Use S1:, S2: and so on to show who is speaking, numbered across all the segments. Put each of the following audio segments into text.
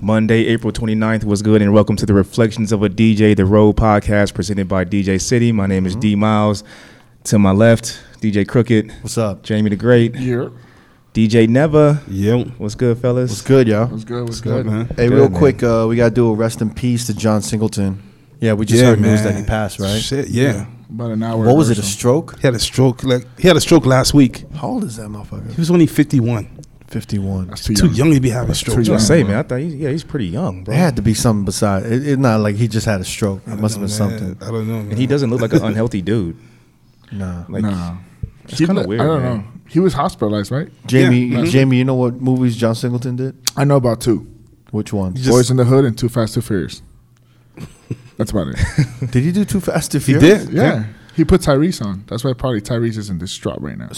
S1: Monday, April 29th was good, and welcome to the Reflections of a DJ, the Road podcast presented by DJ City. My name is
S2: Mm-hmm.
S1: D Miles. To my left, DJ Crooked,
S2: What's up?
S1: Jamie the Great,
S3: Europe.
S1: DJ Never.
S4: Yo,
S1: What's good, fellas?
S2: What's good, y'all?
S3: What's good? What's,
S4: good,
S3: good?
S4: man?
S2: Hey,
S1: Good,
S2: real
S1: man.
S2: quick, uh, we gotta do a rest in peace to John Singleton. Yeah, we just heard news that he passed, right?
S4: Shit, yeah.
S3: About an hour.
S2: What was it? A
S3: ago or so.
S2: stroke?
S4: He had a stroke. Like he had a stroke last week.
S2: How old is that
S4: He
S2: motherfucker?
S4: was only fifty-one.
S2: Fifty-one.
S3: That's too,
S4: Too
S3: young.
S4: young to be having
S3: too
S4: strokes.
S1: I was
S3: young.
S1: gonna say, man, I thought he's, yeah, he's pretty young, bro.
S2: There had to be something beside. It, it's not like he just had a stroke. It must have been
S4: Man,
S2: something.
S4: I don't know.
S1: And he doesn't look like an unhealthy dude.
S2: Nah.
S1: Like,
S3: no,
S1: it's
S3: He
S1: kinda
S3: li-
S1: weird,
S3: I don't
S1: man.
S3: know. He was hospitalized, right?
S2: Jamie,
S4: Yeah.
S2: Jamie, you know what movies John Singleton did?
S3: I know about two
S2: Which one?
S4: Just-
S3: Boys in the Hood and Too Fast, Too Furious. That's about it.
S2: Did he do Too Fast to
S4: He
S2: Furious?
S4: did.
S3: yeah, he put Tyrese on. That's why probably Tyrese is in distraught right now.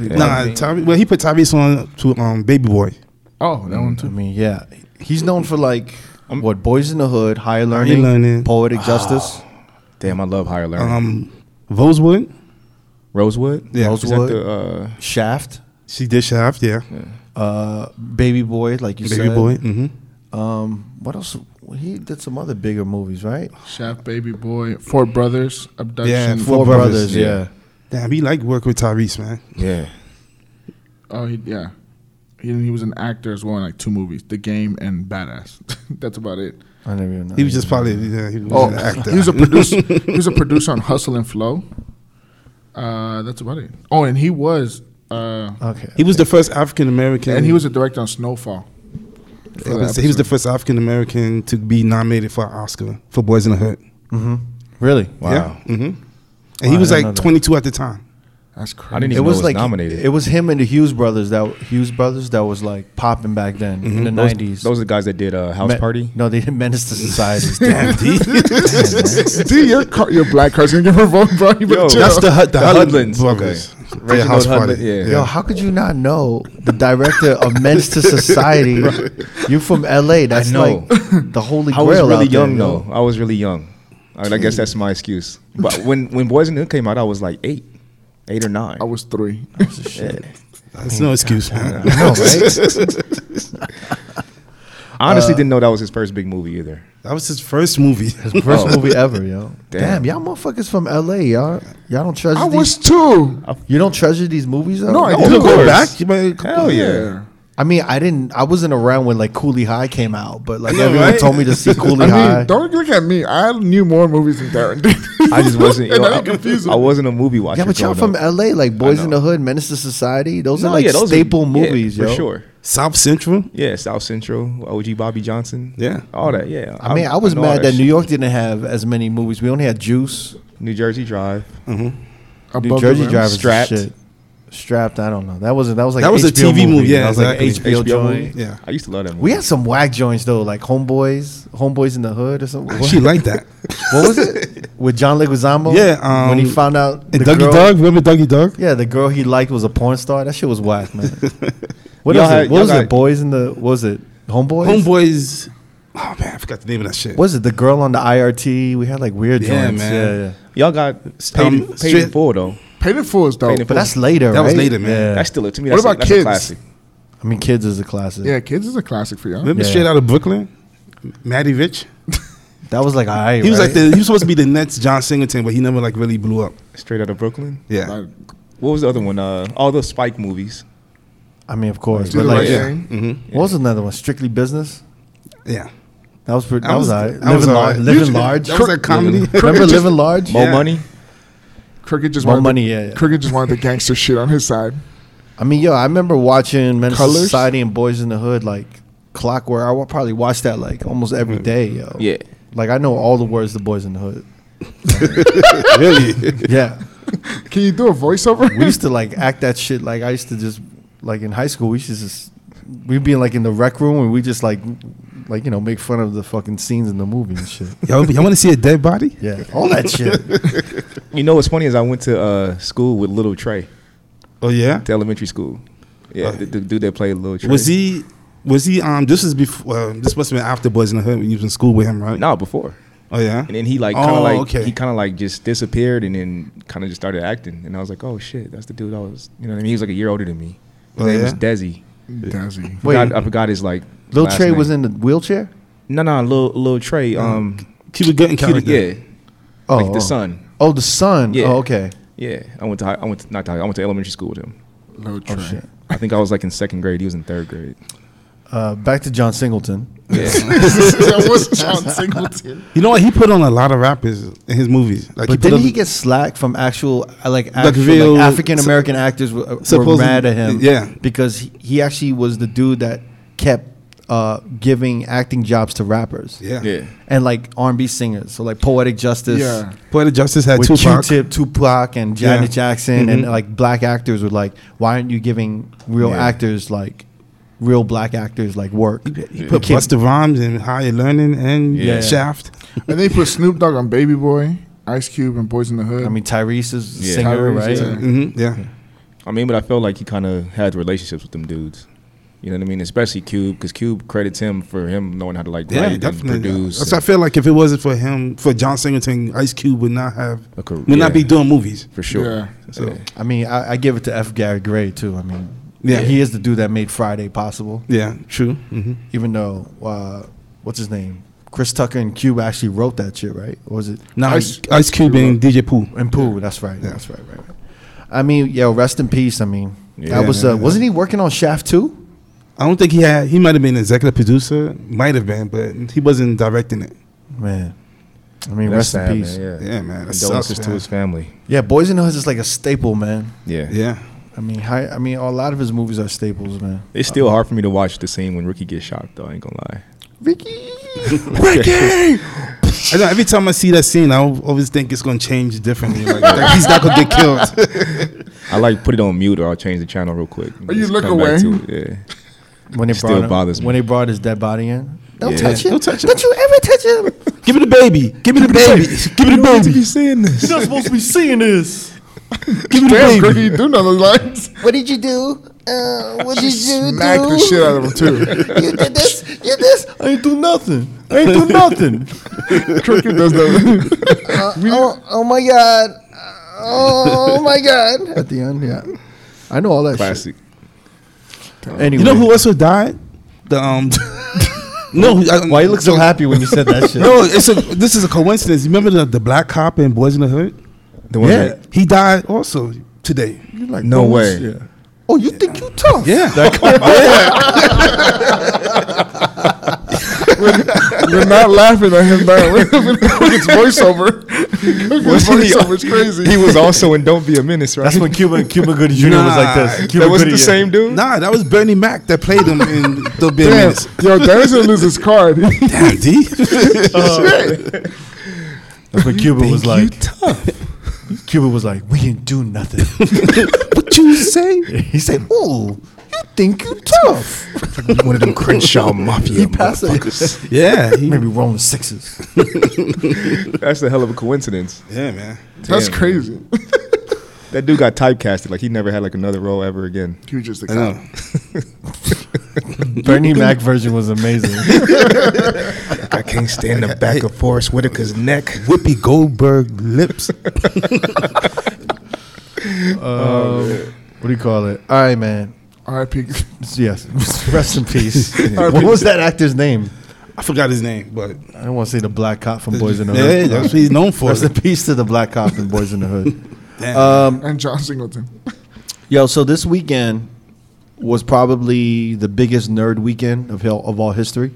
S2: Yeah.
S4: Nah, Tyrese. Well, he put Tyrese on to um, Baby Boy.
S3: Oh, that one
S2: I
S3: too.
S2: mean, yeah, he's known for like what Boys in the Hood, Higher Learning,
S4: Learning.
S2: Poetic Justice.
S1: Damn, I love Higher Learning.
S4: Um, Rosewood.
S1: Rosewood?
S4: Yeah.
S1: Is that
S2: Rosewood.
S1: the, uh,
S2: Shaft,
S4: She did Shaft. Yeah.
S2: uh, Baby Boy, like you
S4: Baby
S2: said.
S4: Boy. hmm
S2: Um, what else? He did some other bigger movies, right?
S3: Chef, Baby Boy, Four Brothers, Abduction.
S4: Yeah, Four
S2: Four,
S4: Brothers,
S2: Brothers, yeah.
S4: Damn, he like work with Tyrese, man.
S1: yeah.
S3: Oh, he, yeah. He, he was an actor as well in like two movies, The Game and Badass. That's about it.
S2: I never even.
S4: He was just probably yeah, he was
S3: Oh,
S4: an actor.
S3: he was a producer. he was a producer on Hustle and Flow. Uh, that's about it. Oh, and he was, uh,
S2: okay.
S4: He was the first African American,
S3: and he was a director on Snowfall.
S4: He was, he was the first African American to be nominated for an Oscar for Boys in the Hood.
S2: hmm Really?
S1: Wow.
S4: Yeah. hmm And
S2: Wow,
S4: he
S2: I
S4: was
S2: didn't know
S4: like
S2: that.
S4: 22 at the time.
S3: That's crazy.
S1: I didn't even
S2: It
S1: know
S2: was like
S1: nominated.
S2: it was him and the Hughes brothers that Hughes brothers that was like popping back then in the
S1: Mm-hmm. Those-
S2: nineties.
S1: Those, are the guys that did uh, House
S2: Me-
S1: Party.
S2: No, they did Menace to Society.
S4: Damn, D.
S3: See, your car, your black car's gonna get revoked, bro. You better
S1: Yo,
S3: chill.
S4: That's the, Hud- the,
S1: The
S4: Hud-
S1: Hudlins,
S4: brothers.
S1: Reginald
S4: Their house party.
S1: Hudlin, yeah.
S2: Yo, how could you not know the director of Menace to Society? You're from LA. That's
S1: know.
S2: like the holy
S1: I
S2: grail.
S1: was really
S2: out there,
S1: young
S2: yo.
S1: though. I was really young. I, mean, I guess that's my excuse. But when when Boys in the Hood came out, I was like eight, eight or nine.
S3: I was three.
S4: That's no excuse, man.
S2: I know, right?
S1: I
S2: Uh,
S1: honestly didn't know that was his first big movie either.
S4: That was his first movie.
S2: First movie ever, yo.
S1: Oh. Damn.
S2: Damn. y'all motherfuckers from LA, y'all. Y'all don't treasure
S3: I
S2: these.
S3: was two.
S2: you don't treasure these movies, though.
S3: No, I
S4: You
S3: do.
S4: don't go
S3: course.
S4: back. You might-
S1: Hell yeah.
S2: I mean, I didn't. I wasn't around when like Coolie High came out, but like
S4: know,
S2: everyone
S4: right?
S2: told me to see Coolie
S3: I
S2: High.
S3: mean, don't look at me. I knew more movies than Darren did.
S1: I just wasn't.
S3: and
S1: yo,
S3: I,
S1: I,
S3: confused him.
S1: I wasn't a movie watcher.
S2: yeah, but y'all
S1: growing
S2: from
S1: up.
S2: LA, like Boys in
S1: know.
S2: the Hood, Menace to Society. Those
S1: No,
S2: are like
S1: yeah, those are-
S2: staple
S1: yeah,
S2: movies, yo.
S1: for sure.
S4: South Central. Oh,
S1: Yeah, South Central, OG Bobby Johnson.
S4: Yeah.
S1: all that. Yeah,
S2: I mean, I was
S1: know all
S2: mad that
S1: shit.
S2: New York didn't have as many movies. We only had Juice,
S1: New Jersey Drive.
S3: Above
S2: New
S3: the
S2: Jersey
S3: Rim.
S2: Drive, is the
S1: Strapped.
S2: shit. Strapped. I don't know. That wasn't. That was like
S4: That
S2: an
S4: was a
S2: HBO
S4: TV movie, yeah,
S2: That was like an
S4: exactly.
S2: HBO,
S1: HBO
S2: joint.
S1: movie.
S4: Yeah.
S1: I used to love that movie.
S2: We had some whack joints though, like Homeboys, Homeboys in the Hood or something. What,
S4: She liked that.
S2: what was it with John Leguizamo?
S4: Yeah, um,
S2: when he found out
S4: And
S2: the
S4: Dougie
S2: girl-
S4: Dog. Remember Dougie Dog?
S2: Yeah, the girl he liked was a porn star. That shit was whack, man. What
S1: Y'all
S2: else?
S1: had-
S2: what was
S1: y'all
S2: it?
S1: got-
S2: Boys in the what was it Homeboys?
S4: Homeboys. Oh, man. I forgot the name of that shit.
S2: Was it the girl on the IRT? We had like weird
S4: Yeah,
S2: joints.
S4: man.
S2: Yeah, yeah.
S1: Y'all got paid,
S4: Um,
S1: paid
S4: straight-
S1: in full though.
S3: Paid in Full is dope.
S1: Paid in
S2: But
S1: Full.
S2: that's later.
S4: That was
S2: right?
S4: later, man.
S2: Yeah.
S1: That's still it to me.
S3: What
S1: That's a-
S3: about
S1: that's
S3: Kids?
S1: A classic.
S2: I mean, kids is a classic.
S3: yeah, Kids is a classic for y'all.
S4: Remember
S2: Yeah.
S4: Straight Out of Brooklyn? Matty Rich?
S2: That was like I.
S4: He was like the, he was supposed to be the next John Singleton, but he never like really blew up.
S1: Straight out of Brooklyn.
S4: Yeah.
S3: Like,
S1: What was the other one? Uh, all the Spike movies.
S2: I mean, of course.
S3: Do
S2: But
S3: the
S2: like,
S3: right
S4: yeah.
S3: thing.
S4: hmm
S2: what was another one? Strictly Business.
S4: Yeah.
S2: That was pretty.
S4: That
S2: That was
S4: was-
S2: alright.
S4: that was
S2: Living
S4: alright.
S2: large. Living
S4: Usually-
S2: large.
S4: That was a comedy.
S2: Remember Living Large?
S1: Mo
S4: Yeah.
S1: Money.
S3: Cricket just
S2: More
S3: wanted
S2: money,
S3: The,
S2: yeah, yeah.
S3: Cricket just wanted the gangster shit on his side.
S2: I mean, yo, I remember watching Menace to
S3: Colours?
S2: Society and Boys in the Hood like clockwork. I would probably watch that like almost every day, yo.
S1: Mm. Yeah.
S2: Like I know all the words to Boys in the Hood.
S4: really?
S2: Yeah.
S3: Can you do a voiceover?
S2: we used to like act that shit like I used to just like in high school we used to just we'd be like in the rec room and we just like like you know make fun of the fucking scenes in the movie and shit.
S4: Y'all, y'all want to see a dead body?
S2: Yeah, all that shit.
S1: You know what's funny is I went to uh, school with Little Trey,
S4: Oh yeah.
S1: to elementary school. Yeah,
S2: Uh,
S1: the, the dude that played Little Trey.
S4: Was he? Was he? Um, this is before. Uh, this must have been after Boys in the Hood when you was in school with him, right?
S1: No, before.
S4: Oh yeah.
S1: And then he like kind of
S4: Oh,
S1: like
S4: okay.
S1: he kind of like just disappeared and then kind of just started acting. And I was like, oh shit, that's the dude I was. You know what I mean? He was like a year older than me. His
S4: Oh,
S1: name
S4: yeah?
S1: was Desi.
S3: Dazzy.
S2: Wait.
S1: Forgot- I forgot his like
S2: Lil
S1: last
S2: Trey was
S1: name.
S2: in Oh, the wheelchair.
S1: No, no, Lil Lil Trey. Um,
S4: Cuba Gooding
S1: Cutie-
S4: character.
S1: yeah,
S2: Oh,
S1: like
S2: oh.
S1: the son.
S2: Oh, the son.
S1: Yeah.
S2: Oh, okay.
S1: Yeah, I went to high, I went to, not to high, I went to elementary school with him.
S3: Low Trey.
S2: Oh, shit.
S1: I think I was like in second grade. He was in third grade.
S2: Uh, back to John Singleton.
S1: Yeah,
S3: that was John Singleton.
S4: You know what? He put on a lot of rappers in his movies.
S2: But
S4: Like put
S2: didn't
S4: on-
S2: he get slack from actual uh, like,
S4: real-
S2: African American actors were, were
S4: supposed-
S2: mad at him?
S4: yeah.
S2: because he, he actually was the dude that kept uh, giving acting jobs to rappers.
S4: Yeah.
S1: yeah.
S2: and like R&B singers. So like Poetic Justice.
S3: Yeah.
S4: Poetic Justice had
S2: with
S4: two
S2: Q-Tip, Tupac, and Janet
S4: Yeah. Mm-hmm.
S2: Jackson, and like black actors were like, why aren't you giving real
S1: Yeah.
S2: actors like real black actors like work?
S4: He put
S2: Kid-
S4: Busta Rhymes and Higher Learning and
S1: Yeah.
S4: Shaft.
S3: And they put Snoop Dogg on Baby Boy, Ice Cube, and Boys in the Hood.
S2: I mean, Tyrese is
S1: Yeah.
S2: a singer,
S3: Tyrese,
S2: right?
S3: yeah.
S4: Mm-hmm. Yeah.
S1: I mean, but I felt like he kind of had relationships with them dudes. You know what I mean? Especially Cube, because Cube credits him for him knowing how to like
S4: Yeah,
S1: write
S4: definitely.
S1: and produce.
S4: That's- I feel like if it wasn't for him, for John Singleton, Ice Cube would not have
S1: A career.
S4: would not be doing movies.
S1: for sure.
S3: Yeah.
S4: So
S1: Yeah.
S2: I mean, I, I give it to F. Gary Gray too. I mean,
S4: Yeah.
S2: he is the dude that made Friday possible.
S4: yeah, true. hmm
S2: Even though, uh, what's his name? Chris Tucker and Cube actually wrote that shit, right? Or was it?
S4: Now
S3: Ice-
S4: Ice, Ice Cube and DJ Pooh.
S2: And Pooh, that's right. That's right, right, right. I mean, yo, rest in peace. I mean,
S1: Yeah.
S2: that was uh, wasn't he working on Shaft too?
S4: I don't think he had. He might have been executive producer, might have been, but he wasn't directing it.
S2: Man, I mean,
S1: That's
S2: rest
S1: sad,
S2: in peace.
S1: Man, yeah.
S4: Yeah, man, that
S1: Condolences
S4: sucks,
S1: to
S4: man.
S1: his family.
S2: Yeah, Boys in the Hood is like a staple, man.
S1: Yeah.
S4: Yeah,
S2: I mean, hi, I mean, a lot of his movies are staples, man.
S1: It's still hard for me to watch the scene when Ricky gets shot, though. I ain't gonna lie.
S2: Ricky,
S4: I know. Every time I see that scene, I al- always think it's gonna change differently. Like, like he's not gonna get killed.
S1: I like put it on mute or I'll change the channel real quick. and
S3: Or you
S1: just
S3: look
S1: come back
S3: away.
S1: to it, Yeah.
S2: when they
S1: Still
S2: brought him-
S1: bothers me.
S2: when they brought his dead body in. Don't
S1: Yeah.
S2: touch him.
S4: Don't touch him.
S2: Don't you ever touch him.
S4: Give me the baby. Give me the baby. Give me the baby.
S1: seeing this?
S2: You're not supposed to be seeing this.
S4: Give
S3: Damn,
S4: me the
S3: Kirk,
S4: baby.
S3: you do know those lines.
S2: What did you do? Uh, what did you
S3: Smack the shit out of him too.
S2: You did this. You this. I ain't do nothing. I ain't do nothing.
S3: Cricket does that.
S2: oh, oh my god. Oh my god. At the end, yeah. I know all that
S1: Classic.
S2: shit. Anyway,
S4: You know who also died? The um. no, I,
S2: Why you look so happy when you said that shit?
S4: No, it's a. This is a coincidence. You remember the, the black cop in Boys in the Hood?
S1: The one that-
S4: he died also today.
S2: You're like,
S1: no
S2: "Who's
S1: way.
S2: here?" Oh, you think you tough?
S4: Yeah,
S3: We're not laughing at him. Now. It's voiceover. It's
S1: Wasn't he-
S3: voiceover. It's crazy.
S1: He was also in Don't Be a Menace, right?
S2: That's when Cuba Cuba Gooding Jr. was like
S4: Nah,
S2: this. Cuba
S1: that was the
S2: Gooding,
S1: same dude.
S4: nah, that was Bernie Mac that played him in the
S3: Damn.
S4: business.
S3: Yo, Darren's gonna lose his card.
S4: Damn, D.
S2: That's when Cuba was
S4: you
S2: like, Cuba was like, we didn't do nothing.
S4: what you say?
S2: he said, "Oh, you think you tough?
S1: One of them Crenshaw mafia
S2: He passed it.
S1: motherfuckers.
S4: Yeah, he,
S2: Maybe rolling sixes.
S1: That's a hell of a coincidence.
S4: yeah, man.
S3: That's
S1: Damn.
S3: crazy.
S1: That dude got typecasted. Like he never had like another role ever again.
S3: He was just a
S4: I
S3: cop.
S4: know.
S2: Bernie Mac version was amazing.
S1: I can't stand the back of Forrest Whitaker's neck.
S4: Whoopi Goldberg lips.
S2: Um, what do you call it? All right, man.
S3: R.I.P.
S2: Yes. Rest in peace. what was that actor's name?
S4: I forgot his name, but
S2: I don't want to say the black cop from Boys in the Hood.
S4: yeah, that's what he's known for.
S2: Rest in peace to the black cop in Boys in the Hood.
S4: Damn.
S2: Um,
S3: and John Singleton.
S2: Yo, so this weekend was probably the biggest nerd weekend of hell, of all history.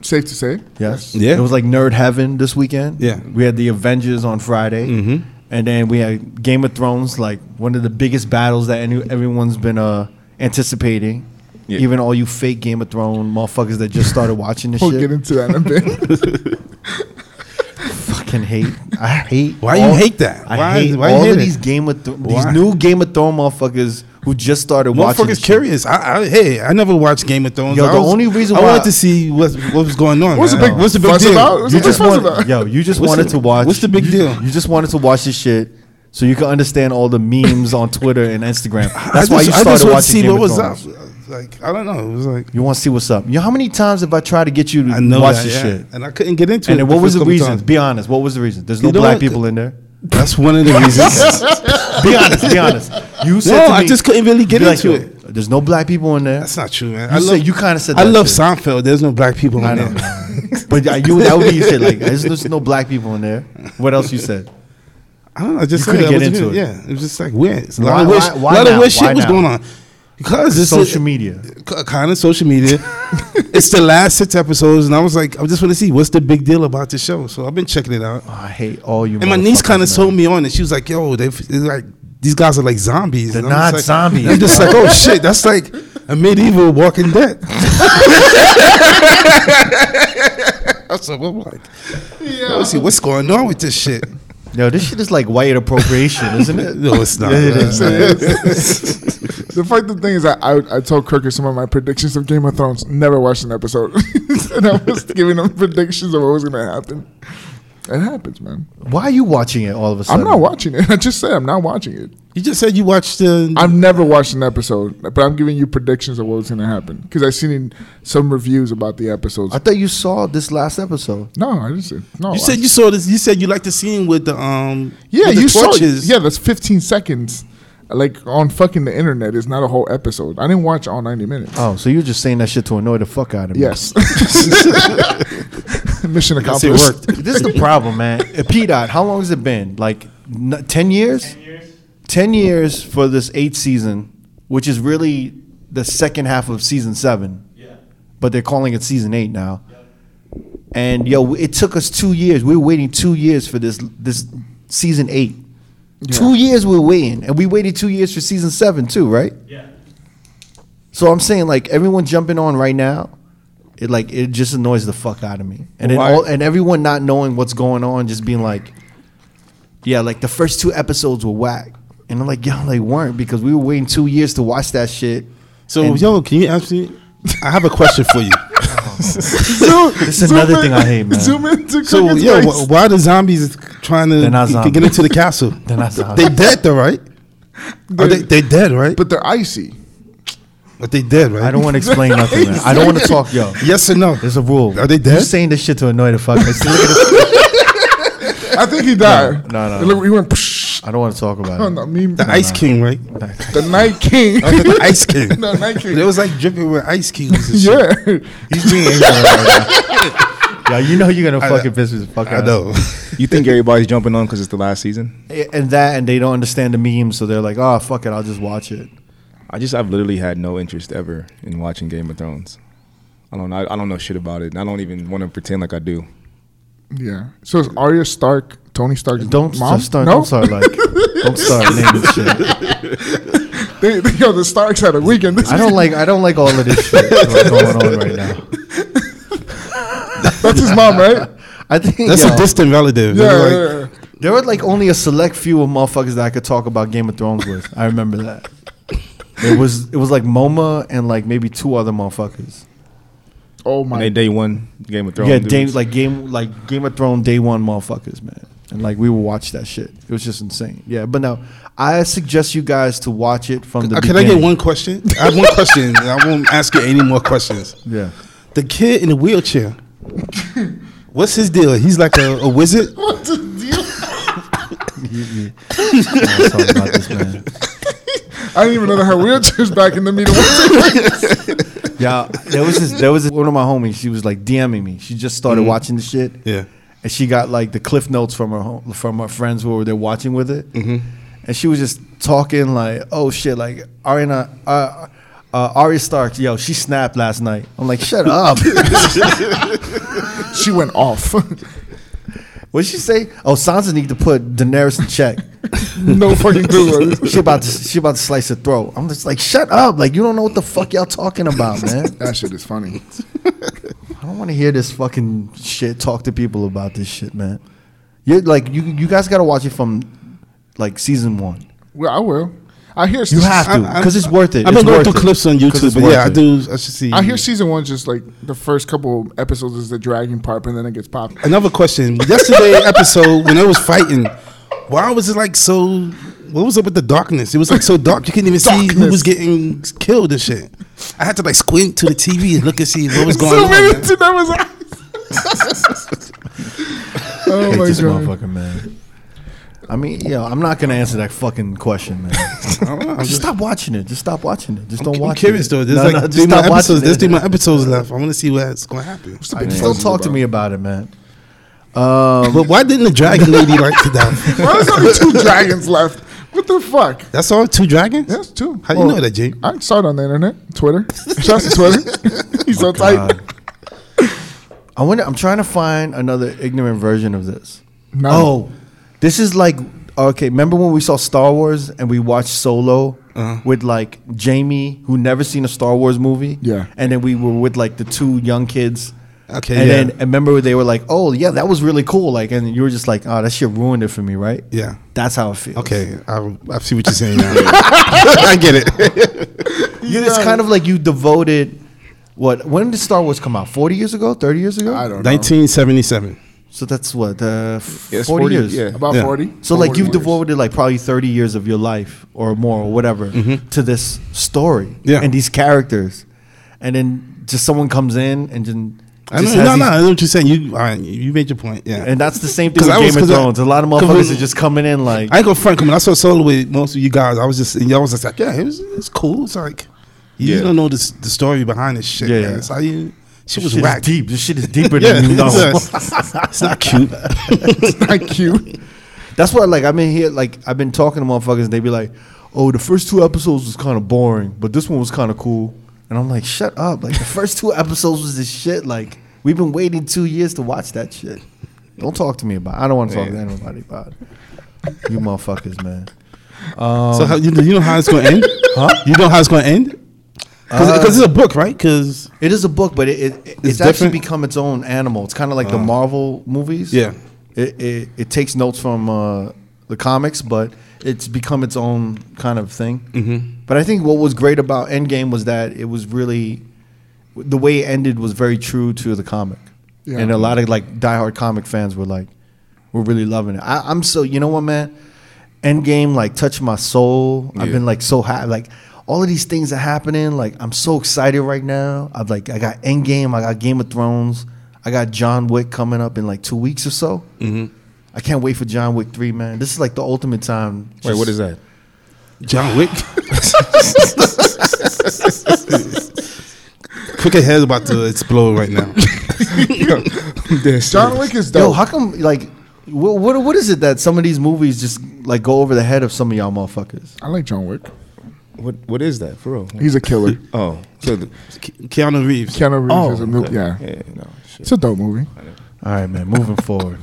S3: Safe to say.
S2: Yes.
S4: Yeah.
S2: It was like nerd heaven this weekend.
S4: Yeah.
S2: We had the Avengers on Friday. Mm-hmm. And then we had Game of Thrones, like one of the biggest battles that any, everyone's been uh, anticipating.
S1: Yeah.
S2: Even all you fake Game of Thrones motherfuckers that just started watching this
S3: We'll
S2: shit.
S3: get into that in a bit.
S2: fucking hate. I hate.
S4: Why you hate that?
S2: I
S4: Why-
S2: hate
S4: why you
S2: all
S4: hate
S2: of
S4: it?
S2: these Game of Thro- these
S4: Why?
S2: new Game of Thrones motherfuckers who just started watching. this
S4: Motherfuckers
S2: shit.
S4: curious. I, I, hey, I never watched Game of Thrones.
S2: Yo,
S4: I
S2: the only reason
S4: I
S2: why-
S4: wanted to see what what was going on.
S3: What's the
S4: man.
S3: big-
S4: What's the big
S3: fuss
S4: deal?
S3: about? What's
S2: You
S3: the
S2: just
S3: fuss
S2: wanted,
S3: about?
S2: yo, you just
S4: What's
S2: wanted
S4: the-
S2: to watch.
S4: what's the big
S2: you-
S4: deal?
S2: You just wanted to watch this shit so you can understand all the memes on Twitter and Instagram.
S4: I
S2: That's why
S4: just-
S2: you started
S4: I just wanted
S2: watching
S4: to see
S2: Game
S4: what
S2: of
S4: was
S2: Thrones.
S4: up. Like I don't know. It was like
S2: You want to see what's up? You know how many times have I tried to get you to
S4: I know
S2: watch
S4: that,
S2: this
S4: yeah.
S2: shit?
S4: and I couldn't get into
S2: And
S4: it.
S2: then what was
S4: first
S2: the
S4: couple
S2: reason?
S4: times.
S2: Be honest. What was the reason? There's no
S4: You know
S2: black
S4: what?
S2: people in there.
S4: That's one of the reasons.
S2: Be honest. Be honest. You said
S4: no,
S2: to me,
S4: I just couldn't really get
S2: be like,
S4: into
S2: "Yo,
S4: it.
S2: There's no black people in there.
S4: That's not true, man.
S2: you
S4: I
S2: said-
S4: love
S2: you kinda said
S4: I
S2: that
S4: love
S2: shit.
S4: Seinfeld. There's no black people
S2: I
S4: in
S2: know.
S4: there.
S2: but I- you that would be you said like there's, there's no black people in there. What else you said?
S4: I don't know. I just
S2: You
S4: said
S2: couldn't
S4: I
S2: get
S4: was-
S2: into it.
S4: Yeah, it was just like weird. It's A
S2: Why-
S4: lot of weird,
S2: why-
S4: sh-
S2: why
S4: lot
S2: now?
S4: of weird shit
S2: Why
S4: was
S2: now?
S4: going on because this
S2: Social media.
S4: media, kind of social media. it's the last six episodes, and I was like, I just want to see what's the big deal about this show. So I've been checking it out,
S2: Oh, I hate all you.
S4: and my niece
S2: motherfuckers,
S4: kind
S2: man.
S4: of sold me on it. She was like, "Yo, they they're like these guys are like zombies.
S2: They're
S4: And I'm
S2: not
S4: just like-
S2: zombies,
S4: I'm just
S2: bro.
S4: like, oh shit, that's like a medieval Walking Dead. so I'm like, let's see what's going on with this shit.
S2: Yo, this shit is like white appropriation, isn't it?
S4: No, it's not.
S2: It is, man.
S3: The fucked up thing is that I, I told Kirk some of my predictions of Game of Thrones. Never watched an episode, and I was giving him predictions of what was gonna happen. It happens, man.
S2: Why are you watching it all of a
S3: I'm
S2: sudden?
S3: not watching it. I just said I'm not watching it.
S4: You just said you watched the.
S3: I've never watched an episode, but I'm giving you predictions of what's gonna happen because I've seen in some reviews about the episodes.
S2: I thought you saw this last episode.
S3: no, I just said no.
S4: you
S3: I-
S4: said you saw this. You said you liked the scene with the um.
S3: yeah,
S4: with the
S3: you saw it.
S4: torches.
S3: Yeah, that's 15 seconds. Like on fucking the internet, it's not a whole episode. I didn't watch all 90
S4: Uh,
S3: minutes.
S2: Oh, so you're just saying that shit to annoy the fuck out of me?
S3: Yes. Mission
S4: I see it
S3: accomplished.
S4: worked.
S2: this is the problem, man. Uh, P dot, how long has it been? Like n- ten years? Ten years. for this eighth season, which is really the second half of season seven. Yeah. But they're calling it season eight now. And yo, it took us two years. We were waiting two years for this this season eight. Two years we were waiting, and we waited two years for season seven too, right? Yeah. So I'm saying like everyone jumping on right now, it like it just annoys the fuck out of me, and it
S3: Why?
S2: all, and everyone not knowing what's going on, just being like, yeah, like the first two episodes were whack, and I'm like, yo, they weren't because we were waiting two years to watch that shit.
S4: So
S2: And-
S4: yo, can you ask me? I have a question for you.
S2: This is another thing I hate, man.
S3: Zoom into
S4: So
S3: Cricket's
S4: yeah,
S3: face.
S4: wh- why the zombies trying to
S2: They're not
S4: g-
S2: zombies.
S4: get into the castle?
S2: They're not
S4: They
S2: zombies.
S4: dead though, right? Are they they dead, right? But,
S3: but they're icy.
S4: they dead, right?
S2: I don't want to explain nothing. Man. I don't want to talk, yo.
S4: Yes or no?
S2: There's a rule.
S4: Are they
S2: You're
S4: dead?
S2: saying this shit to annoy the fuck. Look at this
S3: I think he died.
S2: No, no,
S3: It
S2: no.
S3: look- He went. Psh,
S2: I don't want to talk about
S3: no,
S2: it.
S3: no, me,
S4: The Ice King, right? Oh,
S3: the Night King.
S4: the Ice King.
S3: no, Night King.
S4: It was like dripping with ice cubes. And shit.
S3: yeah.
S2: He's being ignorant right now. Yo, you know you're gonna fucking piss me the fuck
S4: I
S2: out.
S4: know.
S1: You think everybody's jumping on because it's the last season?
S2: And that, and they don't understand the meme, so they're like, "Oh, fuck it, I'll just watch it."
S1: I just I've literally had no interest ever in watching Game of Thrones. I don't know. I, I don't know shit about it, and I don't even want to pretend like I do.
S3: Yeah. So it's Arya Stark, Tony Stark's
S2: Don't
S3: mom.
S2: start.
S3: No?
S2: Don't start like. Don't start naming shit.
S3: They, they, yo, the Starks had a weekend. This
S2: I don't like. I don't like all of this shit that's going on right now.
S3: That's his mom, right?
S2: I think
S4: That's
S2: yo,
S4: a distant relative.
S3: Yeah,
S4: They're like,
S3: yeah, yeah.
S2: there were like only a select few of motherfuckers that I could talk about Game of Thrones with. I remember that. It was it was like MoMA and like maybe two other motherfuckers.
S3: Oh
S1: And
S3: my.
S1: they day one Game of Thrones.
S2: yeah,
S1: dudes.
S2: Dame, like game like Game of Thrones day one motherfuckers, man. And like we would watch that shit. It was just insane. Yeah, but now I suggest you guys to watch it from the
S4: Uh, Can I
S2: beginning.
S4: get one question? I have one question. and I won't ask you any more questions.
S2: Yeah.
S4: The kid in the wheelchair. What's his deal? He's like a, a wizard.
S3: What's the deal?
S2: I was talking about this, man.
S3: I didn't even know that her wheelchair's back in the meter.
S2: Yeah, there was this there was this, one of my homies, she was like DMing me. She just started watching the shit.
S4: Mm-hmm. Yeah.
S2: And she got like the cliff notes from her home, from her friends who were there watching with it. Mm-hmm. And she was just talking like, "Oh shit, like Arya, uh, uh, Arya Stark, yo, she snapped last night." I'm like, "Shut up."
S3: she went off.
S2: What'd she say? Oh, Sansa need to put Daenerys in check.
S3: no fucking clue. what it is.
S2: she about to she about to slice her throat. I'm just like, shut up! Like you don't know what the fuck y'all talking about, man.
S3: That shit is funny.
S2: I don't want to hear this fucking shit. Talk to people about this shit, man. You're like you you guys got to watch it from like season one.
S3: Well, I will. I hear
S2: You have to
S4: I- I-
S2: because it's worth it.
S4: I've
S2: It's
S4: been going
S2: worth
S4: through
S2: it.
S4: clips on
S2: 'Cause it's
S4: YouTube, but
S2: worth
S4: yeah, I
S2: it.
S4: do. I should see.
S3: I hear season one's just like the first couple episodes is the dragon part, and then it gets popped.
S4: Another question. Yesterday episode when they was fighting, why was it like so? What was up with the darkness? It was like so dark you couldn't even see who
S3: Darkness.
S4: was getting killed and shit. I had to like squint to the TV and look and see what was going
S3: so
S4: on.
S3: many
S4: man.
S3: to that was eyes. oh
S2: Hate
S3: my
S2: this
S3: god!
S2: motherfucker, man. I mean, yo, I'm not gonna answer that fucking question, man. just, stop watching it. Just stop watching it. Just don't
S4: I'm
S2: watch
S4: curious
S2: it.
S4: though. There's
S2: No, no,
S4: like
S2: just
S4: three more
S2: stop watching
S4: episodes. There's
S2: it.
S4: three more episodes left. I want to see what's gonna happen.
S3: I
S2: Just don't talk to me about it, man. Um,
S4: But why didn't the dragon lady like to die?
S3: Why is only two dragons left? What the fuck?
S4: That's all. Two dragons.
S3: Yes, two. Oh.
S4: How do you know that, Jay?
S3: I saw it on the internet, Twitter. Shout out to Twitter. He's so tight.
S2: I wonder. I'm trying to find another ignorant version of this.
S3: No.
S2: Oh, this is like okay. Remember when we saw Star Wars and we watched Solo with like Jamie, who never seen a Star Wars movie.
S3: Yeah.
S2: and then we were with like the two young kids.
S4: Okay,
S2: and
S4: yeah.
S2: then and remember they were like, "Oh yeah, that was really cool." Like, and you were just like, "Oh, that shit ruined it for me, right?"
S4: Yeah.
S2: that's how it feels.
S4: Okay, I, I see what you're saying now. I get it.
S2: You- it's kind of like you devoted. What? When did Star Wars come out? Forty years ago? Thirty years ago?
S3: I don't know.
S4: 1977.
S2: So that's what uh, f-
S1: Yeah, it's
S2: 40, years.
S1: yeah.
S3: About
S4: Yeah.
S3: 40.
S2: So like
S3: 40
S2: you've
S3: years.
S2: devoted like probably 30 years of your life or more or whatever
S4: Mm-hmm.
S2: to this story
S4: Yeah.
S2: and these characters. And then just someone comes in and then
S4: I
S2: just
S4: know,
S2: has
S4: no,
S2: these-
S4: no, I know what you're saying. You, all right, you made your point. Yeah,
S2: and that's the same thing
S4: 'Cause
S2: with
S4: I was-
S2: Game of
S4: 'cause I-
S2: Thrones. A lot of
S4: 'cause
S2: motherfuckers
S4: we-
S2: are just coming in like
S4: I ain't gonna front coming. I saw solo with most of you guys. I was just and y'all was just like, yeah, it was, it's cool. It's like you just
S1: Yeah.
S4: don't know this, the story behind this shit.
S2: Yeah,
S4: Yeah,
S2: yeah.
S4: That's how you. She
S2: this
S4: was
S2: shit is
S4: whacked.
S2: deep. This shit is deeper
S4: Yeah,
S2: than you know.
S4: it's, uh, it's not cute.
S3: Not cute.
S2: That's why, like, I've been here, like, I've been talking to motherfuckers, and they be like, "Oh, the first two episodes was kind of boring, but this one was kind of cool." And I'm like, "Shut up!" Like, the first two episodes was this shit. Like, we've been waiting two years to watch that shit. Don't talk to me about. it. I don't want to talk to anybody about it. You motherfuckers, man.
S4: so how, you, you know how it's gonna end? Um, huh? You know how it's gonna end? Because it's a book, right? Because
S2: It is a book, but it, it it's,
S4: different?
S2: actually become its own animal. It's kind of like the Marvel movies.
S4: Yeah.
S2: it it, it takes notes from uh, the comics, but it's become its own kind of thing. Mm-hmm. But I think what was great about Endgame was that it was really the way it ended was very true to the comic,
S3: Yeah.
S2: and a lot of like diehard comic fans were like, "We're really loving it." I, I'm so you know what, man. Endgame like touched my soul. I've been like so happy. Like all of these things are happening. Like I'm so excited right now. I've like I got Endgame. I got Game of Thrones. I got John Wick coming up in like two weeks or so. Mm-hmm. I can't wait for John Wick three, man. This is like the ultimate time.
S1: Wait, what is that?
S4: John Wick. Cricket head's about to explode right now.
S1: This
S3: John Wick is
S2: Yo,
S3: dope.
S2: how come like what, what what is it that some of these movies just like go over the head of some of y'all motherfuckers?
S3: I like John Wick.
S1: What what is that for real?
S3: He's a killer.
S1: oh, so the,
S4: Ke- Keanu Reeves.
S3: Keanu Reeves
S1: oh,
S3: is a new,
S1: okay.
S3: yeah.
S1: yeah, no, shit.
S3: It's a dope movie.
S2: All right, man. Moving forward.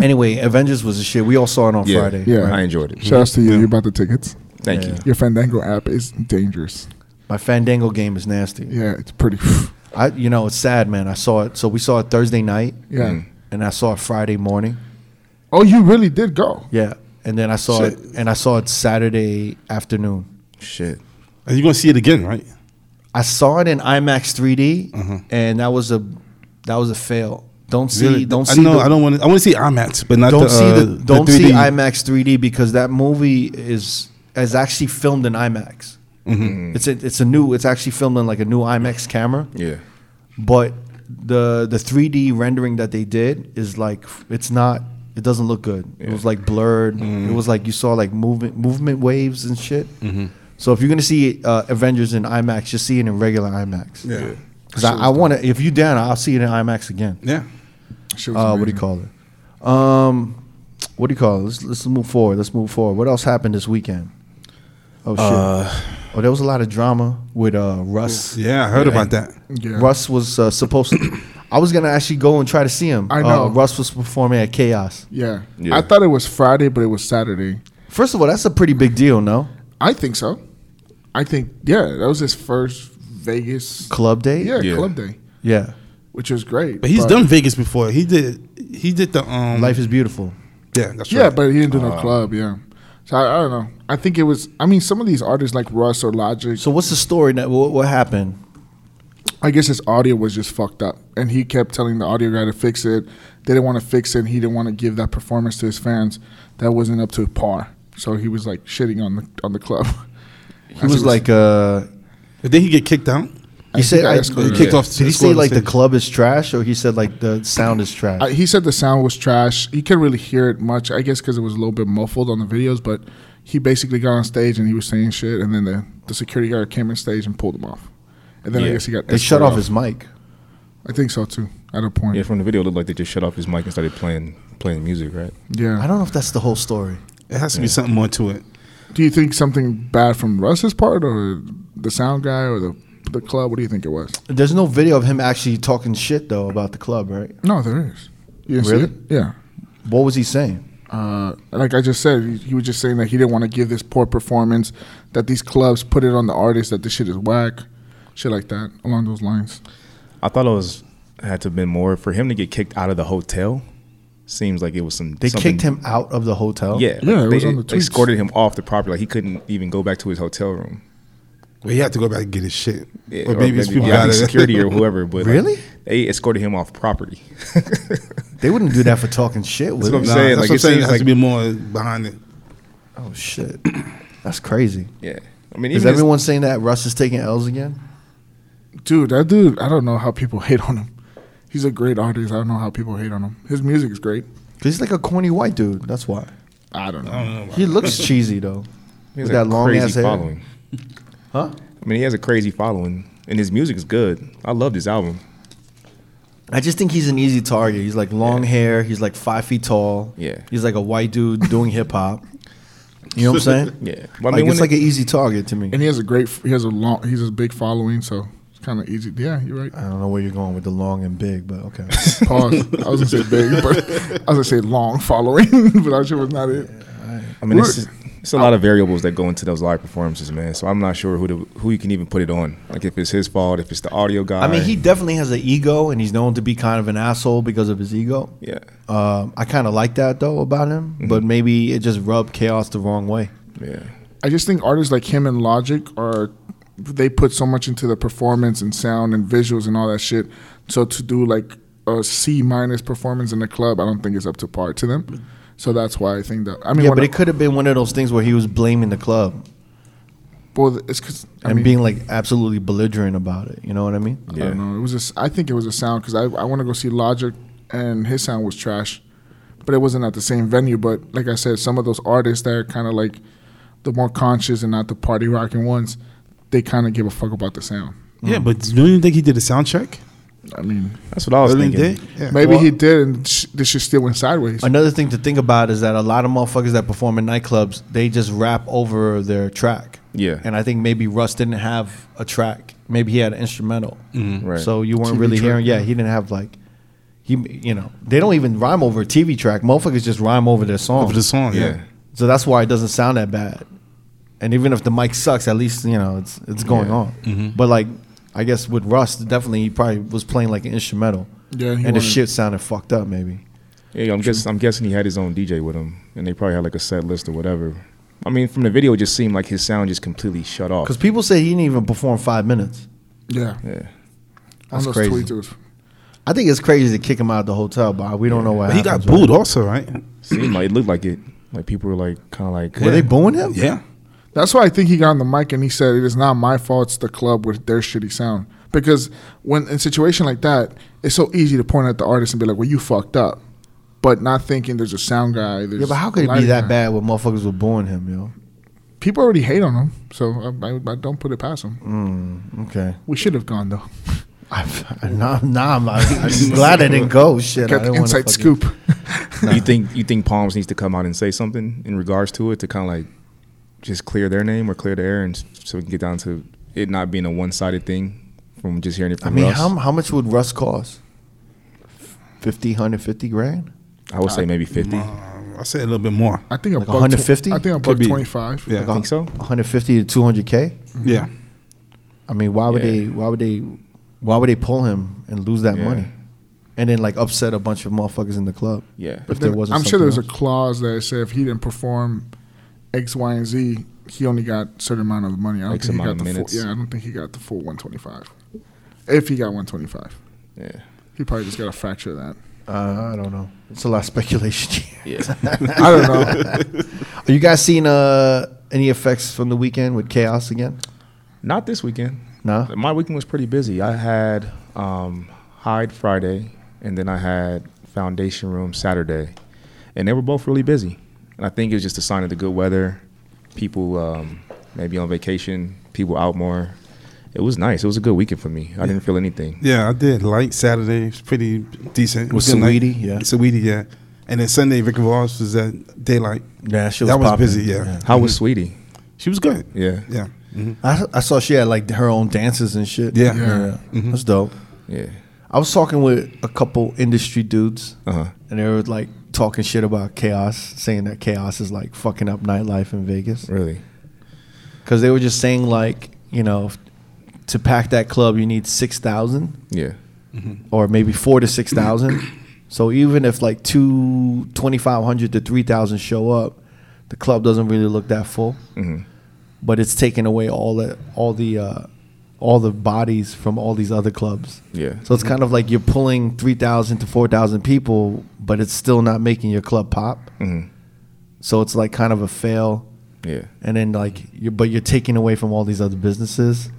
S2: Anyway, Avengers was a shit. We all saw it on
S1: Yeah,
S2: Friday.
S3: yeah.
S1: I enjoyed it.
S3: Shout outs to you. You bought the tickets.
S1: Thank
S2: Yeah.
S1: you.
S3: Your Fandango app is dangerous.
S2: My Fandango game is nasty.
S3: Yeah, it's pretty.
S2: I, you know, it's sad, man. I saw it. So we saw it Thursday night,
S3: Yeah.
S1: Mm.
S2: and I saw it Friday morning.
S3: Oh, you really did go.
S2: Yeah, and then I saw
S4: Shit.
S2: it, and I saw it Saturday afternoon.
S1: Shit.
S4: Are you gonna see it again, right?
S2: I saw it in IMAX 3D, and that was a that was a fail. Don't see,
S4: Uh-huh. Really?
S2: don't
S4: I
S2: see,
S4: know.
S2: the,
S4: I don't want to. I want to see IMAX, but not
S2: don't
S4: the, uh,
S2: see the, don't
S4: the
S2: see
S4: 3D.
S2: IMAX 3D because that movie is is actually filmed in IMAX.
S4: Mm-hmm.
S2: It's a, it's a new. It's actually filmed in like a new IMAX camera.
S1: Yeah.
S2: but the the 3D rendering that they did is like it's not it doesn't look good. It was like blurred.
S4: Mm-hmm.
S2: It was like you saw like movement movement waves and shit. So if you're gonna see uh, Avengers in IMAX, just see it in regular IMAX.
S4: Yeah.
S2: Because I, I want to. If you down, I'll see it in IMAX again.
S4: Yeah.
S3: Shit was
S2: Uh, what do you
S3: amazing.
S2: call it? Um, what do you call it? Let's let's move forward. Let's move forward. What else happened this weekend? Oh shit!
S3: Uh,
S2: oh, there was a lot of drama with uh, Russ.
S4: Yeah, I heard about that.
S3: Oh, Yeah.
S2: Russ was uh, supposed to. I was gonna actually go and try to see him.
S3: I
S2: Uh,
S3: know.
S2: Russ was performing at Chaos.
S3: Yeah.
S1: Yeah.
S3: I thought it was Friday, but it was Saturday.
S2: First of all, that's a pretty big deal, no?
S3: I think so. I think yeah, that was his first Vegas.
S2: Club day.
S3: yeah,
S1: Yeah.
S3: club day,
S2: Yeah.
S3: which was great.
S4: But he's done Vegas before. He did. He did the um.
S2: Life is beautiful.
S4: Yeah, that's
S3: Yeah,
S4: right.
S3: but he didn't do
S1: Uh.
S3: no club. Yeah. So I, I don't know. I think it was. I mean, some of these artists like Russ or Logic.
S2: So what's the story? That what, what happened?
S3: I guess his audio was just fucked up, and he kept telling the audio guy to fix it. They didn't want to fix it. And he didn't want to give that performance to his fans. That wasn't up to par. So he was like shitting on the on the club.
S2: He was like, uh,
S4: But then he get kicked out.
S2: He said,
S3: think I
S2: I,
S3: escorted
S4: He kicked
S3: him.
S4: off.
S2: did he
S4: scored
S2: say
S4: the
S2: like the
S4: stage.
S2: club is trash, or he said like the sound is trash?
S3: I, he said the sound was trash. He couldn't really hear it much, I guess, because it was a little bit muffled on the videos. But he basically got on stage and he was saying shit, and then the, the security guard came on stage and pulled him off. And then I
S1: Yeah.
S3: guess he got.
S2: they shut
S3: escorted
S2: off his mic.
S3: I think so too. At a point.
S1: Yeah, from the video, it looked like they just shut off his mic and started playing playing music, right?
S3: Yeah.
S2: I don't know if that's the whole story.
S4: It has to be something more to it.
S3: Do you think something bad from Russ's part, or the sound guy, or the the club? What do you think it was?
S2: There's no video of him actually talking shit though about the club, right?
S3: No, there is. You didn't see
S2: Really?
S3: it? Yeah.
S2: What was he saying?
S3: Uh, like I just said, he, he was just saying that he didn't want to give this poor performance. That these clubs put it on the artist. That this shit is whack. Shit like that, along those lines.
S1: I thought it was had to have been more for him to get kicked out of the hotel. Seems like it was some.
S2: They
S1: something-
S2: kicked him out of the hotel.
S1: Yeah, like,
S3: Yeah, it
S1: they,
S3: was on the
S1: they
S3: tweets.
S1: escorted him off the property. Like he couldn't even go back to his hotel room.
S4: Well, he had to go back and get his shit.
S1: Yeah,
S4: or maybe it's people
S1: yeah, I
S4: out
S1: think
S4: of
S1: security or whoever. But like,
S2: Really?
S1: they escorted him off property.
S2: They wouldn't do that for talking shit, would
S1: what I'm
S2: they?
S4: Nah,
S1: saying, like,
S4: that's what I'm
S1: it
S4: saying. It
S1: seems
S4: has
S1: like-
S4: to be more behind it.
S2: Oh shit, that's crazy.
S1: yeah, I mean,
S2: Is
S1: even his-
S2: everyone saying that Russ is taking L's again?
S3: Dude, that dude. I don't know how people hate on him. He's a great artist. I don't know how people hate on him. His music is great.
S2: Cause he's like a corny white dude. That's why
S3: I don't know.
S4: I don't know.
S2: he looks cheesy though.
S1: he has
S2: With
S1: a
S2: that long
S1: crazy
S2: ass hair,
S1: following.
S2: huh?
S1: I mean, he has a crazy following, and his music is good. I loved his album.
S2: I just think he's an easy target. He's like long hair. He's like five feet tall.
S1: Yeah.
S2: He's like a white dude doing hip hop. You know what I'm saying?
S1: Yeah,
S2: Like,
S1: Well, I mean, when
S2: it's like
S1: it-
S2: an easy target to me.
S3: And he has a great. He has a long. He's a big following, so it's kind of easy. Yeah, you're right.
S2: I don't know where you're going with the long and big, but okay.
S3: Pause. I was gonna say big, but I was gonna say long following, but that shit was not it.
S1: I mean, it's,
S3: We're-
S1: just, it's a lot of variables that go into those live performances, man. So I'm not sure who to, who you can even put it on. Like if it's his fault, if it's the audio guy.
S2: I mean, he definitely has an ego, and he's known to be kind of an asshole because of his ego.
S1: Yeah,
S2: Um, I kind of like that though about him, but maybe it just rubbed chaos the wrong way.
S1: yeah.
S3: I just think artists like him and Logic are they put so much into the performance and sound and visuals and all that shit. So to do like a C minus performance in the club, I don't think it's up to par to them. So that's why I think that. I mean,
S2: Yeah,
S3: when
S2: but
S3: I-
S2: it could have been one of those things where he was blaming the club
S3: well, it's because I
S2: and
S3: mean,
S2: being like absolutely belligerent about it. You know what I mean?
S3: I don't know. It was just I think it was a sound because I I want to go see Logic and his sound was trash, but it wasn't at the same venue. But like I said, some of those artists that are kind of like the more conscious and not the party rocking ones, they kind of give a fuck about the sound.
S4: Yeah, but do you think he did a sound check?
S3: I mean,
S1: That's what I was
S4: Really
S1: thinking.
S4: did? Yeah.
S3: Maybe he did, and sh- this shit still went sideways.
S2: Another thing to think about is that a lot of motherfuckers that perform in nightclubs, they just rap over their track.
S1: Yeah.
S2: And I think maybe Russ didn't have a track. Maybe he had an instrumental.
S1: Right.
S2: So you weren't
S3: TV
S2: really
S3: track,
S2: hearing. Yeah, he didn't have like, he you know they don't even rhyme over a TV track. Motherfuckers just rhyme over their song.
S4: Of the song, yeah.
S2: So that's why it doesn't sound that bad. And even if the mic sucks, at least you know it's it's going
S1: Yeah.
S2: on. But like, I guess with Russ, definitely he probably was playing like an instrumental.
S3: Yeah, he
S2: and the
S3: wanted-
S2: shit sounded fucked up. Maybe.
S1: Yeah, I'm guess I'm guessing he had his own DJ with him, and they probably had like a set list or whatever. I mean, from the video, it just seemed like his sound just completely shut off.
S2: Because people say he didn't even perform five minutes.
S3: yeah,
S1: Yeah,
S3: on
S2: That's
S3: those
S2: crazy.
S3: tweets, it was-
S2: I think it's crazy to kick him out of the hotel, but we don't know what
S4: But he
S2: happens,
S4: got
S2: right?
S4: booed also, right?
S1: seemed like it looked like it. Like people were like kind of like
S2: Were they booing him?
S4: Yeah.
S3: That's why I think he got on the mic and he said, "It is not my fault. It's the club with their shitty sound." Because when in a situation like that, it's so easy to point at the artist and be like, "Well, you fucked up," but not thinking there's a sound guy. There's
S2: Yeah, but how could it be
S3: lighting
S2: that
S3: guy.
S2: bad when motherfuckers were booing him, yo?
S3: People already hate on him, so I, I, I don't put it past him.
S2: Mm. Okay.
S3: We should have gone though.
S2: I, nah, nah, I'm, I'm glad I didn't go. Shit, I
S3: Got the
S2: didn't wanna
S3: inside
S2: fucking-
S3: scoop.
S1: You think you think Palms needs to come out and say something in regards to it to kind of like just clear their name or clear the air, and s- so we can get down to it not being a one sided thing from just hearing it
S2: I
S1: from
S2: mean,
S1: Russ.
S2: how how much would Russ cost? 50, 150 grand?
S1: I would say maybe fifty.
S4: Uh, I say a little bit more.
S3: I think a
S2: Like
S3: buck tw-
S2: 150?
S3: I think a
S4: Could
S3: buck
S4: be.
S3: twenty five.
S4: Yeah.
S1: think so?
S2: 150 to 200k?
S4: Yeah.
S2: I mean, why would
S1: Yeah.
S2: they why would they why would they pull him and lose that
S1: Yeah.
S2: money? And then like upset a bunch of motherfuckers in the club.
S1: Yeah,
S2: If
S1: but
S2: there
S3: Then
S2: wasn't
S3: I'm sure there's
S2: something
S3: a
S2: else.
S3: clause that said if he didn't perform X, Y, and Z, he only got a certain amount of money. I don't
S1: X
S3: think he
S1: amount
S3: got
S1: of
S3: the
S1: minutes.
S3: full. Yeah, I don't think he got the full 125. If he got 125,
S1: yeah,
S3: he probably just got a fracture of that.
S2: Uh, I don't know. It's a lot of speculation.
S1: yeah.
S3: I don't know.
S2: Are you guys seeing uh, any effects from the weekend with chaos again?
S1: not this weekend.
S2: No?
S1: My weekend was pretty busy. I had um, Hyde Friday, and then I had Foundation Room Saturday, and they were both really busy. And I think it was just a sign of the good weather. People um, maybe on vacation, people out more. It was nice. It was a good weekend for me. I didn't feel anything.
S4: Yeah, I did. Light Saturday It's pretty decent. It
S2: With
S4: was good night.
S2: Saweetie, yeah.
S4: Saweetie, yeah. And then Sunday, Rick Ross was at daylight.
S2: Yeah, she was
S4: that was
S2: popping.
S4: busy. Yeah.
S1: How was Sweetie?
S4: She was good.
S1: Yeah,
S4: Yeah. Mhm.
S2: I, I saw she had like her own dances and shit.
S4: Yeah.
S2: yeah.
S3: Mm-hmm.
S2: that's dope.
S1: yeah.
S2: I was talking with a couple industry dudes,
S1: Uh
S3: Uh-huh.
S1: huh.
S2: and they were like talking shit about chaos, saying that chaos is like fucking up nightlife in Vegas.
S1: Really?
S2: Because they were just saying like, you know, if- to pack that club, you need six thousand
S1: Yeah.
S2: or maybe four to six thousand. so even if like two twenty five hundred to three thousand show up, the club doesn't really look that full.
S1: Mm-hmm.
S2: But it's taking away all the all the uh, all the bodies from all these other clubs.
S1: Yeah.
S2: So it's kind of like you're pulling 3,000 to 4,000 people, but it's still not making your club pop.
S1: Mm-hmm.
S2: So it's like kind of a fail.
S1: Yeah.
S2: And then like you but you're taking away from all these other businesses.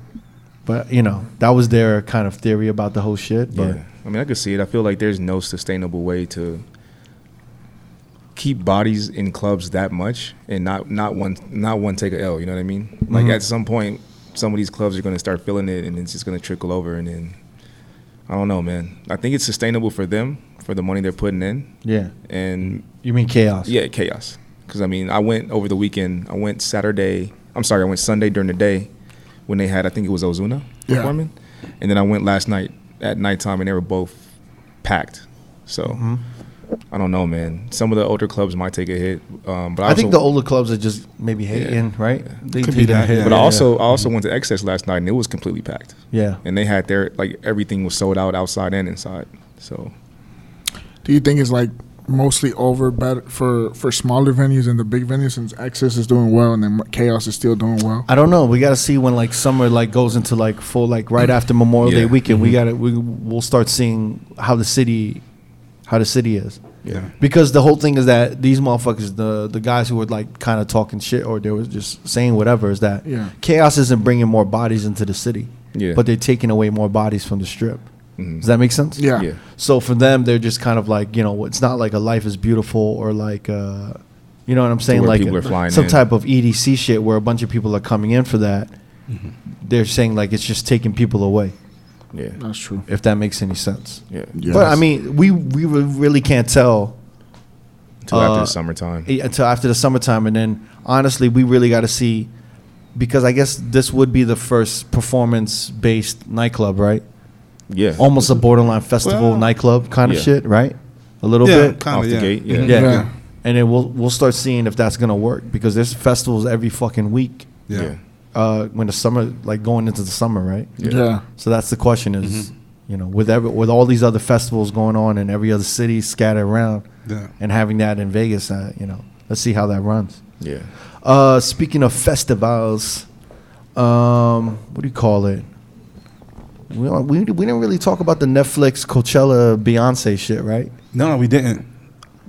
S2: But you know, that was their kind of theory about the whole shit, but
S1: yeah. I mean, I could see it. I feel like there's no sustainable way to keep bodies in clubs that much and not not one not one take a L. You know what I mean? Like at some point, some of these clubs are going to start feeling it, and it's just going to trickle over. And then I don't know, man. I think it's sustainable for them for the money they're putting in,
S2: yeah.
S1: and
S2: You mean chaos?
S1: yeah, chaos. Because I mean, I went over the weekend. I went Saturday. I'm sorry, I went Sunday during the day when they had. I think it was Ozuna
S3: Yeah.
S1: performing, and then I went last night at nighttime, and they were both packed. So I don't know, man. Some of the older clubs might take a hit, um, but I,
S2: I think the
S1: also-
S2: older clubs are just maybe hating, right? They
S4: Could
S2: think
S4: be
S2: they're
S4: that,
S2: hating.
S4: yeah.
S1: But I also I also went to Excess last night, and it was completely packed.
S2: yeah.
S1: And they had their like everything was sold out outside and inside. So
S3: Do you think it's like mostly over better for for smaller venues and the big venues since Access is doing well and then Chaos is still doing well?
S2: I don't know. We gotta see when like summer like goes into like full like right after Memorial Day
S1: Yeah.
S2: weekend. We gotta we we'll start seeing how the city how the city is.
S4: Yeah.
S2: Because the whole thing is that these motherfuckers, the the guys who were like kind of talking shit or they were just saying whatever, is that
S3: Yeah.
S2: chaos isn't bringing more bodies into the city,
S1: Yeah.
S2: but they're taking away more bodies from the strip.
S4: Mm-hmm.
S2: Does that make sense?
S3: Yeah.
S1: yeah,
S2: So for them, they're just kind of like you know, it's not like a life is beautiful or like uh, you know what I'm saying,
S1: where
S2: like
S1: people are flying
S2: some
S1: in.
S2: type of EDC shit where a bunch of people are coming in for that.
S4: Mm-hmm.
S2: They're saying like it's just taking people away,
S1: yeah,
S3: That's true.
S2: if that makes any sense.
S1: yeah.
S3: Yes.
S2: But I mean, we we re- really can't tell
S1: Until after
S2: Uh,
S1: the summertime.
S2: eh, until after the summertime, and then honestly, we really got to see because I guess this would be the first performance-based nightclub, right?
S1: yeah,
S2: Almost a borderline festival
S4: Well,
S2: nightclub kind of
S1: yeah.
S2: shit, right? A little
S4: Yeah.
S2: bit.
S1: off
S4: Kind of.
S1: the
S4: Yeah.
S1: gate. Yeah,
S2: Yeah. Mm-hmm.
S3: Yeah.
S2: And then we'll we'll start seeing if that's gonna work because there's festivals every fucking week.
S4: Yeah.
S1: yeah.
S2: Uh, when the summer like going into the summer, right?
S3: Yeah.
S2: So that's the question is, you know, with every with all these other festivals going on in every other city scattered around,
S4: Yeah.
S2: and having that in Vegas, uh, you know, let's see how that runs.
S1: yeah.
S2: Uh, speaking of festivals, um, what do you call it? We, don't- we, we didn't really talk about the Netflix Coachella Beyonce shit, right?
S4: No, we didn't.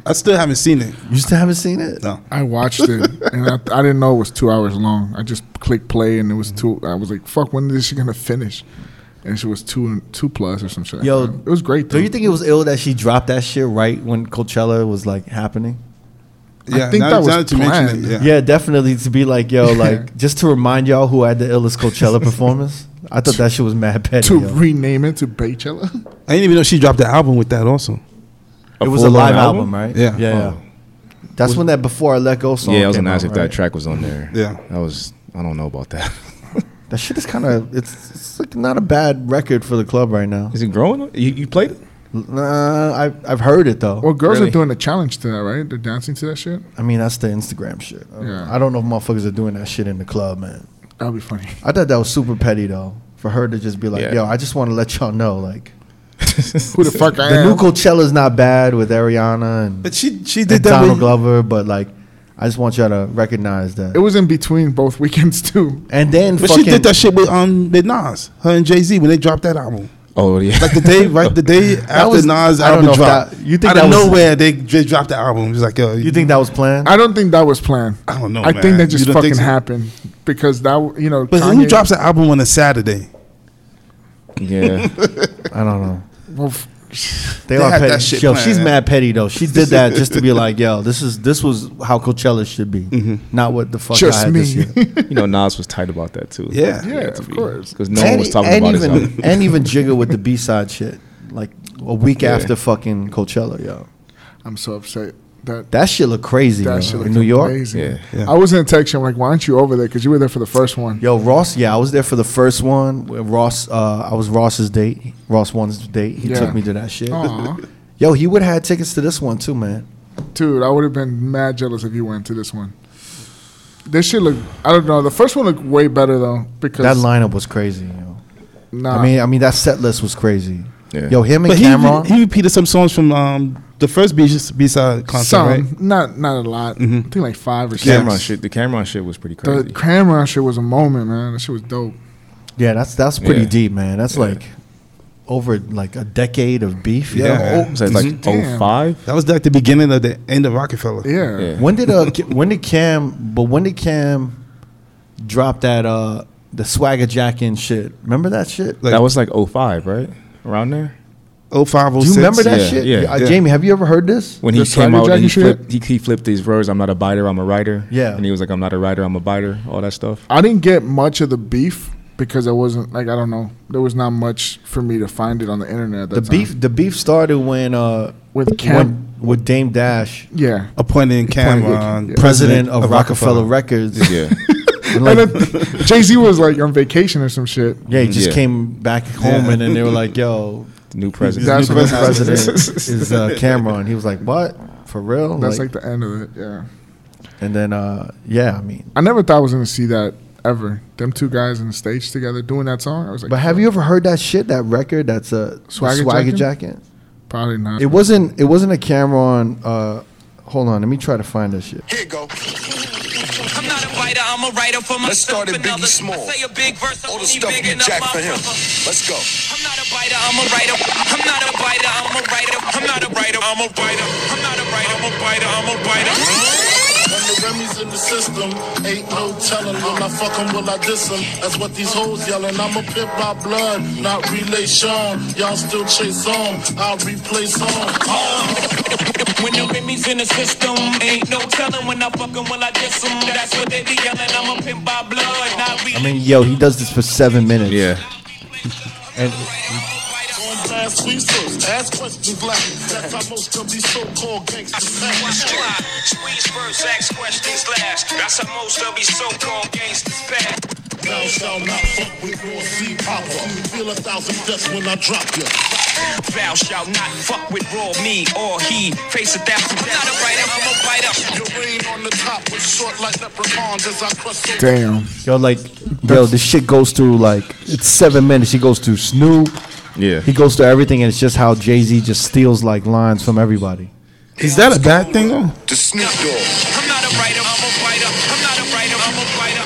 S4: I still haven't seen it.
S2: You still haven't seen it?
S4: No.
S3: I watched it and I, I didn't know it was two hours long. I just clicked play and it was two. I was like, "Fuck, when is she gonna finish?" And she was two and two plus or some shit.
S2: Yo,
S3: it was great.
S2: Do
S3: Though.
S2: you think it was ill that she dropped that shit right when Coachella was like happening?
S4: Yeah,
S3: think that was
S4: you mention
S3: planned.
S4: it,
S2: Yeah, definitely to be like, yo, like just to remind y'all who had the illest Coachella performance. I thought that shit was mad petty.
S3: to
S2: yo.
S3: rename it to Baychella?
S4: I didn't even know she dropped the album with that also.
S2: it was a
S1: full-on
S2: live album, right?
S4: Yeah.
S2: yeah. yeah. That's when that before I let go song.
S1: Oh. yeah, I was
S2: came
S1: gonna ask
S2: out,
S1: if
S2: right?
S1: that track was on there.
S4: Yeah.
S1: that was. I don't know about that.
S2: That shit is kind of it's, it's like not a bad record for the club right now.
S1: Is it growing? You, you played it?
S2: Nah, I I've heard it though.
S3: Well, girls
S1: Really?
S3: are doing a challenge to that, right? They're dancing to that shit.
S2: I mean, that's the Instagram shit. I don't-
S3: Yeah.
S2: I don't know if motherfuckers are doing that shit in the club, man.
S3: That'll be funny.
S2: I thought that was super petty though. For her to just be like,
S1: Yeah.
S2: yo, I just want to let y'all know, like,
S3: Who the fuck I
S2: the new
S3: am?
S2: Coachella's not bad with Ariana and,
S4: But she she
S2: and
S4: did that
S2: Donald
S4: with
S2: Glover, but like, I just want y'all to recognize
S3: It
S2: that.
S3: was in between both weekends too.
S2: And then
S4: But
S2: fucking,
S4: she did that shit with um with Nas, her and Jay Z when they dropped that album.
S1: Oh yeah.
S4: Like the day right the day after
S2: was-
S4: Nas
S2: I don't
S4: album
S2: know if
S4: dropped.
S2: that- you think
S4: out
S2: that
S4: of
S2: was-
S4: nowhere they just dropped the album. It was like yo,
S2: You think that was planned?
S3: I don't think that was planned.
S4: I don't know.
S3: I
S4: Oh, man.
S3: think that
S4: You
S3: just
S4: don't
S3: fucking
S4: think so?
S3: happened because that w- you know.
S4: But who
S3: Kanye-
S4: drops an album on a Saturday?
S1: Yeah.
S2: I don't know.
S3: Well, f-
S2: They,
S4: They
S2: are
S4: had
S2: petty.
S4: that shit
S2: yo,
S4: planned.
S2: she's mad petty though. She did that just to be like, yo, this is this was how Coachella should be,
S4: Mm-hmm.
S2: not what the fuck I
S3: just
S2: had
S3: me.
S2: this year.
S1: you know, Nas was tight about that too.
S4: Yeah.
S3: yeah, of course.
S1: Because no one was talking
S2: and
S1: about his
S2: even,
S1: album.
S2: and even Jigga with the B side shit, like a week after fucking Coachella, yo.
S3: I'm so upset that
S2: That shit look crazy,
S3: that
S2: yo,
S3: shit
S2: in
S3: looked
S2: New York.
S3: amazing.
S1: Yeah.
S4: Yeah.
S3: I was in a text. I'm like, why aren't you over there? Because you were there for the first one.
S2: Yo, Ross, yeah, I was there for the first one. Where Ross, uh, I was Ross's date, Ross one's date. He
S3: Yeah. Oh.
S2: took me to that shit.
S3: Aw,
S2: Yo, he would have had tickets to this one too, man.
S3: dude, I would have been mad jealous if you went to this one. This shit look. I don't know. The first one looked way better though because
S2: That lineup was crazy, yo.
S3: Nah,
S2: I mean, I mean that set list was crazy.
S1: Yeah.
S2: Yo, him and
S4: But he,
S2: Cameron.
S4: he repeated some songs from um, the first B side concert,
S3: some,
S4: right?
S3: not not a lot.
S2: Mm-hmm.
S3: I think like five or six.
S1: Cameron shit. The Cameron shit was pretty
S3: The
S1: crazy.
S3: Cameron shit was a moment, man. That shit was dope.
S2: yeah, that's that's pretty
S1: Yeah.
S2: deep, man. That's like over like a decade of beef. yo.
S4: Yeah.
S1: So it's like
S3: Mm-hmm. Damn.
S1: oh five.
S4: That was like the beginning of the end of Rockefeller.
S3: Yeah.
S1: Yeah.
S2: When did uh Ca- when did Cam but when did Cam drop that uh the swagger jacking shit? Remember that shit?
S4: Like,
S1: that was like oh five, right? Around there?
S4: 05,
S2: Do you remember that
S1: oh yeah,
S2: shit?
S1: yeah,
S2: Uh,
S4: yeah.
S2: Jamie, have you ever heard this?
S1: When he
S3: The
S1: came
S3: Swagger
S1: out and
S3: Jackie
S1: he
S3: shit?
S1: flipped, he, he flipped these words, I'm not a biter, I'm a writer.
S2: Yeah.
S1: And he was like, I'm not a writer, I'm a biter, all that stuff.
S3: I didn't get much of the beef because I wasn't like I don't know. There was not much for me to find it on the internet. At
S2: The
S3: that time.
S2: beef the beef started when uh
S3: With Cam-
S2: when- with Dame Dash,
S3: Yeah.
S4: appointing Cameron
S3: Appointed, yeah.
S2: president of, Rockefeller, Records.
S1: Yeah.
S2: And, like,
S3: and then Jay Z was like on vacation or some shit.
S2: yeah, he just
S1: Yeah.
S2: came back home and then they were like, "Yo,
S1: The new president.
S3: That's
S2: the
S3: what
S2: new president
S3: happened.
S2: is uh, Cameron." He was like, "What? For real?"
S3: That's
S2: Like-
S3: like, the end of it. Yeah.
S2: and then uh, yeah, I mean,
S3: I never thought I was gonna see that ever. Them two guys on the stage together doing that song. I was like,
S2: But have you ever heard that shit? That record? That's a swagger,
S3: Swagger
S2: swagger jacket?
S3: Jacket? probably not.
S2: It wasn't. It wasn't a Cameron. Uh, hold on. Let me try to find that shit.
S5: Here you go.
S6: I'm not a writer, I'm a writer for myself.
S5: Let's start at
S6: and
S5: Biggie
S6: others.
S5: Smalls.
S6: I say a big verse, I'm
S5: All the
S6: only
S5: stuff
S6: big
S5: you
S6: enough,
S5: jack
S6: my
S5: for him.
S6: brother.
S5: Let's go.
S6: I'm not a writer, I'm a writer. I'm not a writer, I'm a writer. I'm not a writer, I'm a writer. I'm not a writer, I'm a writer, I'm a writer.
S7: When the Remy's in the system, ain't no telling. When I fuck 'em, will I diss 'em? That's what these hoes yelling. I'm a pit by blood, not relation. Y'all still chase on, I'll replace on.
S6: When the Remy's in the system, ain't no telling when I fuck 'em, will I diss 'em. That's what they be yelling, I'm a pimp by blood. Not really.
S2: I mean, yo, he does this for seven minutes.
S1: yeah.
S2: And
S7: On blast, we so ask questions like that's how most of these so-called gangsters act.
S6: Squeeze first, ask questions last. That's how most of these so-called gangsters pass.
S7: Thou shalt not fuck with nor see papa. You feel a thousand deaths when I drop you.
S6: Thou shalt not fuck with raw me or he. Face a thousand. I'm not a writer, I'm a writer.
S7: Your reign on the top was short like leprechauns as I crush over
S3: Damn.
S2: yo, like, yo, this shit goes through like it's seven minutes. He goes through Snoop.
S1: Yeah.
S2: He goes through everything, and it's just how Jay Z just steals like lines from everybody.
S4: Is that a bad thing though?
S5: The Snoop Dogg.
S6: I'm not a writer, I'm a writer. I'm not a writer, I'm a writer.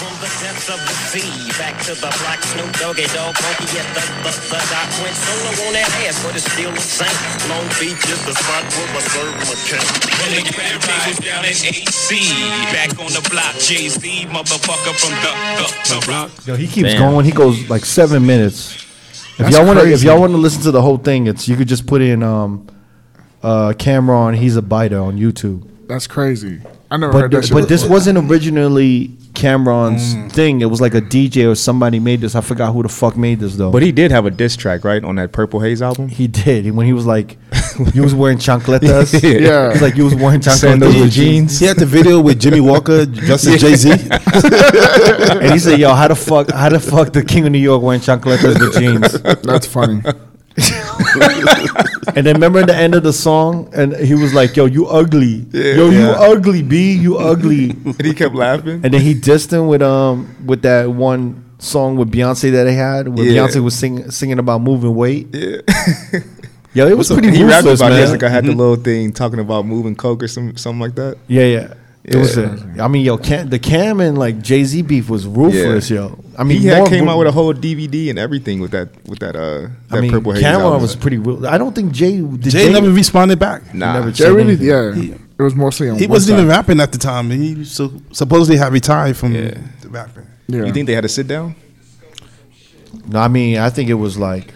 S8: From the depths of the sea, back to the black Snoop Doggy Dog, funky at the, the, the dock. Went solo on that ass, but it's still the same. Long Beach is the spot where I serve my king.
S6: When they grab tables down at AC. Back on the block, Jay-Z, motherfucker from the, the, the rock.
S2: Yo, he keeps
S1: Damn.
S2: going. He goes like seven minutes. If
S3: That's
S2: y'all want to, if
S3: crazy.
S2: y'all want to listen to the whole thing, it's you could just put in um, uh, Cameron. He's a biter on YouTube.
S3: That's crazy. I never
S2: But,
S3: heard that
S2: th-
S3: shit.
S2: but this wasn't originally Cameron's thing. It was like a DJ or somebody made this. I forgot who the fuck made this though.
S1: But he did have a diss track, right, on that Purple Haze album?
S2: he did when he was like, "You was wearing chancletas."
S3: Yeah.
S2: he's like, "You was wearing
S1: Sandals
S2: chancletas
S1: with jeans.
S4: He had the video with Jimmy Walker, Justice Jay Z.
S2: And he said, "Yo, how the fuck, how the fuck, the king of New York wearing chancletas with jeans?"
S3: That's funny.
S2: And then remember at the end of the song, and he was like, "Yo, you ugly. Yo, you
S1: Yeah.
S2: ugly, B. You ugly."
S1: And he kept laughing.
S2: and then he dissed him with um with that one song with Beyonce that they had, where
S1: Yeah.
S2: Beyonce was sing, singing about moving weight. Yeah. Yo, it was
S1: So
S2: pretty
S1: he rapped
S2: ruthless,
S1: about
S2: man. Mm-hmm.
S1: it. Like I had the little thing talking about moving coke or some something like that.
S2: yeah, yeah. It was. A, I mean, yo, Cam, the Cam and like Jay Z beef was ruthless,
S1: Yeah.
S2: yo. I mean,
S1: He had
S2: more
S1: came
S2: ru-
S1: out with a whole DVD and everything with that with that uh that
S2: I mean,
S1: Purple Haze
S2: Cameron
S1: album.
S2: was pretty. Real. I don't think Jay. Did
S4: Jay never responded back.
S1: nah.
S2: never-
S3: They really,
S2: anything.
S3: yeah. It was mostly on
S4: He
S3: one
S4: wasn't even
S3: side.
S4: rapping at the time. He so, supposedly had retired from
S1: Yeah.
S4: the rapping.
S3: Yeah.
S1: You think they had to sit down?
S2: No, I mean, I think it was like.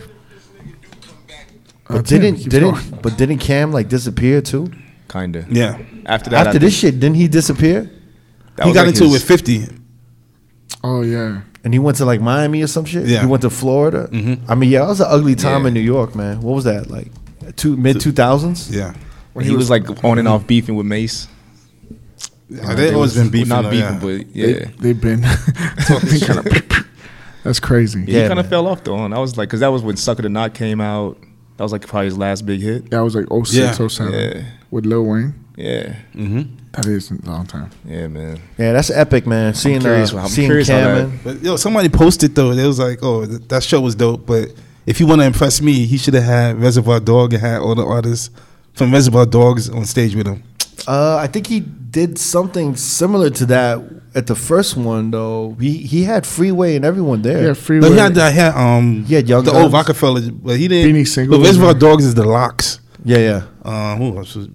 S2: But
S3: damn,
S2: didn't
S3: keep
S2: didn't
S3: going.
S2: but didn't Cam like disappear too?
S1: Kinda.
S4: Yeah,
S1: After that,
S2: After
S1: I
S2: this shit, didn't he disappear?
S1: that
S4: he
S1: was
S4: got
S1: like
S4: into it
S1: his-
S4: with fifty.
S3: Oh yeah.
S2: And he went to like Miami or some shit.
S4: Yeah.
S2: He went to Florida.
S1: Mm-hmm.
S2: I mean, yeah, that was an ugly time in New York, man. What was that like? Two mid two thousands.
S4: Yeah,
S1: when he, was, like on and off beefing with Mace.
S4: yeah they always been beefing.
S1: Not
S4: though,
S1: beefing,
S4: yeah.
S1: but yeah.
S3: They, they've been talking kind of. That's crazy.
S1: he
S2: Yeah,
S1: kind of
S2: man.
S1: fell off though. And I was like, because that was when Sucker the Knot came out. That was like probably his last big hit.
S3: That was like oh, 06,
S4: Yeah.
S3: 07
S1: Yeah.
S3: with Lil Wayne.
S1: Yeah,
S3: That is a long time.
S1: yeah, man.
S2: Yeah, that's epic, man. Seeing
S1: curious
S2: uh,
S1: how- I'm
S2: seeing
S1: curious how
S2: Cam.
S1: that-
S2: man.
S4: But yo, somebody posted though. It was like, oh, th- that show was dope. But if you want to impress me, he should have had Reservoir Dog and had all the artists from Reservoir Dogs on stage with him.
S2: Uh, I think he did something similar to that at the first one though. He he had Freeway and everyone there.
S3: Yeah, Freeway.
S4: No, he had, he had um
S2: He had Young
S4: the old
S2: Guns.
S4: Rockefeller, but he didn't.
S3: Beanie Sigel
S4: But
S3: was
S4: Reservoir
S3: there.
S4: Dogs is the locks.
S2: yeah, yeah.
S4: Um, who else was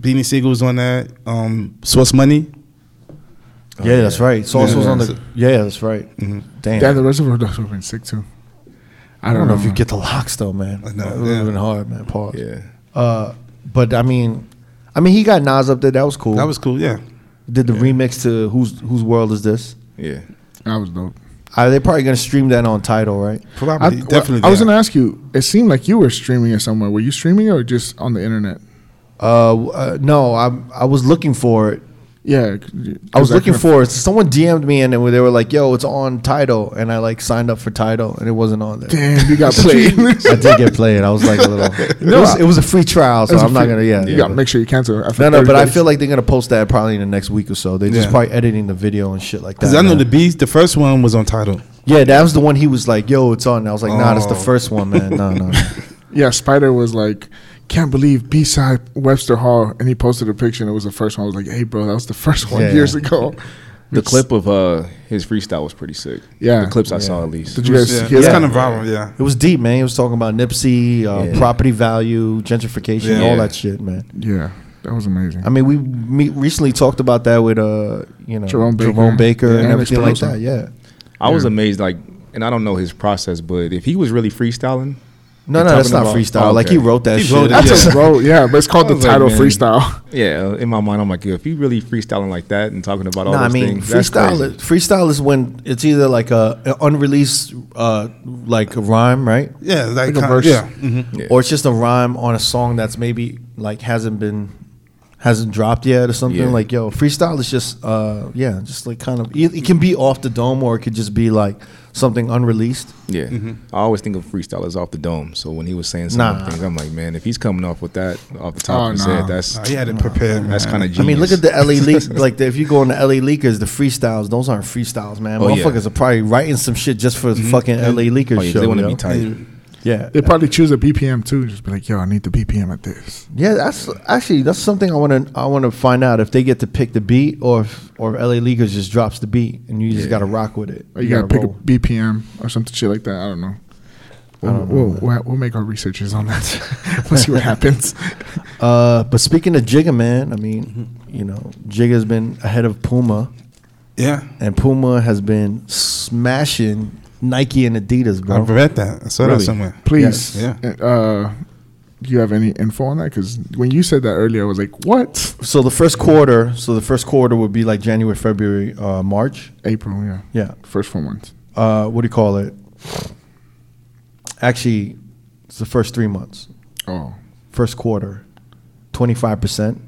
S4: Beanie Sigel was on that. Um, Source Money.
S2: yeah, that's right. Sauce
S4: Yeah. Mm-hmm.
S2: was on the. Yeah, that's right. Damn.
S3: Yeah, the Reservoir Dogs would have been sick too. I
S2: I
S3: don't,
S2: don't know if you get the locks though, man.
S4: I know,
S2: it would have
S4: yeah.
S2: been hard, man. Pause.
S1: Yeah,
S2: Uh, but I mean, I mean, he got Nas up there. That was cool.
S4: That was cool. Yeah,
S2: did the remix to whose whose world is this?
S1: yeah.
S3: That was dope.
S2: Uh, they're probably gonna stream that on title, right?
S4: probably
S3: I,
S4: definitely.
S3: I was
S4: that.
S3: gonna ask you. It seemed like you were streaming it somewhere. Were you streaming it or just on the internet?
S2: Uh, w- uh no, I I was looking for it.
S3: Yeah,
S2: I was looking for it. Someone DM'd me and they were, they were like, "Yo, it's on title," and I like signed up for title and it wasn't on there.
S3: Damn, you got played.
S2: I did get played. I was like a little. it, was, it was a free trial, so
S3: That's a
S2: I'm not
S3: free-
S2: gonna. Yeah,
S3: you
S2: yeah,
S3: got to
S2: but-
S3: make sure you cancel. after
S2: No, no,
S3: 30
S2: but I
S3: days.
S2: feel like they're gonna post that probably in the next week or so. They're just
S4: Yeah.
S2: probably editing the video and shit like that.
S4: Cause I know
S2: man.
S4: the beast. The first one was on title.
S2: yeah, that was the one he was like, "Yo, it's on." I was like, "Nah, that's the
S4: Oh.
S2: first one, man. No, no, no.
S3: yeah. Spider was like, can't believe B side Webster Hall, and he posted a picture. and It was the first one. I was like, hey, bro, that was the first one
S2: Yeah.
S3: years ago.
S1: The clip of uh his freestyle was pretty sick.
S3: Yeah.
S1: the clips I saw at least.
S3: Did you guys
S4: Yeah,
S3: hear
S4: it's
S3: that?
S4: kind of viral. Yeah.
S2: It was deep, man. He was talking about Nipsey, uh,
S1: Yeah.
S2: property value, gentrification,
S4: Yeah.
S2: all
S1: Yeah.
S2: that shit, man.
S3: yeah, that was amazing.
S2: I mean, we me- recently talked about that with uh, you know,
S3: Jerome
S2: Jerome
S3: Baker.
S2: Baker,
S3: Yeah,
S2: and
S3: and
S2: everything like
S3: Explosa.
S2: that. Yeah.
S1: I was amazed, like, and I don't know his process, but if he was really freestyling,
S2: No,
S1: You're
S2: no, that's
S1: talking
S2: not
S1: about-
S2: freestyle.
S1: Oh,
S2: Like
S1: okay.
S2: he wrote that
S4: He
S2: shit.
S4: wrote it,
S2: That's
S4: yeah.
S2: a-
S3: That's a road, yeah, but it's called the
S1: I was like,
S3: title
S1: man.
S3: freestyle.
S1: yeah, in my mind, I'm like, if he really freestyling like that and talking about all
S2: No,
S1: those
S2: I mean
S1: things, that's
S2: freestyle.
S1: crazy.
S2: Is, freestyle is when it's either like a an unreleased uh, like a rhyme, right?
S4: Yeah, like,
S3: Like a
S4: kind-
S3: verse.
S4: yeah. hmm
S1: Yeah.
S2: Or it's just a rhyme on a song that's maybe like hasn't been hasn't dropped yet or something.
S1: Yeah.
S2: Like yo, freestyle is just uh yeah, just like kind of it, it can be off the dome or it could just be like something unreleased.
S1: Yeah, I always think of freestylers off the dome. So when he was saying some of
S2: Nah.
S1: the things, I'm like, man, if he's coming off with that off the top
S3: Oh,
S1: of his
S3: nah.
S1: head, that's
S4: he had it prepared.
S1: that's kind of genius.
S2: I mean, look at the LA leaks. like the, if you go on the LA leakers, the freestyles, those aren't freestyles, man.
S1: Oh, yeah.
S2: Motherfuckers are probably writing some shit just for the fucking LA leakers
S1: Oh, yeah,
S2: show.
S1: they want to
S2: yo.
S1: be tight.
S3: Mm.
S2: Yeah,
S3: They probably choose a BPM too. Just be like, yo, I need the BPM at this.
S2: Yeah, that's actually that's something I want to I want to find out if they get to pick the beat or if, or if LA Leaguers just drops the beat and you just got to rock with it.
S3: Or Oh, you, gotta, pick
S2: roll.
S3: a BPM or something shit like that. I don't know. We'll, we'll, we'll, we'll make our researches on that. we'll see what happens.
S2: Uh, but speaking of Jigga, man, I mean,
S3: Mm-hmm.
S2: you know, Jigga's been ahead of Puma,
S4: yeah.
S2: and Puma has been smashing Nike and Adidas, bro.
S4: I've read that. I saw
S2: Really?
S4: that somewhere.
S3: Please,
S4: Yes.
S3: uh, do you have any info on that? Because when you said that earlier, I was like, what?
S2: So the first quarter, so the first quarter would be like January, February, uh, March.
S3: April, yeah,
S2: Yeah.
S3: first four months.
S2: Uh, what do you call it? Actually, it's the first three months.
S3: Oh,
S2: first quarter, 25%.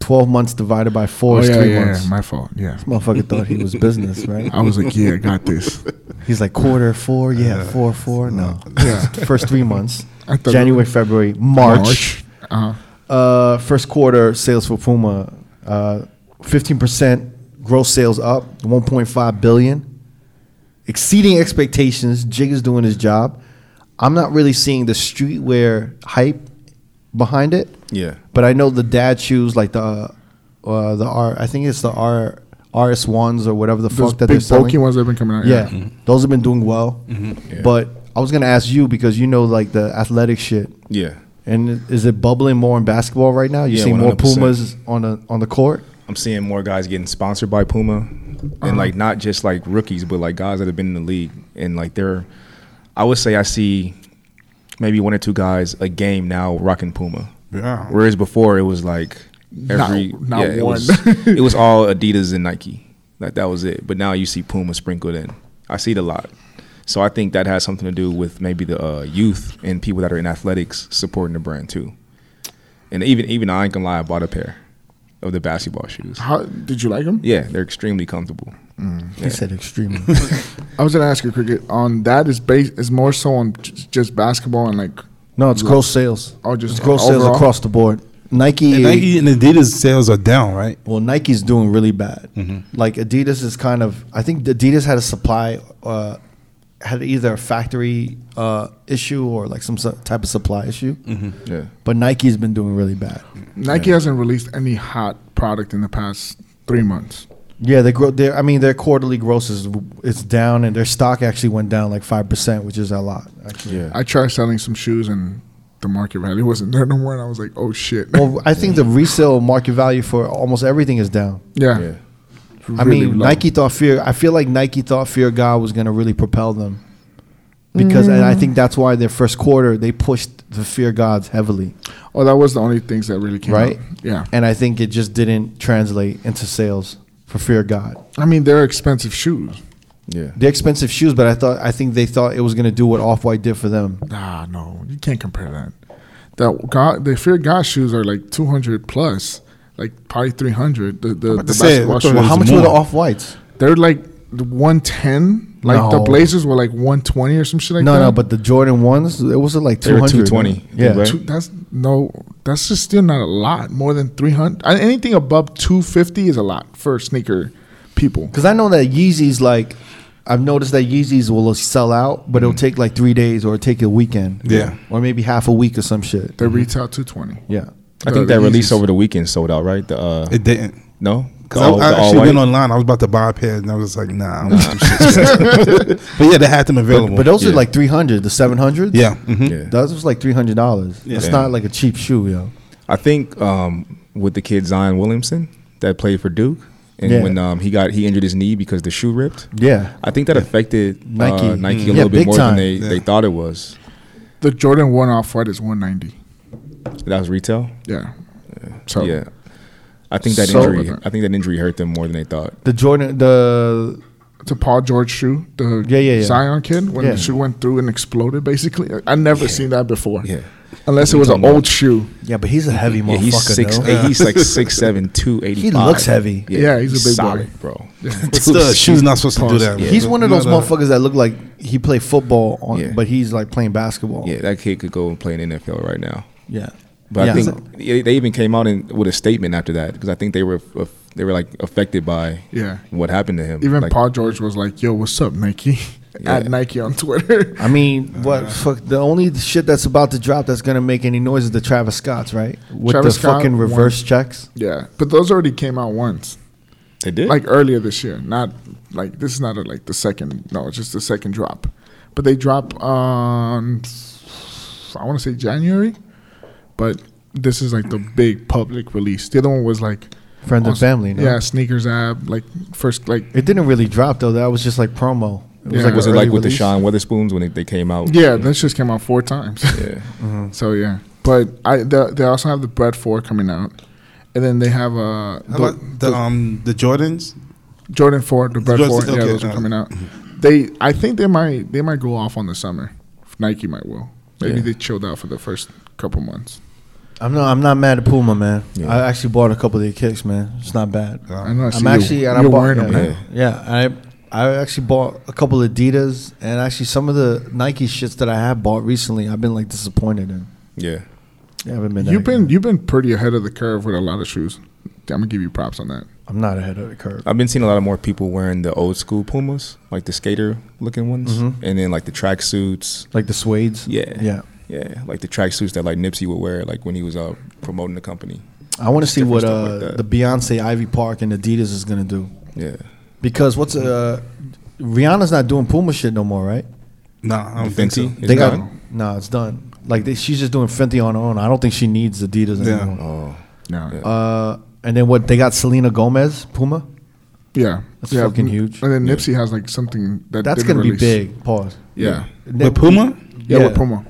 S2: 12 months divided by four
S3: oh
S2: is
S3: yeah,
S2: three
S3: yeah,
S2: months.
S3: yeah, my fault. Yeah,
S2: Motherfucker thought he was business, right?
S3: I was like, yeah, I got this.
S2: He's like quarter, four, yeah, four, four. No.
S3: Uh, Yeah.
S2: First three months
S3: I thought-
S2: January, February, March.
S3: Uh,
S2: Uh, first quarter sales for Puma, uh, 15% gross sales up, 1.5 billion, exceeding expectations. Jig is doing his job. I'm not really seeing the streetwear hype behind it.
S1: Yeah.
S2: But I know the dad shoes, like the uh, the R, I think it's the R RS ones or whatever the
S3: those
S2: fuck that
S3: big
S2: they're selling.
S3: bulky ones that have been coming out.
S2: Yeah, those have been doing well. But I was gonna ask you because you know like the athletic shit.
S1: Yeah,
S2: And is it bubbling more in basketball right now? You
S1: Yeah,
S2: see more
S1: 100%.
S2: Pumas on the on the court.
S1: I'm seeing more guys getting sponsored by Puma,
S3: Uh-huh.
S1: and like not just like rookies, but like guys that have been in the league, and like they're, I would say I see, maybe one or two guys a game now rocking Puma.
S4: Yeah.
S1: Whereas before it was like every
S3: Not- not
S1: yeah, it
S3: one.
S1: was it was all Adidas and Nike, like that was it. But now you see Puma sprinkled in. I see it a lot. So I think that has something to do with maybe the uh, youth and people that are in athletics supporting the brand too. And even even I ain't gonna lie, I bought a pair of the basketball shoes.
S3: How did you like them?
S1: Yeah, they're extremely comfortable.
S2: He said extremely.
S3: I was gonna ask you, cricket. On that is base is more so on j- just basketball and like
S2: no, it's gross sales.
S3: Oh, just
S2: it's gross
S3: overall?
S2: sales across the board. Nike,
S4: And Nike and Adidas sales are down, right?
S2: well, Nike's doing really bad. Like Adidas is kind of. I think Adidas had a supply, uh, had either a factory uh, issue or like some su- type of supply issue.
S1: Yeah.
S2: But Nike's been doing really bad.
S3: Nike hasn't released any hot product in the past three months.
S2: Yeah, they grow. Their I mean, their quarterly gross is it's down, and their stock actually went down like five percent, which is a lot. Actually.
S1: Yeah.
S3: I tried selling some shoes and the market value wasn't there no more, and I was like, oh shit.
S2: Well, I think the resale market value for almost everything is down.
S3: yeah.
S1: Yeah.
S3: It's
S2: I
S3: really
S2: mean,
S3: low.
S2: Nike thought fear. I feel like Nike thought fear of God was going to really propel them because, and I think that's why their first quarter they pushed the fear of gods heavily,
S3: Oh, that was the only things that really came
S2: right?
S3: out. Yeah.
S2: And I think it just didn't translate into sales for fear of God.
S3: I mean, they're expensive shoes.
S1: Yeah.
S2: They're expensive shoes, but I thought I think they thought it was going to do what Off White did for them.
S3: Nah, no, you can't compare that. That God, the Fear God shoes are like two hundred plus, like probably three hundred. The the, the
S4: to say,
S3: basketball
S4: I thought it
S2: Well,
S3: shoes.
S2: how
S4: was
S2: much were the
S4: more.
S2: Off Whites?
S3: They're like one ten. Like the
S2: No.
S3: Blazers were like one twenty or some shit like
S2: no,
S3: that.
S2: no, but the Jordan ones, it was like
S1: were
S2: 200.
S1: 220,
S2: Yeah.
S1: right?
S3: Two, that's no. That's just still not a lot. More than three hundred. Anything above two fifty is a lot for sneaker people.
S2: Because I know that Yeezys, like, I've noticed that Yeezys will sell out, but it'll take like three days or take a weekend.
S4: Mm. Yeah.
S2: Or maybe half a week or some shit.
S3: They retail two twenty.
S2: Yeah.
S1: Mm-hmm. I
S3: Uh,
S1: think
S3: the
S1: that release
S3: Yeezys.
S1: over the weekend sold out, right? The uh,
S4: It didn't.
S1: no,
S4: Cause
S1: All-
S4: I,
S1: Oh, the
S4: I actually
S1: all-white?
S4: went online. I was about to buy a pair, and I was like, "Nah." I want some shit. but yeah, they had them available.
S2: But, but those are
S1: Yeah.
S2: like 300, the 700?
S4: yeah, mhm.
S1: Yeah.
S2: That was like $300. That's
S1: Yeah.
S2: not like a cheap shoe, yo.
S1: I think um, with the kid Zion Williamson that played for Duke, and
S2: Yeah.
S1: when um, he got he injured his knee because the shoe ripped.
S2: Yeah.
S1: I think that affected Nike,
S2: Nike.
S1: uh, Nike
S2: Mm.
S1: a
S2: Yeah,
S1: little bit
S2: big
S1: more
S2: time.
S1: than they, they
S4: Yeah.
S1: thought it was.
S3: The Jordan one off white is one ninety.
S1: That was retail.
S3: Yeah. So
S1: Yeah, I think that
S2: So-
S1: injury. I think that injury hurt them more than they thought.
S2: The Jordan, the.
S3: it's a Paul George shoe, the
S2: Yeah, yeah, yeah.
S3: Zion kid, when
S2: Yeah.
S3: the shoe went through and exploded. Basically, I- I never seen that before.
S1: Yeah.
S3: unless it was an
S1: talking about-
S3: old shoe.
S2: Yeah, but he's a heavy
S1: Yeah, he's six.
S2: though.
S1: eh, he's like six seven two eighty five.
S2: looks heavy.
S3: Yeah, he's a big
S1: solid,
S3: boy.
S1: bro.
S4: It's the shoes not supposed to do that.
S2: He's one of those
S4: Not a-
S2: motherfuckers that look like he play football, on,
S1: Yeah.
S2: but he's like playing basketball.
S1: Yeah, that kid could go and play in the NFL right now.
S2: Yeah.
S1: But
S2: Yeah.
S1: I think yeah, they even came out in, with a statement after that because I think they were uh, they were like affected by
S3: Yeah.
S1: what happened to him.
S3: Even
S1: like,
S3: Paul George was like, "Yo, what's up, Nike?" At
S1: Yeah.
S3: Nike on Twitter.
S2: I mean, what fuck? The only shit that's about to drop that's gonna make any noise is the Travis Scotts, right? With
S3: Travis
S2: the
S3: Scott
S2: fucking
S3: won.
S2: reverse checks.
S3: yeah, but those already came out once,
S1: they did
S3: like earlier this year. Not like this is not a, like the second. No, it's just the second drop. But they drop on I want to say January, but this is like the big public release. The other one was like
S2: Friends and
S3: also-
S2: family, no?
S3: Yeah, sneakers app. Like first, like
S2: It didn't really drop though. That was just like promo. It was
S3: Yeah.
S2: like
S1: was it
S2: early
S1: like with
S2: release.
S1: the Sean Weatherspoons when they, they came out?
S3: Yeah, this just came out four times.
S1: Yeah.
S3: so yeah, but I they, they also have the Bread Four coming out, and then they have uh
S4: How
S3: the,
S4: about the um the Jordans?
S3: Jordan Four, the Bread
S4: Jordan-
S3: Four. yeah,
S4: okay,
S3: those are
S4: uh,
S3: coming out. They I think they might they might go off on the summer. Nike might will. Maybe
S1: Yeah.
S3: they chilled out for the first couple months.
S2: I'm not. I'm not mad at Puma, man.
S1: Yeah.
S2: I actually bought a couple of their kicks, man. It's not bad.
S3: I know. I see
S2: I'm
S3: you-
S2: actually. and I
S3: you're
S2: bought,
S3: wearing them.
S2: yeah,
S1: man.
S2: yeah, I I actually bought a couple of Adidas and actually some of the Nike shits that I have bought recently. I've been like disappointed in.
S1: Yeah.
S2: Yeah, I haven't been. that
S3: You've been
S2: excited.
S3: you've been pretty ahead of the curve with a lot of shoes. I'm gonna give you props on that.
S2: I'm not ahead of the
S3: Uh,
S2: curve.
S1: I've been seeing a lot of more people wearing the old school Pumas, like the skater looking ones, and then like the track suits.
S2: Like the suede's.
S1: Yeah.
S2: Yeah.
S1: Yeah, like the track suits that like Nipsey would wear, like when he was uh, promoting the company.
S2: I want to see
S1: different
S2: what
S1: stuff
S2: uh,
S1: like that.
S2: the Beyonce, Ivy Park, and Adidas is gonna do
S1: Yeah,
S2: because what's uh, Rihanna's not doing Puma shit no more, right?
S4: Nah, I don't think so.
S1: Fenty.
S2: they
S1: is
S2: got
S1: gone.
S2: nah, it's done. Like they, she's just doing Fenty on her own. I don't think she needs Adidas
S4: Yeah.
S2: anymore.
S1: Oh,
S3: No. Yeah.
S2: Uh, and then what? They got Selena Gomez, Puma.
S3: yeah.
S2: That's fucking huge.
S3: And then Nipsey has like something that
S2: That's
S3: didn't
S2: gonna
S3: release.
S2: be big. Pause.
S3: Yeah.
S4: But Puma?
S3: Yeah, with Puma.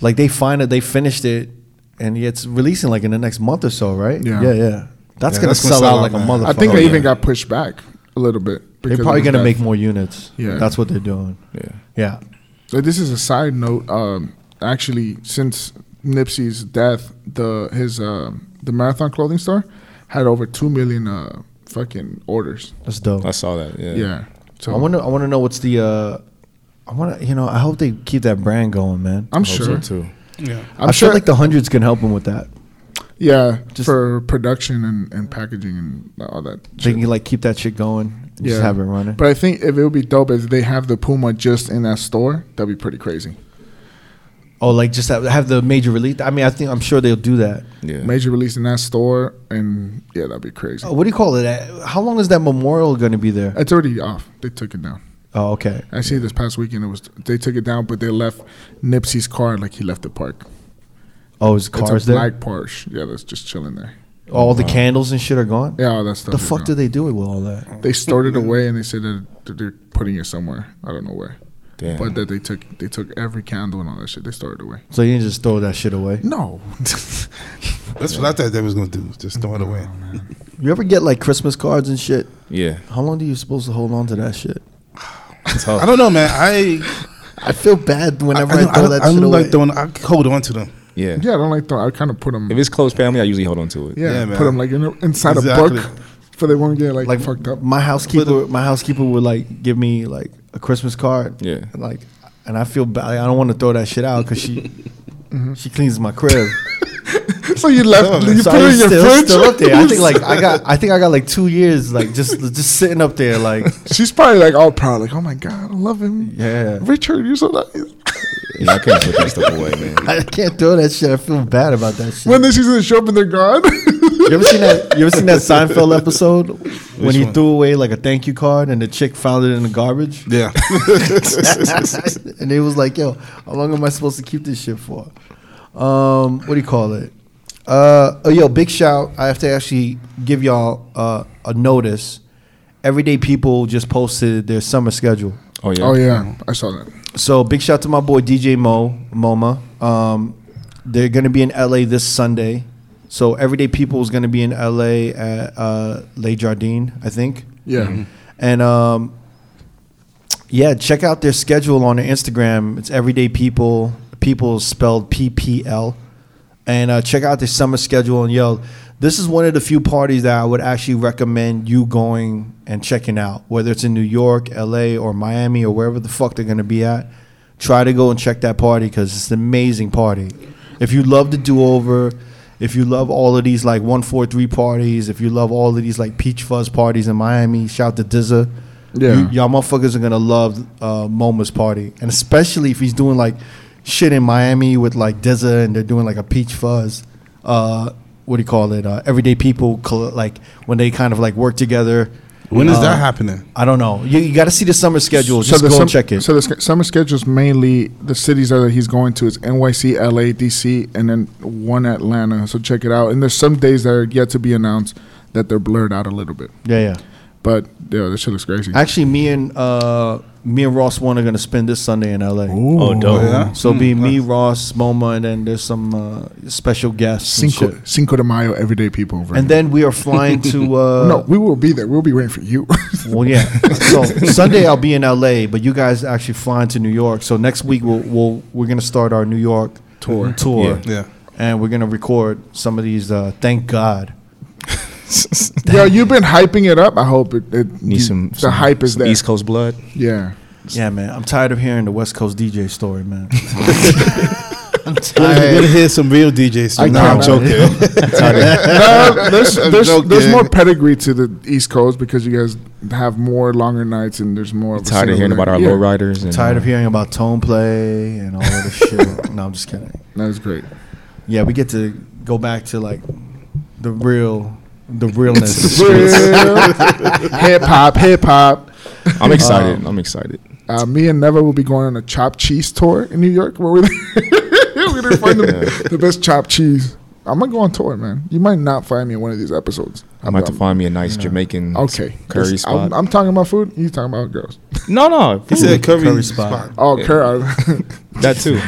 S2: Like they find it, they finished it, and it's releasing like in the next month or so, right?
S3: Yeah.
S2: yeah, yeah. That's
S4: Yeah,
S2: gonna
S4: that's gonna
S2: sell
S4: sell
S2: out
S4: out,
S2: like a
S4: man.
S2: motherfucker.
S4: I
S3: I think they
S2: Yeah.
S3: even got pushed back a little bit.
S2: They're
S3: because
S2: probably
S3: of
S2: gonna
S3: that.
S2: make more units.
S3: Yeah.
S2: that's what they're doing.
S1: yeah.
S2: Yeah,
S3: So this is a side note. Um, actually, since Nipsey's death, the his um the marathon clothing store had over two million uh, fucking orders.
S2: that's dope.
S1: I saw that. Yeah.
S3: Yeah. So
S2: I want to. I want to know what's the. Uh, I want to. You know, I hope they keep that brand going, man.
S3: I'm
S1: I hope so,
S3: sure.
S1: too.
S4: Yeah.
S3: I'm
S2: I
S3: sure.
S2: feel like the hundreds can help them with that.
S3: yeah,
S2: Just-
S3: for production and, and packaging and all that.
S2: They can like keep that shit going. And Just
S3: Yeah.
S2: have it running.
S3: But I think if it would be dope if they have the Puma just in that store, that'd be pretty crazy.
S2: oh, like just have, have the major release. I mean, I think I'm sure they'll do that.
S1: Yeah.
S3: Major release in that store, and yeah, that'd be crazy.
S2: Uh, What do you call it? Uh, How long is that memorial going to be there?
S3: It's already off. They took it down.
S2: Oh, okay.
S3: I see this past weekend it was they took it down, but they left Nipsey's car like he left the park.
S2: Oh, his
S3: it's
S2: cars
S3: a
S2: there.
S3: black Porsche. Yeah, that's just chilling there.
S2: all the candles and shit are gone.
S3: Yeah, all that stuff.
S2: The
S3: is
S2: fuck
S3: gone.
S2: did they do it with all that?
S3: They stored it away and they said that that they're putting it somewhere. I don't know where,
S1: Damn.
S3: but that they took they took every candle and all that shit. They stored it away.
S2: So you didn't just throw that shit away.
S3: No,
S4: That's what I thought they was gonna do. Just throw it away.
S3: Oh,
S2: You ever get like Christmas cards and shit?
S1: yeah.
S2: How long do you supposed to hold on to that shit?
S4: I don't know, man. I
S2: I feel bad
S4: I, I,
S2: whenever I,
S4: don't- I,
S2: throw
S4: don't-
S2: that
S4: I
S2: shit
S4: don't
S2: away.
S4: like throwing. I hold on to them.
S1: Yeah.
S3: yeah, I don't like that. I kind of put them.
S1: If it's close family, I usually hold on to it.
S3: yeah,
S4: Yeah,
S3: put
S4: man.
S3: 'em, like in a, inside
S4: Exactly.
S3: a book, for they won't get like,
S2: like
S3: fucked up.
S2: My housekeeper, my housekeeper would like give me like a Christmas card.
S1: Yeah.
S2: And, like, and I feel bad. I don't want to throw that shit out because she she cleans my crib.
S3: so you left. you
S2: so
S3: put it
S2: it's
S3: in your
S2: still,
S3: fridge.
S2: still up there. I think like I got I think I got like two years like just just sitting up there like
S3: She's probably like all proud, like, "Oh my god, I love him."
S2: yeah.
S3: Richard, you're so nice.
S1: Yeah, I can't put that stuff away, man.
S2: I can't throw that shit. I feel bad about that shit.
S3: When this season show up and they're gone.
S2: you ever seen that? You ever seen that Seinfeld episode when he
S4: one?
S2: threw away like a thank you card and the chick found it in the garbage?
S4: Yeah.
S2: and it was like, yo, how long am I supposed to keep this shit for? Um, what do you call it? Uh, oh, yo, big shout. I have to actually give y'all uh, a notice. Everyday people just posted their summer schedule.
S1: Oh yeah.
S3: oh yeah, I saw that.
S2: So big shout to my boy DJ Mo MoMA. Um, they're gonna be in LA this Sunday. So Everyday People is gonna be in LA at uh, Le Jardin, I think.
S3: Yeah.
S2: And um, yeah, check out their schedule on their Instagram. It's Everyday People. People is spelled P P L. And uh, check out their summer schedule. And yo, this is one of the few parties that I would actually recommend you going and checking out, whether it's in New York, LA, or Miami, or wherever the fuck they're going to be at. Try to go and check that party because it's an amazing party. If you love the do over, if you love all of these like 143 parties, if you love all of these like Peach Fuzz parties in Miami, shout to Dizza.
S3: Yeah.
S2: You, y'all motherfuckers are gonna love uh, MoMA's party, and especially if he's doing like shit in Miami with like Dizza, and they're doing like a peach fuzz. Uh, what do you call it? Uh, everyday people, coll- like when they kind of like work together.
S4: When is
S2: Uh,
S4: that happening?
S2: I don't know. You, you got to see the summer schedule. Just
S3: the
S2: go
S3: sum-
S2: and check it.
S3: So the sch- summer schedule's mainly the cities that he's going to is NYC, LA, DC, and then one Atlanta. So check it out. And there's some days that are yet to be announced that they're blurred out a little bit.
S2: yeah, yeah.
S3: But yeah, this shit looks crazy.
S2: Actually, me and uh, me and Ross one are gonna spend this Sunday in L.A.
S1: Oh dope.
S4: Yeah.
S2: So be me, Ross, MoMA, and then there's some uh, special guests. and,
S3: Cinco,
S2: shit.
S3: Cinco de Mayo, everyday people. Over
S2: and
S3: here.
S2: then we are flying to uh,
S3: no, we will be there. We'll be waiting for you.
S2: Well, yeah. So Sunday I'll be in LA, but you guys actually flying to New York. So next week we'll, we'll we're gonna start our New York tour tour,
S4: Yeah.
S2: and we're gonna record some of these. Uh, thank God.
S3: Yo, you've been hyping it up. I hope it. it
S1: Need
S3: you-
S1: some.
S3: The
S1: some-
S3: hype is
S1: some
S3: there.
S1: East Coast blood.
S3: Yeah.
S2: Yeah, man. I'm tired of hearing the West Coast DJ story, man. I'm
S4: We're
S2: tired.
S4: gonna- we're gonna hear some real DJs.
S3: I
S4: Soon. No, I'm
S3: can't-
S4: joking.
S3: Uh, there's
S4: I'm
S3: there's, there's
S4: joking.
S3: more pedigree to the East Coast because you guys have more longer nights and there's more. of a
S1: Tired of hearing
S3: single
S1: about our
S3: night. yeah,
S1: lowriders. and,
S2: Tired of
S1: uh,
S2: hearing about tone play and all of this shit. No, I'm just kidding.
S3: That's great.
S2: Yeah, we get to go back to like the real, the realness.
S3: hip hop, hip hop.
S1: I'm excited. I'm excited.
S3: Uh, me and Neva will be going on a chopped cheese tour in New York. Where we We're gonna find the, the best chopped cheese. I'm gonna go on tour, man. You might not find me in one of these episodes. Um,
S1: I'm about to find me a nice Jamaican
S3: Okay.
S1: curry
S3: This- I'm,
S1: spot.
S3: I'm talking about food. You talking about girls?
S1: no, no,
S4: He said curry,
S2: Curry spot.
S4: spot.
S3: Oh, curry.
S1: that too.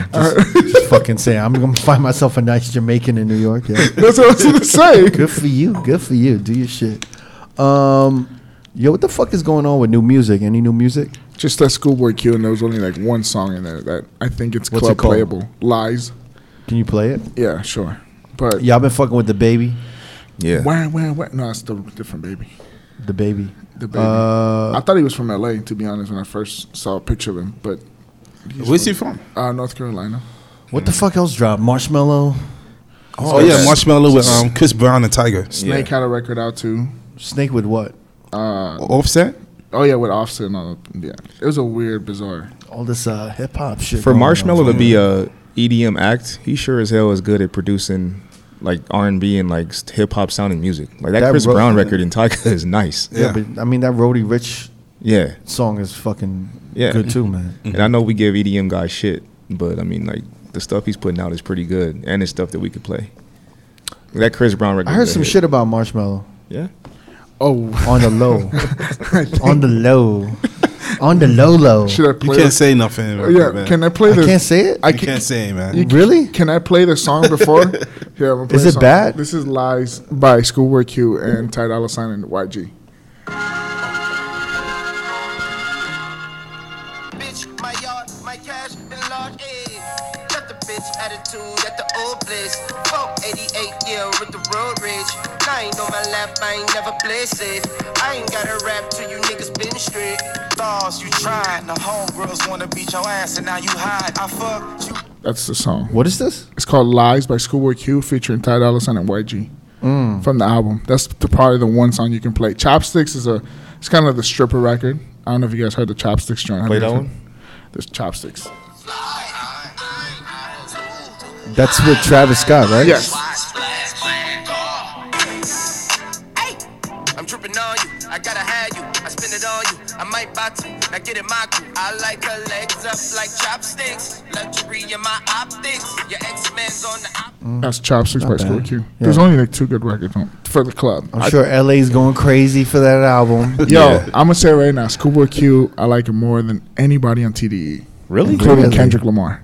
S2: Just fucking say I'm gonna find myself a nice Jamaican in New York. Yeah.
S3: That's what I was gonna say.
S2: Good for you. Good for you. Do your shit. Um, yo, what the fuck is going on with new music? Any new music?
S3: Just that Schoolboy Q, and there was only like one song in there that I think it's
S2: What's
S3: club
S2: it called?
S3: playable. Lies.
S2: Can you play it?
S3: Yeah, sure. But
S2: Y'all been fucking with the baby,
S1: Yeah.
S3: where, where, where? No, it's the different baby.
S2: the baby.
S3: The baby.
S2: Uh,
S3: I thought he was from L.A. To be honest, when I first saw a picture of him, but
S4: Where's he from?
S3: uh, North Carolina.
S2: what
S1: Mm.
S2: the fuck else dropped? Marshmallow,
S4: Oh, yeah, Marshmallow with um, Chris Brown and Tiger.
S3: Snake had a record out too.
S2: Snake with what?
S4: Offset.
S3: Oh yeah, with Offset and all. That. Yeah, it was a weird, bizarre.
S2: All this uh, hip hop shit.
S1: For
S2: going on.
S1: Marshmello to be a EDM act, he sure as hell is good at producing like R and B and like hip hop sounding music. Like that,
S2: That
S1: Chris
S2: ro-
S1: Brown record in Tyga is nice.
S2: yeah, but I mean that Roddy Rich
S1: Yeah.
S2: song is fucking
S1: Yeah.
S2: good too, man.
S1: And I know we give EDM guys shit, but I mean like the stuff he's putting out is pretty good and it's stuff that we could play. That Chris Brown record.
S2: I heard
S1: was a
S2: some
S1: hit.
S2: shit about Marshmallow
S1: Yeah.
S3: Oh,
S2: on the low, on the low, on the low low.
S3: should I
S4: You
S3: play?
S4: can't
S3: this?
S4: say nothing.
S3: Oh,
S4: Record,
S3: yeah,
S4: man.
S3: can I play
S2: I
S3: this?
S2: can't say it.
S3: I
S4: you
S3: can,
S4: can't say, it, man.
S3: You-
S2: really?
S3: can I play the song before? Here, I'm gonna play
S2: Is
S3: the
S2: it
S3: song.
S2: bad?
S3: This is Lies by Schoolboy Q and Ty Dolla Sign and YG.
S5: bitch, my yard, my cash, and large A. Left the bitch attitude at the old place. 488, yeah, with the road rage. I ain't on my lap, I ain't never play safe. I ain't got a rap till you niggas been straight.
S9: Stars, you tried. The homegirls wanna beat your ass, and now you hide. I fucked you.
S3: That's the song.
S2: What is this?
S3: It's called Lies by Schoolboy Q featuring Ty Dolla Sign and YG
S2: Mm.
S3: from the album. That's the, probably the one song you can play. Chopsticks is a it's kind of the stripper record. I don't know if you guys heard the Chopsticks joint.
S1: Play that one?
S3: There's Chopsticks.
S2: That's with Travis Scott, right?
S3: Yes.
S5: Ay, I'm tripping on you, I gotta have you. I spend it on you, I might buy two. Now get in my crew. I like her legs up like chopsticks. Luxury in my optics. Your ex man's on the op.
S3: That's Chopsticks by
S2: Mm. bad.
S3: Schoolboy Q. There's only like two good records on, for the club.
S2: I'm sure LA's going crazy for that album.
S3: Yo, I'm gonna say right now, Schoolboy Q, I like him more than anybody on TDE,
S1: Really?
S3: including
S2: Really?
S3: Kendrick Lamar.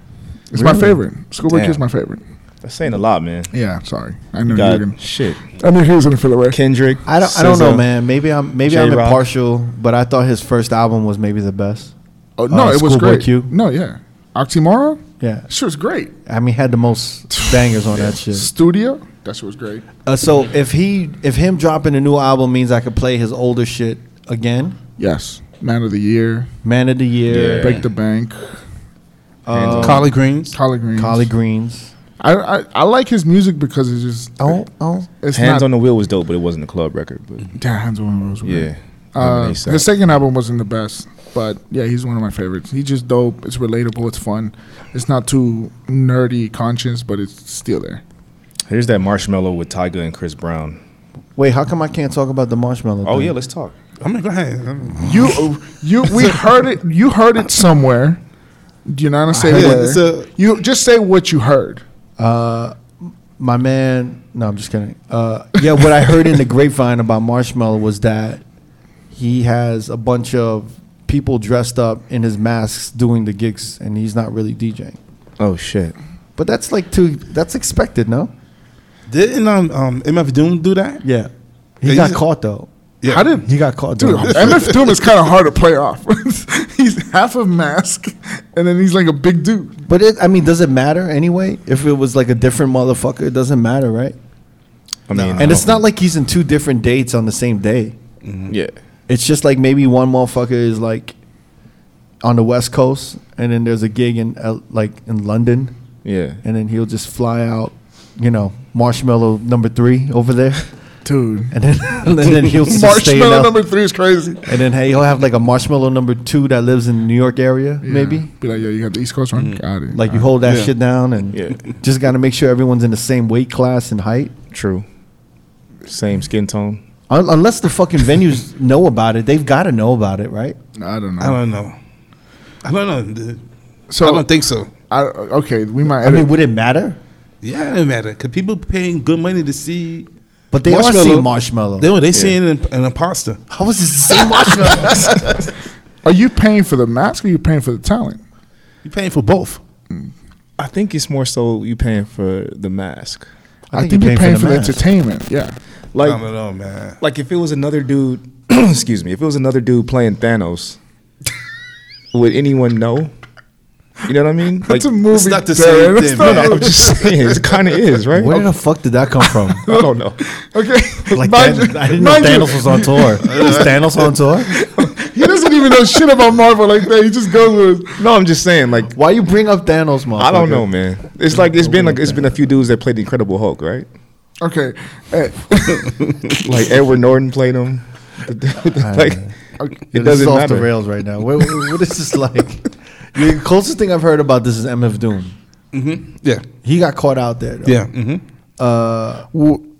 S3: It's my
S2: Really?
S3: favorite. Schoolboy Q is
S1: Damn.
S3: my favorite.
S1: That's saying a lot, man.
S3: Yeah, sorry. I knew you were gonna,
S1: God, shit.
S3: I knew he was gonna feel away.
S1: Kendrick.
S2: I don't, I don't know,
S1: SZA.
S2: man. Maybe I'm maybe I'm
S1: J-Rock.
S2: impartial, but I thought his first album was maybe the best.
S3: Oh no,
S2: Uh,
S3: it was
S2: Schoolboy
S3: great.
S2: Q?
S3: No, yeah, Oxymoron.
S2: Yeah,
S3: She was great.
S2: I mean, had the most bangers on that shit.
S3: Studio. That shit was great.
S2: Uh, so if he if him dropping a new album means I could play his older shit again,
S3: Yes. Man of the Year.
S2: Man of the Year,
S3: Break the Bank.
S2: Uh,
S4: Collard greens.
S3: Collard Greens.
S2: Collie Greens.
S3: I, I I like his music because it's just
S2: Oh, oh,
S3: it's
S1: Hands
S3: not,
S1: on the Wheel was dope, but it wasn't a club record. But
S2: Mm-hmm.
S3: Yeah, hands on those.
S1: yeah.
S3: Uh,
S1: Lemonade
S3: his
S1: Sound.
S3: second album wasn't the best, but yeah, he's one of my favorites. He's just dope. It's relatable. It's fun. It's not too nerdy conscious, but it's still there.
S1: Here's that marshmallow with Tyga and Chris Brown.
S2: Wait, how come I can't talk about the marshmallow?
S1: Oh
S2: thing?
S1: yeah, let's talk.
S4: I'm gonna go ahead.
S3: You oh, you we heard it. You heard it somewhere. Do you know what I'm saying?
S4: Yeah,
S3: Where?
S4: it's a-
S3: you just say what you heard.
S2: my man. No, I'm just kidding. Uh, yeah, what I heard in the grapevine about Marshmallow was that he has a bunch of people dressed up in his masks doing the gigs, and he's not really DJing.
S1: Oh shit.
S2: But that's like too. That's expected, no?
S4: Didn't um, um MF Doom do that?
S2: Yeah. He
S4: Yeah,
S2: got
S4: he's-
S2: caught though.
S4: Yeah.
S3: How did
S2: He got caught.
S3: Dude,
S2: doing that.
S3: MF Doom is kind of hard to play off. he's half a mask, and then he's like a big dude.
S2: But it, I mean, does it matter anyway? If it was like a different motherfucker, it doesn't matter, right?
S1: I mean,
S2: And it's not like he's in two different dates on the same day.
S1: um, yeah.
S2: It's just like maybe one motherfucker is like on the West Coast, and then there's a gig in L- like in London,
S1: Yeah.
S2: and then he'll just fly out, you know, Marshmallow number three over there,
S3: Dude,
S2: and then and then he'll stay in
S3: marshmallow
S2: L-
S3: number three is crazy.
S2: and then hey, he'll have like a Marshmallow number two that lives in the New York area, maybe. Mm.
S3: be like, yo, you got the East Coast one. Got it. Uh,
S2: Like you hold that
S4: Yeah.
S2: shit down, and
S1: Yeah.
S2: just got to make sure everyone's in the same weight class and height.
S1: True. Same skin tone.
S2: Un- Unless the fucking venues know about it, they've got to know about it, right?
S3: I don't know.
S4: I don't know. I don't know.
S3: So
S4: I don't think so.
S3: I, okay, we might.
S2: I
S3: Edit.
S2: mean, would it matter?
S4: Yeah, it don't matter. Cause people paying good money to see.
S2: But they are seeing marshmallow.
S4: They were they seeing an, an imposter.
S2: How is this the same marshmallow?
S3: are you paying for the mask or you paying for the talent?
S4: You paying for both.
S1: I think it's more so you paying for the mask.
S3: I think, you're paying, for the,
S2: mask.
S3: entertainment. Yeah,
S1: Like
S4: I don't know, man.
S1: like if it was another dude, excuse me, if it was another dude playing Thanos, would anyone know? You know what I mean?
S3: that's
S1: like,
S3: a movie.
S4: not the
S3: Darren.
S4: same
S3: That's
S4: thing,
S3: not
S4: man.
S3: a-
S1: I'm just saying, it kind of is, right?
S2: Where the fuck did that come from?
S1: I don't know.
S3: Okay,
S2: Like
S3: Mind
S2: that,
S3: you-
S2: I didn't know
S3: mind you,
S2: Thanos was on tour. Is Thanos on tour?
S3: He doesn't even know shit about Marvel like that. He just goes with.
S1: No, I'm just saying, like,
S2: Why you bring up Thanos, motherfucker?
S1: I don't know, man. It's like it's been like it's been a few dudes that played the Incredible Hulk, right?
S3: Okay, eh,
S1: Like Edward Norton played him. like
S2: Yo,
S1: it
S2: Uh, this is
S1: doesn't
S2: off
S1: matter.
S2: the rails right now. What, what- what is this like? The closest thing I've heard about this is MF Doom.
S4: Yeah,
S2: He got caught out there. though.
S4: yeah. Mm-hmm.
S2: Uh,
S3: w-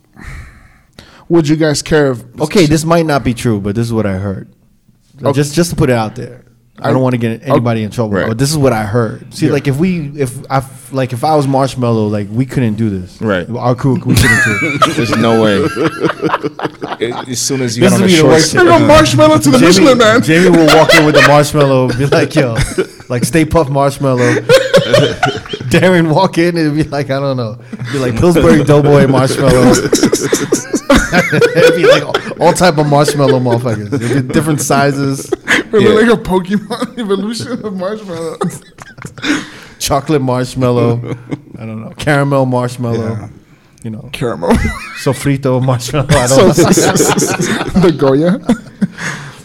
S3: would you guys care if?
S2: okay, this might not be true, but this is what I heard. So Just just to put it out there. I don't want to get anybody in trouble.
S1: Right.
S2: But this is what I heard. See, like if we, if I, f- like if I was Marshmallow, like we couldn't do this.
S1: Right.
S2: Our crew, we couldn't do it.
S1: There's no way. It- as soon as you
S2: This
S1: get on
S2: would
S1: a
S2: be the
S1: short
S2: worst
S1: set,
S3: Bring a marshmallow to the
S2: Jamie,
S3: Michelin man.
S2: Jamie will walk in with the marshmallow and be like, yo, like stay puff marshmallow. Darren walk in and be like, I don't know. Be like Pillsbury Doughboy marshmallow. It'd be like all- all type of marshmallow motherfuckers. It'd be different sizes.
S3: Remember like a Pokemon evolution of marshmallow.
S2: Chocolate marshmallow. I don't know. Caramel marshmallow.
S4: Yeah.
S2: You know.
S3: Caramel.
S2: Sofrito marshmallow. I don't know.
S3: the Goya.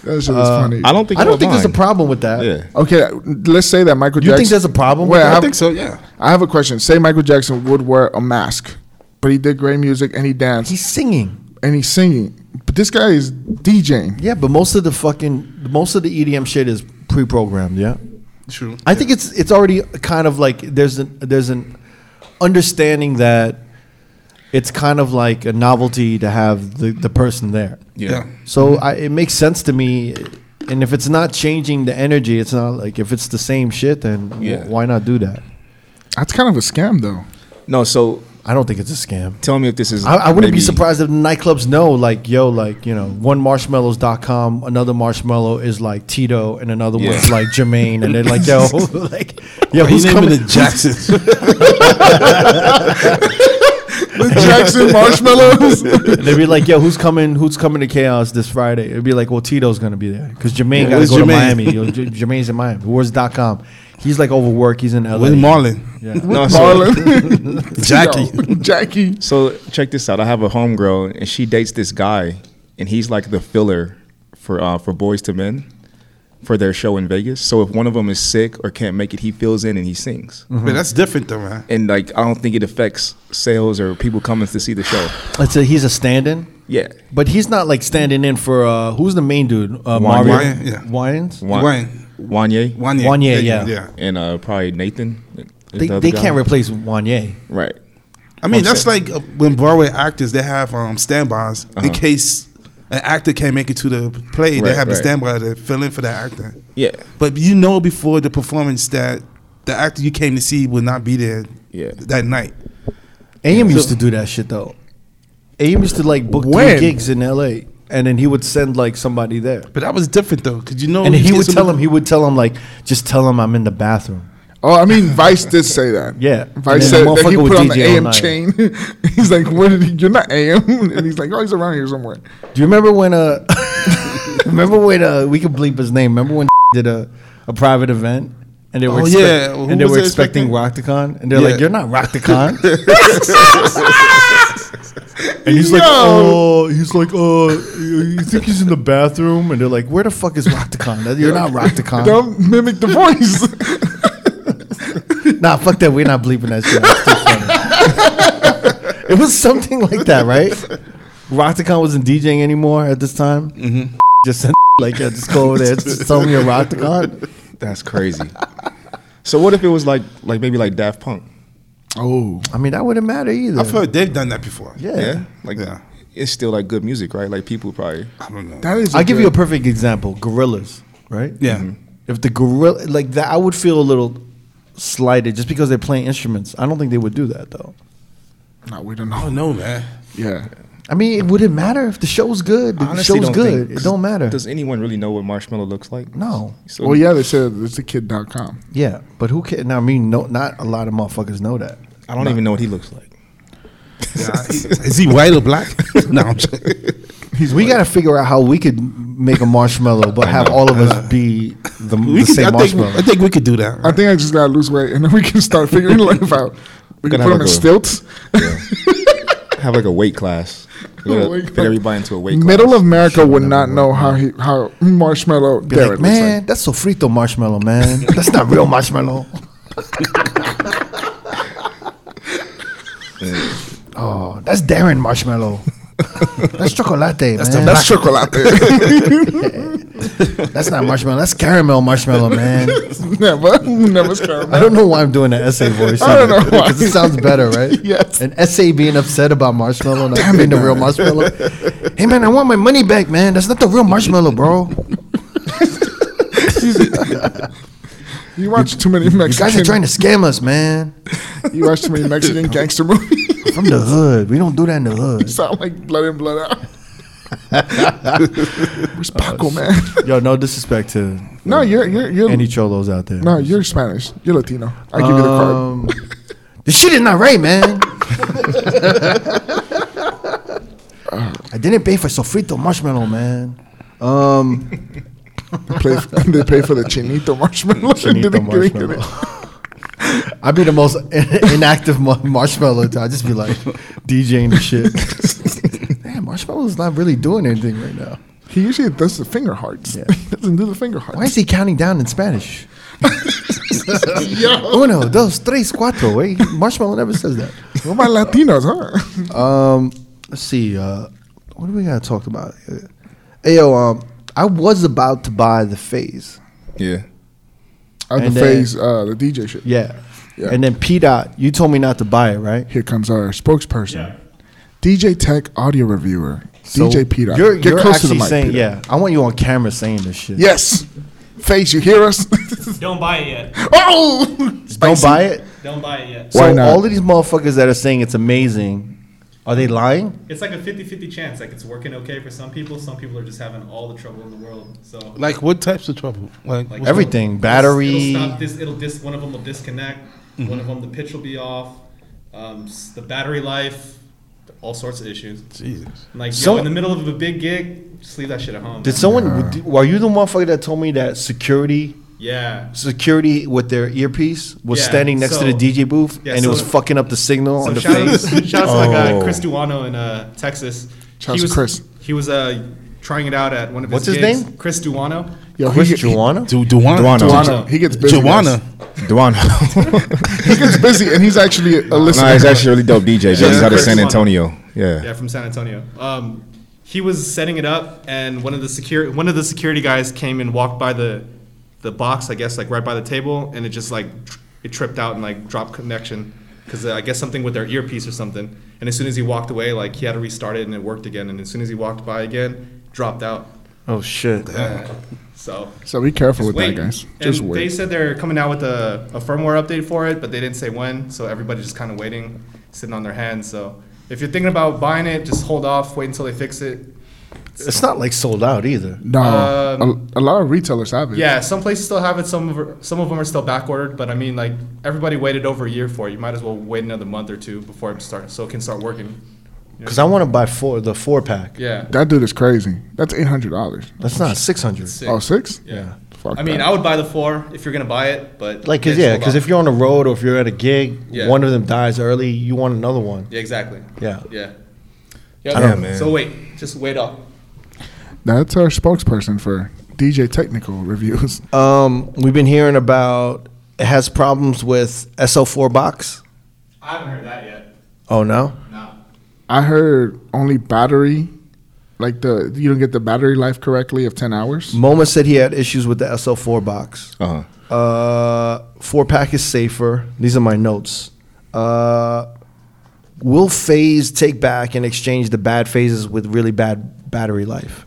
S3: That shit was
S2: Uh,
S3: funny.
S1: I don't think
S2: I don't
S1: would
S2: think there's a
S1: mind.
S2: problem with that.
S1: Yeah.
S3: Okay, let's say that Michael.
S2: You
S3: Jackson,
S2: think there's a problem with
S3: Wait,
S2: that?
S3: I
S4: I
S3: have,
S4: think so. Oh, Yeah.
S3: I have a question. Say Michael Jackson would wear a mask, but he did great music and he danced
S2: He's singing.
S3: and he's singing. But this guy is DJing.
S2: Yeah, but most of the fucking most of the EDM shit is pre-programmed. Yeah,
S4: True.
S2: I think it's it's already kind of like there's an there's an understanding that it's kind of like a novelty to have the, the person there.
S4: Yeah.
S2: So I, it makes sense to me. And if it's not changing the energy, it's not like if it's the same shit, then wh-
S1: Yeah.
S2: why not do that?
S3: That's kind of a scam, though.
S1: No, so
S2: I don't think it's a scam.
S1: tell me if this is.
S2: I, I wouldn't be
S1: maybe-
S2: surprised if the nightclubs know, like, yo, like, you know, one marshmallows.com, another marshmallow is like Tito, and another
S1: Yeah.
S2: one's like Jermaine, and they're like, yo, like, yo,
S4: He's
S2: who's
S4: naming
S2: coming?
S4: the Jacksons.
S3: Jackson marshmallows.
S2: They'd be like, yo, who's coming? Who's coming to Chaos this Friday? It'd be like, well, Tito's gonna be there because Jermaine got to
S4: where's
S2: go to
S4: Jermaine?
S2: Miami. Yo, J- Jermaine's in Miami. Where's dot com? He's like overworked. He's in LA.
S4: With Marlon,
S2: Yeah.
S1: No, so,
S3: Marlon.
S4: Jackie.
S3: Yo, Jackie.
S1: so check this out. I have a homegirl, and she dates this guy, and he's like the filler for uh, for Boys to Men for their show in Vegas. So if one of them is sick or can't make it, he fills in and he sings.
S2: Mm.
S4: But that's different, though, man.
S1: And like, I don't think it affects sales or people coming to see the show.
S2: Let's say he's a stand-in,
S1: Yeah,
S2: but he's not like standing in for uh, who's the main dude? Uh,
S1: Wine-
S2: Mario
S4: Wine, yeah.
S2: Wines.
S4: Wayne.
S1: Wanye,
S4: Wanye.
S2: Wanye, yeah.
S4: Yeah.
S1: and uh, probably Nathan. is
S2: They,
S1: the other
S2: they
S1: guy.
S2: can't replace Wanye.
S1: right.
S4: I mean,
S1: One
S4: that's
S1: second.
S4: like uh, when Broadway actors they have um, standbys in case an actor can't make it to the play. they
S1: Right,
S4: have a
S1: right.
S4: standby to fill in for that actor.
S1: Yeah,
S4: But you know before the performance that the actor you came to see will not be there
S1: Yeah.
S4: that night.
S2: AM used to do that shit though. AM used to like book
S3: When?
S2: three gigs in LA, and then he would send like somebody there,
S4: But that was different though, because you know.
S2: and
S4: you
S2: he
S4: see
S2: would
S4: some-
S2: tell him. He would tell him like, just tell him I'm in the bathroom.
S3: Oh, I mean, Vice did say that.
S2: Yeah.
S3: Vice
S2: And then
S3: said
S2: the
S3: that he
S2: motherfucker
S3: put
S2: would
S3: on the
S2: DJ all
S3: AM
S2: night.
S3: chain. he's like, "Where did he? You're not AM," and he's like, "Oh, he's around here somewhere."
S2: Do you remember when uh remember when uh we could bleep his name? Remember when did a, a private event and they were
S4: Oh,
S2: expect-
S4: yeah. Who
S2: and they
S4: was
S2: were
S4: they
S2: expecting Rockticon and they're like,
S4: Yeah.
S2: You're not Rockticon And he's like,
S3: Yo.
S2: oh, he's like, oh, you think he's in the bathroom? And they're like, where the fuck is Rockticon? You're not Rockticon.
S3: Don't mimic the voice.
S2: Nah, fuck that. We're not bleeping that shit. That's too funny. it was something like that, right? Rockticon wasn't DJing anymore at this time. Mm-hmm. Just sent like, yeah, just go over there. Just tell me a Rockticon.
S1: that's crazy. so what if it was like like maybe like Daft Punk?
S3: oh,
S2: I mean, that wouldn't matter either.
S4: I've heard they've done that before.
S2: yeah.
S1: Yeah, like
S4: Yeah.
S1: it's still like good music, right? Like people probably
S4: I don't know.
S3: that is.
S2: I'll give you a
S3: good-
S2: perfect example. Gorillas, right?
S4: yeah.
S2: If the gorilla, like that, I would feel a little slighted just because they're playing instruments. I don't think they would do that though.
S3: No, we don't know.
S4: no, man.
S2: Oh.
S3: Yeah.
S2: I mean, it would it matter if the show's good? The
S1: Honestly,
S2: show's
S1: don't
S2: good.
S1: think-
S2: it don't matter.
S1: Does anyone really know what marshmallow looks like?
S2: no.
S1: So
S3: Well, yeah, they said it's the kid.com.
S2: Yeah, but who cares? Now, I mean, no, not a lot of motherfuckers know that.
S1: I don't even know what he looks like.
S4: Is he white or black? no, I'm just,
S2: we got to figure out how we could make a marshmallow, but have all of us be the,
S4: we
S2: the
S4: could,
S2: same
S4: I, think,
S2: marshmallow.
S4: I think we could do that.
S3: I think I just gotta lose weight, and then we can start figuring life out. We can
S1: Gotta have
S3: put them in
S1: a goal.
S3: stilts.
S1: Have like a weight class. You gotta
S3: Weight
S1: fit
S3: class.
S1: everybody into a weight class.
S3: Middle America would not know how he how marshmallow
S2: Be like,
S3: Derek looks
S2: man, that's sofrito marshmallow, man. That's not real marshmallow. oh, that's Darren marshmallow. That's chocolate, man.
S3: like. That's chocolate.
S2: That's not marshmallow. That's caramel marshmallow, man.
S3: never, never caramel.
S2: I don't know why I'm doing an essay voice.
S3: I don't know why.
S2: Because it sounds better, right?
S3: Yes.
S2: An essay being upset about marshmallow, not being the real marshmallow. Hey, man, I want my money back, man. That's not the real marshmallow, bro.
S3: You watch too many
S2: You guys
S3: Mexican.
S2: are trying to scam us, man.
S3: you watch too many Mexican gangster movies.
S2: From the hood. We don't do that in the hood.
S3: Sound like blood in blood out. Where's Paco,
S2: Oh,
S3: man?
S2: Yo, no disrespect to
S3: no, you're you're you're
S2: cholos out there.
S3: no, you're Spanish. You're Latino. I give you the card.
S2: Um, this shit is not right, man. I didn't pay for sofrito marshmallow, man. Um,
S3: Play f- they pay for the chinito marshmallow.
S2: Chinito
S3: Didn't get it,
S2: marshmallow.
S3: didn't get
S2: I'd be the most in- inactive mar- marshmallow. I'd just be like DJing the shit. man, marshmallow's not really doing anything right now.
S3: it. He usually does the finger hearts.
S2: Yeah.
S3: he doesn't do the finger hearts.
S2: Why is he counting down in Spanish? Uno, dos, tres, cuatro. Wait, marshmallow never says that.
S3: What about Latinos, huh?
S2: Um, let's see. Uh, what do we got to talk about? Uh, Hey, yo, um, I was about to buy the phase.
S1: Yeah.
S3: At the
S2: And, uh,
S3: phase, uh, the DJ shit.
S2: Yeah.
S3: Yeah.
S2: And then P dot, you told me not to buy it, right?
S3: Here comes our spokesperson, DJ Tech audio reviewer, DJ Peter.
S2: You're,
S3: Get
S2: you're
S3: close to
S2: actually
S3: the mic.
S2: saying,
S3: Peter.
S2: yeah. I want you on camera saying this shit.
S3: Yes. Phase, you hear us?
S10: Don't buy it yet.
S3: oh,
S2: Don't buy it.
S10: Don't buy it yet.
S3: Why
S2: so
S3: not?
S2: all of these motherfuckers that are saying it's amazing, are they lying?
S10: It's like a 50-50 chance. Like it's working okay for some people. Some people are just having all the trouble in the world. So
S4: Like what types of trouble? Like,
S10: Like
S4: what's
S2: Everything,
S10: It'll
S2: battery.
S10: stop this. It'll dis. One of them will disconnect.
S4: Mm-hmm.
S10: One of them, the pitch will be off. Um, s- the battery life. All sorts of issues.
S4: the- Jesus.
S10: Like
S2: So-
S10: yo, in the middle of a big gig, just leave that shit at home.
S2: Did
S10: man.
S2: someone? Were you the motherfucker that told me that security?
S10: yeah.
S2: Security with their earpiece was
S10: Yeah,
S2: standing next to
S10: so-
S2: the DJ booth
S10: yeah,
S2: and it
S10: so-
S2: was fucking up the signal
S10: So
S2: on the
S10: shout out,
S2: phase.
S10: shout out to my guy
S1: Oh.
S10: Chris Duano in uh, Texas.
S3: Shout out
S10: he
S3: to
S10: was
S3: Chris.
S10: He was uh, trying it out at one of his.
S2: What's his
S10: gigs.
S2: name?
S10: Chris Duano.
S3: Yo, he,
S2: Chris
S3: get- he,
S2: Juana?
S4: Du- Duana. Duana.
S3: Duana. he gets busy. guys.
S1: Duano.
S3: He gets busy, and he's actually a listener.
S1: nah, he's actually a really dope DJ. Yeah, he's out of
S10: Chris
S1: San
S10: Duano.
S1: Antonio. Yeah.
S10: Yeah, from San Antonio. Um, he was setting it up, and one of the security one of the security guys came and walked by the the box, I guess, like right by the table, and it just like tr- it tripped out and like dropped connection because I guess something with their earpiece or something. And as soon as he walked away, like he had to restart it and it worked again. And as soon as he walked by again, dropped out.
S2: Oh shit!
S10: So
S3: so be careful with
S10: wait.
S3: that, guys. Just
S10: and
S3: wait.
S10: they said they're coming out with a, a firmware update for it, but they didn't say when. So everybody's just kind of waiting, sitting on their hands. So if you're thinking about buying it, just hold off, wait until they fix it.
S2: It's not like sold out either.
S3: no,
S10: Um,
S3: a, a lot of retailers have it.
S10: Yeah, some places still have it. Some of are- some of them are still back ordered, but I mean, like everybody waited over a year for it. You might as well wait another month or two before it starts, so it can start working.
S2: Because I want to buy four the four pack.
S10: Yeah.
S3: that dude is crazy. That's eight hundred dollars.
S2: That's not six hundred.
S10: Sick.
S3: Oh, six?
S10: Yeah.
S3: Fuck
S10: I mean,
S3: that.
S10: I would buy the four if you're gonna buy it, but
S2: Like, cause
S10: just
S2: yeah,
S10: hold
S2: because
S10: off.
S2: if you're on the road or if you're at a gig,
S10: Yeah.
S2: one of them dies early, you want another one.
S10: yeah, exactly.
S2: Yeah.
S10: Yeah. Yeah.
S1: Damn, man.
S10: So wait, just wait up.
S3: That's our spokesperson for DJ technical reviews.
S2: Um, we've been hearing about it has problems with SL4 box.
S10: I haven't heard that yet.
S2: Oh no,
S10: No.
S3: I heard only battery, like the you don't get the battery life correctly of ten hours.
S2: MoMA said he had issues with the SL4 box.
S1: Uh-huh.
S2: Uh, four pack is safer. These are my notes. Uh, will phase take back and exchange the bad phases with really bad battery life?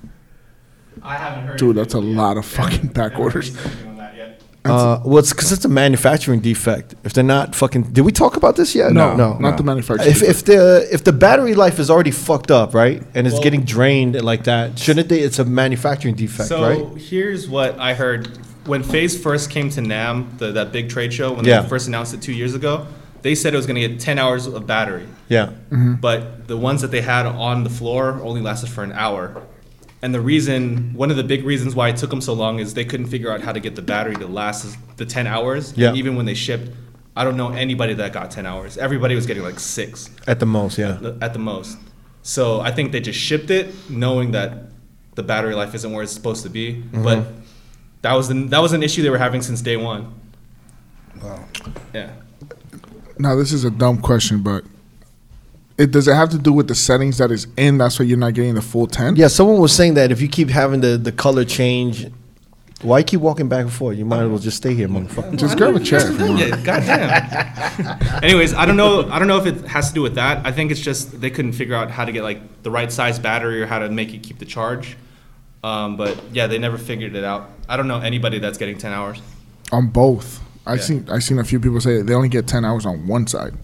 S10: I haven't heard.
S3: Dude, that's a lot of fucking back orders.
S10: on that yet.
S2: Uh, well, it's because it's a manufacturing defect. If they're not fucking, did we talk about this yet?
S3: No, not the manufacturing
S2: If, if the if the battery life is already fucked up, right, and it's getting drained like that, shouldn't they? It's a manufacturing defect,
S10: So
S2: right?
S10: here's what I heard when Phase first came to Nam, the, that big trade show when
S2: Yeah.
S10: they first announced it two years ago. They said it was going to get 10 hours of battery,
S2: Yeah.
S10: but the ones that they had on the floor only lasted for an hour. And the reason, one of the big reasons why it took them so long is they couldn't figure out how to get the battery to last as- the 10 hours. And
S2: Yeah.
S10: even when they shipped, I don't know anybody that got 10 hours. Everybody was getting like six
S2: At the most, yeah.
S10: the- at the most. So I think they just shipped it, knowing that the battery life isn't where it's supposed to be. But that was the, that was an issue they were having since day one.
S4: Wow.
S10: Yeah.
S3: Now this is a dumb question, but it does it have to do with the settings that is in? That's why you're not getting the full ten.
S2: Yeah. Someone was saying that if you keep having the the color change, why keep walking back and forth? You might as well just stay here, motherfucker.
S3: Just grab a chair. If you want.
S10: Yeah. Goddamn. Anyways, I don't know. I don't know if it has to do with that. I think it's just they couldn't figure out how to get like the right size battery or how to make it keep the charge. Um, but yeah, they never figured it out. I don't know anybody that's getting ten hours.
S3: On both, I
S10: Yeah.
S3: seen I seen a few people say they only get ten hours on one side.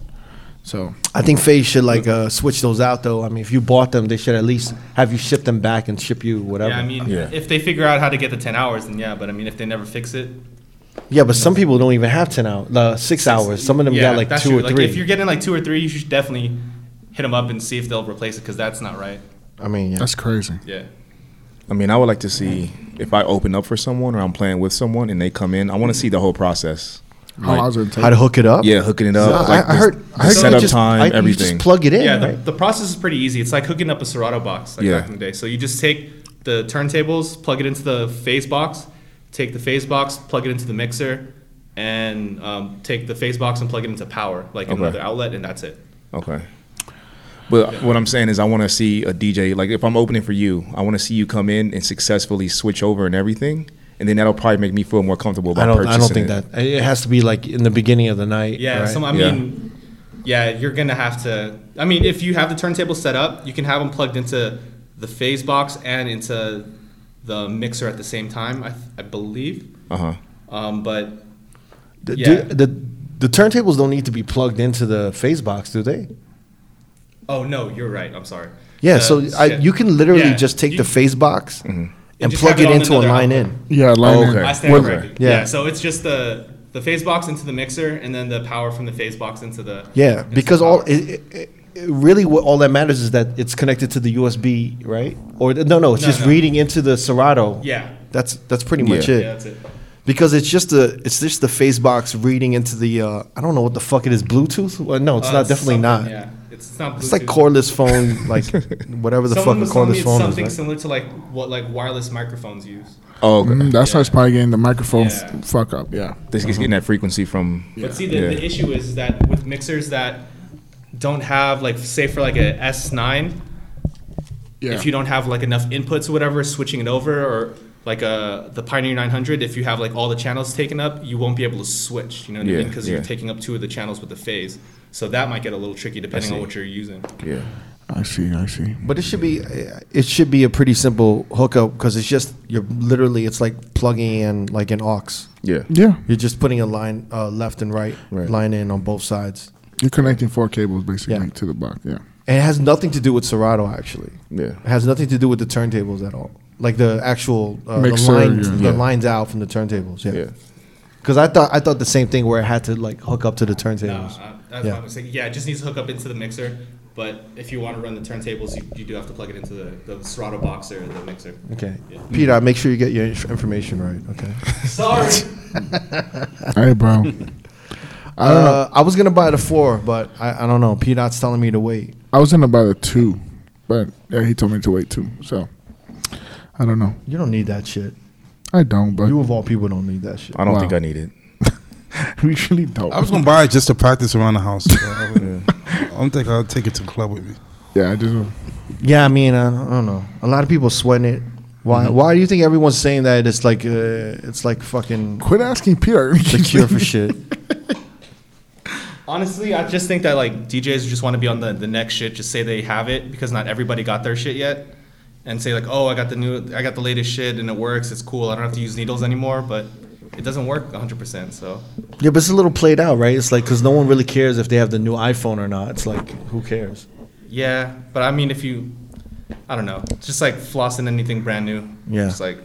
S3: So
S2: I think Phase should like uh, switch those out though. I mean, if you bought them, they should at least have you ship them back and ship you whatever.
S10: Yeah, I mean,
S1: Yeah.
S10: if they figure out how to get the ten hours, then yeah. But I mean, if they never fix it,
S2: Yeah, but some people don't even have ten hours, uh, six hours. Some of them got like
S10: that's
S2: two
S10: true.
S2: or three.
S10: Like, if you're getting like two or three, you should definitely hit them up and see if they'll replace it because that's not right.
S2: I mean, yeah.
S3: that's crazy.
S10: Yeah.
S1: I mean, I would like to see if I open up for someone or I'm playing with someone and they come in. I want to see the whole process.
S3: How long is it take?
S2: how to hook it up?
S1: Yeah, hooking it up.
S2: I,
S1: like
S2: I
S1: the-
S2: heard.
S1: the
S2: I heard you
S1: setup
S2: just-
S1: time,
S2: I- You
S1: everything.
S2: just plug it in.
S10: Yeah, the,
S2: right?
S10: the process is pretty easy. It's like hooking up a Serato box like
S1: Yeah.
S10: back in the day. So you just take the turntables, plug it into the phase box, take the phase box, plug it into the mixer, and um, take the phase box and plug it into power, like
S1: Okay.
S10: another outlet, and that's it.
S1: Okay. But what I'm saying is, I want to see a DJ. Like, if I'm opening for you, I want to see you come in and successfully switch over and everything, and then that'll probably make me feel more comfortable about
S2: I don't. I
S1: purchasing
S2: don't think
S1: it.
S2: that it has to be like in the beginning of the night.
S10: Yeah,
S2: right?
S10: so I
S1: Yeah.
S10: mean, yeah. you're gonna have to. I mean, if you have the turntable set up, you can have them plugged into the phase box and into the mixer at the same time. I, th- I believe.
S1: Uh huh.
S10: Um, but
S2: the,
S10: yeah.
S2: do- the the turntables don't need to be plugged into the phase box, do they?
S10: oh no, you're right. I'm sorry.
S2: Yeah.
S10: Uh,
S2: so I,
S10: yeah.
S2: you can literally
S10: Yeah,
S2: just take
S10: you-
S2: the phase
S1: Mm-hmm.
S2: box and
S10: just
S2: plug
S10: have
S2: it
S10: it on
S2: into a
S10: another
S2: line
S10: outlet.
S2: in.
S3: Yeah, line
S1: Oh,
S3: in.
S1: okay.
S10: I stand
S3: What-
S10: corrected.
S2: Yeah.
S10: Yeah. So it's just the the phase box into the mixer and then the power from the phase box into the
S2: Yeah,
S10: into the
S2: because all
S10: power.
S2: it, it, it, really what all that matters is that it's connected to the USB, right? Or the- no, no, it's
S10: No,
S2: just
S10: no.
S2: reading into the Serato.
S10: Yeah.
S2: that's that's pretty much
S1: Yeah.
S2: it.
S10: yeah, that's it.
S2: Because it's just the it's just the phase box reading into the uh, I don't know what the fuck it is Bluetooth. Well, no, it's
S10: Uh,
S2: not definitely not.
S10: something, Yeah, it's, it's not.
S2: It's like
S10: Bluetooth.
S2: cordless phone, like whatever the
S10: Someone was
S2: fuck a
S10: telling me
S2: cordless
S10: it's
S2: phone
S10: something
S2: is. Right?
S10: similar to like what like wireless microphones use.
S1: Oh, okay.
S3: Mm, that's how it's probably getting the microphone f-
S10: Yeah.
S3: fuck up. Yeah.
S1: This is getting that frequency from.
S10: But see, the,
S1: Yeah.
S10: the issue is that with mixers that don't have like, say, for like a S9,
S3: Yeah.
S10: if you don't have like enough inputs or whatever, switching it over or like uh, the Pioneer 900, if you have like all the channels taken up, you won't be able to switch. You know what I
S1: Yeah,
S10: mean? Because
S1: yeah.
S10: you're taking up two of the channels with the phase. So that might get a little tricky depending on
S1: see.
S10: what you're using.
S1: Yeah.
S3: I see. I see.
S2: But it should be uh, it should be a pretty simple hookup because it's just you're literally it's like plugging in like an aux.
S1: Yeah.
S3: Yeah,
S2: You're just putting a line uh, left and right,
S1: Right.
S2: line in on both sides.
S3: you're connecting four cables basically
S2: Yeah.
S3: to the box. Yeah.
S2: And it has nothing to do with Serato actually.
S1: Yeah.
S2: It has nothing to do with the turntables at all. Like the actual uh,
S3: Mixer,
S2: the lines
S3: yeah.
S2: the
S1: Yeah.
S2: lines out from the turntables. Yeah.
S1: Yeah.
S2: Cuz I thought I thought the same thing where it had to like hook up to the
S10: No,
S2: turntables.
S10: uh, that's
S2: Yeah.
S10: what I was saying. Yeah, it just needs to hook up into the mixer. But if you want to run the turntables, you, you do have to plug it into the, the Serato box or the mixer.
S2: Okay. Peter, make sure you get your inf- information right, okay?
S10: Sorry.
S3: Hey, bro.
S2: Uh, I was gonna buy the four, but I, I don't know. P Dot's telling me to wait.
S3: I was in about a two, but yeah, he told me to wait too. So I don't know.
S2: You don't need that shit.
S3: I don't, but
S2: You of all people don't need that shit.
S1: I don't
S3: Wow.
S1: think I need it.
S3: we really don't.
S4: I was gonna buy it just to practice around the house. but I, would, I don't think I'll take it to the club with me.
S3: yeah, I just
S2: Yeah, I mean, I don't, I don't know. A lot of people sweating it. Why? Why do you think everyone's saying that? It's like uh, it's like fucking
S3: quit asking Peter.
S2: the cure for shit.
S10: Honestly, I just think that like DJs just want to be on the, the next shit. Just say they have it because not everybody got their shit yet, and say like, oh, I got the new, I got the latest shit and it works. It's cool. I don't have to use needles anymore. But it doesn't work 100%. So
S2: Yeah, but it's a little played out, right? It's like because no one really cares if they have the new iPhone or not. It's like who cares?
S10: yeah, but I mean, if you, I don't know, it's just like flossing anything brand new.
S2: Yeah.
S10: Just like,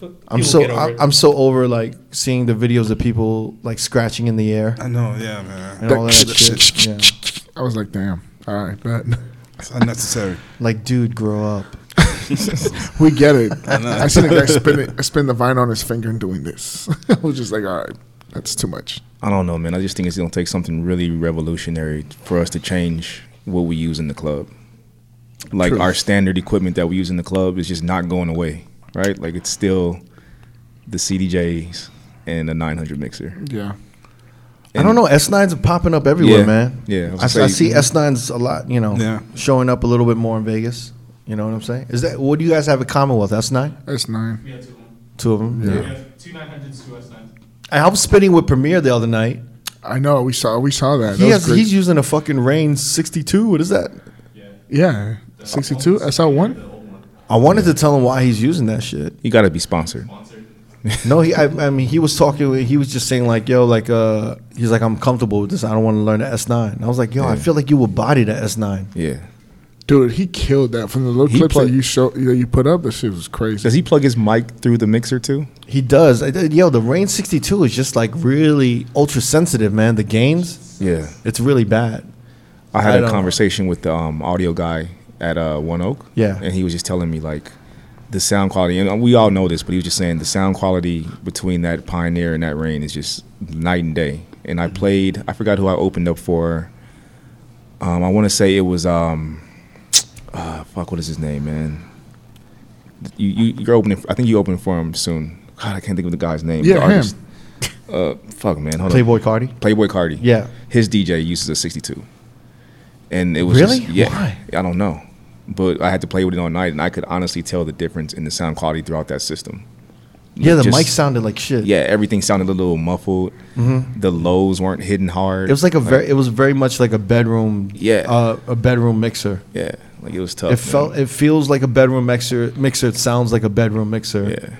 S2: I'm
S10: people
S2: so
S10: get over
S2: I,
S10: it.
S2: I'm so over like seeing the videos of people like scratching in the air.
S4: I know, yeah, man.
S2: And all that shit. Yeah.
S3: I was like, damn. All right, but
S4: It's unnecessary.
S2: Like, dude, grow up.
S3: we get it.
S4: I know.
S3: I seen a guy spin it, spin the vine on his finger and doing this. I was just like, all right, that's too much.
S1: I don't know, man. I just think it's gonna take something really revolutionary for us to change what we use in the club. Like
S3: True.
S1: our standard equipment that we use in the club is just not going away, right? Like it's still the CDJs and the 900 mixer.
S3: Yeah.
S2: I don't know. S nines are popping up everywhere,
S1: Yeah.
S2: man.
S1: Yeah, I
S2: I,
S1: was
S2: I
S1: gonna say-
S2: see S nines a lot. You know,
S4: Yeah.
S2: showing up a little bit more in Vegas. You know what I'm saying? Is that what do you guys have in common with S nine?
S3: That's nine.
S10: yeah, two,
S2: Two of them.
S10: yeah. two 900s, two S9s.
S2: I was spinning with Premier the other night.
S3: I know. We saw. We saw that. that
S2: He
S3: was
S2: has,
S3: great.
S2: he's using a fucking Rain 62. What is that?
S3: yeah. Sixty-two. SL one.
S2: I wanted to tell him why he's using that shit.
S1: You gotta be sponsored.
S2: No, he. I, I mean, he was talking. He was just saying like, "Yo, like, uh, he's like, I'm comfortable with this. I don't want to learn the S9." And I was like, "Yo, I feel like you would body the S9."
S1: Yeah.
S3: Dude, he killed that from the little
S1: He
S3: clips
S1: played-
S3: that you show that you put up. That shit was crazy.
S1: Does he plug his mic through the mixer too?
S2: He does. I- Yo, the Rain 62 is just like really ultra sensitive, man. The gains,
S1: Yeah.
S2: it's really bad.
S1: I had
S2: I
S1: a
S2: don't-
S1: conversation with the um, audio guy at uh, One Oak.
S2: Yeah.
S1: And he was just telling me, like, the sound quality, and we all know this, but he was just saying the sound quality between that Pioneer and that Rain is just night and day. And I played, I forgot who I opened up for. Um, I want to say it was, um, uh, fuck, what is his name, man? You, you, you're opening, I think you opening for him soon. God, I can't think of the guy's name.
S3: Yeah,
S1: the
S3: him.
S1: artist. Uh, fuck, man. Hold on.
S2: Playboy Cardi.
S1: Playboy Cardi.
S2: Yeah.
S1: His DJ uses a 62. And it was
S2: Really?
S1: just, yeah.
S2: Why?
S1: I don't know. But I had to play with it all night and I could honestly tell the difference in the sound quality throughout that system.
S2: Yeah, the
S1: Just-
S2: mic sounded like shit.
S1: Yeah, everything sounded a little muffled. The lows weren't hidden hard.
S2: Mm-hmm. It was like a very. It was very much like a bedroom.
S1: Yeah.
S2: Uh, a bedroom mixer.
S1: yeah, like it was tough.
S2: it felt. It feels like a bedroom mixer. Mixer. It sounds like a bedroom mixer.
S1: yeah.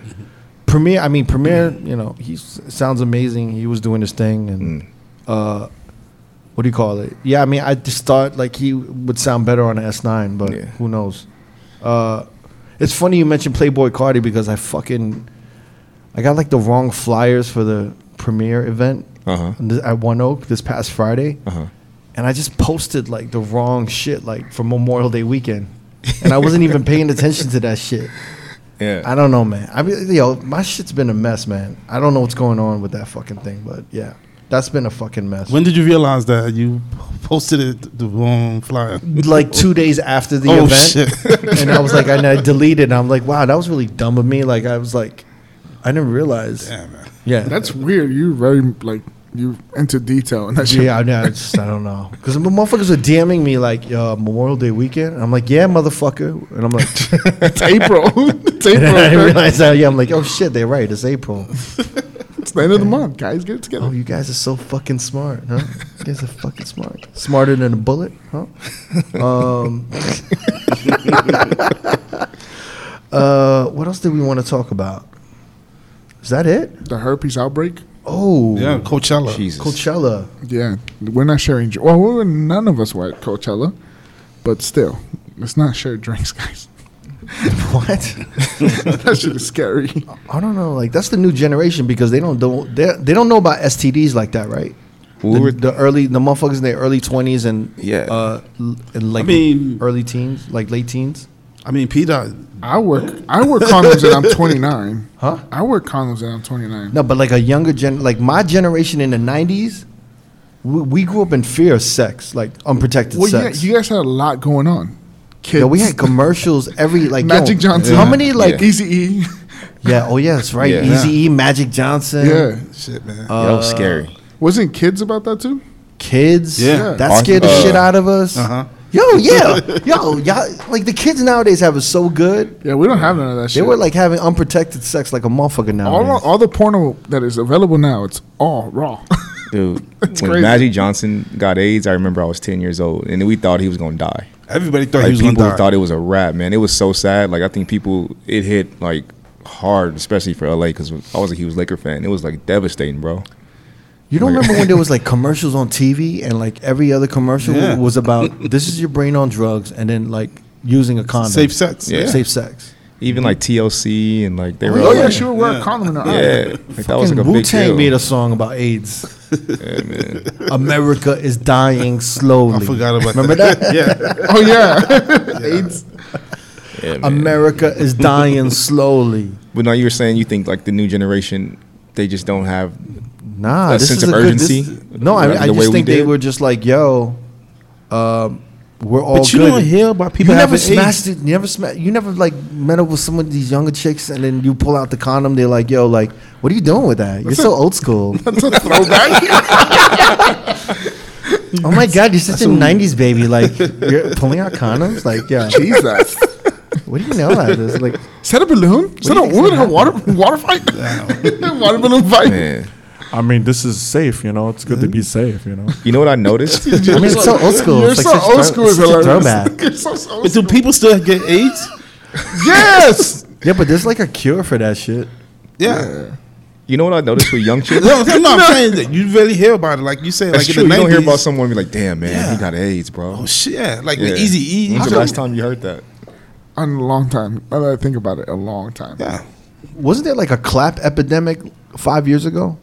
S2: Premier, I mean Premier,
S1: Mm.
S2: you know, he s- sounds amazing. He was doing his thing, and uh, what do you call it? Yeah, I mean, I just thought like he would sound better on an S9, but
S1: Yeah.
S2: who knows? Uh, it's funny you mentioned Playboy Cardi because I fucking I got like the wrong flyers for the Premier event
S1: Uh-huh.
S2: th- at One Oak this past Friday,
S1: Uh-huh.
S2: and I just posted like the wrong shit like for Memorial Day weekend, and I wasn't even paying attention to that shit.
S1: Yeah.
S2: I don't know, man. I mean, yo, my shit's been a mess, man. I don't know what's going on with that fucking thing, but yeah, that's been a fucking mess.
S4: When did you realize that you posted it the wrong flyer?
S2: like two days after the
S4: Oh,
S2: event,
S4: shit.
S2: and I was like, and I deleted. And I'm like, wow, that was really dumb of me. Like, I was like, I didn't realize.
S4: Yeah, man.
S2: Yeah,
S3: That's weird. You very like you into detail and that shit.
S2: yeah. I, know, I just I don't know because motherfuckers were DMing me like uh, Memorial Day weekend. And I'm like, yeah, motherfucker, and I'm like,
S3: It's April. it's
S2: and
S3: April.
S2: I didn't
S3: man.
S2: realize that. Yeah, I'm like, oh shit, they're right. It's April.
S3: It's the end of the month, guys. Get it together.
S2: Oh, you guys are so fucking smart, huh? You guys are fucking smart. Smarter than a bullet, huh? Um, uh, what else did we want to talk about? Is that it?
S3: The herpes outbreak.
S2: Oh,
S4: Yeah, Coachella.
S1: Jesus.
S2: Coachella.
S3: Yeah, we're not sharing. dr- Well, we were, none of us were at Coachella, but still, let's not share drinks, guys.
S2: What?
S3: that shit is scary.
S2: I don't know. Like that's the new generation because they don't don't they, they don't know about STDs like that, right?
S1: We
S2: the,
S1: were-
S2: the early the motherfuckers in their early twenties and
S1: Yeah.
S2: uh, l- and like
S4: mean-
S2: early teens, like late teens.
S4: I mean, P Dot.
S3: I work. I wear condoms and I'm 29.
S2: Huh?
S3: I wear condoms and I'm 29.
S2: No, but like a younger gen, like my generation in the '90s, we, we grew up in fear of sex, like unprotected
S3: well, yeah,
S2: sex.
S3: you guys had a lot going on. Kids.
S2: Yo, we had commercials every like yo,
S3: Magic Johnson.
S2: How many like?
S1: Yeah.
S2: Yeah.
S3: Easy E.
S2: oh yeah, that's right.
S1: Yeah.
S2: Easy E, Magic Johnson.
S3: Yeah.
S4: Shit, man.
S2: Uh,
S1: Yeah, that was scary.
S3: Wasn't kids about that too?
S2: Kids.
S4: Yeah.
S2: That
S1: Ar-
S2: scared the
S1: uh,
S2: shit out of us.
S4: Uh-huh.
S2: Yo, yeah, yo, y'all, like the kids nowadays have it so good.
S3: Yeah, we don't have none of that
S2: They
S3: shit.
S2: were like having unprotected sex like a motherfucker now.
S3: all, all the porno that is available now. It's all raw.
S1: Dude, when
S3: crazy.
S1: Magic Johnson got AIDS, I remember I was 10 years old and we thought he was going to die.
S4: Everybody thought
S1: Like
S4: he was
S1: people
S4: gonna die.
S1: thought it was a rap, man. It was so sad. Like I think people, it hit like hard, especially for LA, because I was a huge Laker fan. It was like devastating, bro.
S2: You don't
S1: Like-
S2: remember when there was like commercials on TV and like every other commercial
S1: Yeah.
S2: was about this is your brain on drugs and then like using a condom.
S1: Safe sex, yeah.
S2: Safe sex.
S1: Even like TLC and like they
S2: Oh,
S1: were.
S2: yeah,
S1: all, like,
S2: she would
S3: wear a condom in her eye.
S1: Yeah, like, that was like a
S2: Wu
S1: big
S2: Tang
S1: deal.
S2: made a song about AIDS.
S1: Yeah, man.
S2: America is dying slowly.
S1: I forgot about
S2: Remember
S1: that.
S2: that?
S1: Yeah.
S3: Oh, yeah. AIDS.
S1: Yeah, man.
S2: America is dying slowly.
S1: But now you were saying you think like the new generation, they just don't have
S2: Nah,
S1: a
S2: this
S1: sense of
S2: is a good- this-
S1: urgency.
S2: no,
S1: the
S2: I, I
S1: way
S2: just
S1: we
S2: think they
S1: did?
S2: were just like, yo, um, we're all
S4: But you
S2: good.
S4: don't hear about people
S2: You never
S4: having
S2: smashed it. You never sma- You never like met up with some of these younger chicks, and then you pull out the condom. They're like, yo, like, what are you doing with that? You're so old school. oh my god, you're such a '90s baby. Like, you're pulling out condoms. Like, yeah,
S3: Jesus.
S2: What do you know about this? Like,
S3: Is that a balloon? Is that a woman in a water water fight? water balloon fight.
S11: I mean, this is safe. You know, it's good to be safe. You know.
S1: You know what I noticed? I
S2: mean, it's so old school.
S3: You're
S2: It's
S3: so
S2: like such
S3: old
S2: throw-
S3: school. is
S2: such a
S3: hilarious.
S2: throwback.
S3: You're so old
S4: But do people still get AIDS?
S3: Yes.
S2: yeah, but there's like a cure for that shit.
S4: Yeah.
S1: You know what I noticed with young chicks?
S4: No, no, no, I'm saying that you really hear about it. Like you say,
S1: That's
S4: like
S1: true.
S4: in
S1: You
S4: the 90s.
S1: don't hear about someone be like, "Damn man, he got AIDS, bro."
S4: Oh, shit, yeah. Like E. with Eazy-E.
S1: When's
S4: I
S1: the
S4: don't-
S1: last time you heard that?
S3: On a long time. Now that I think about it, a long time. Yeah.
S2: Wasn't there like a clap epidemic five years ago?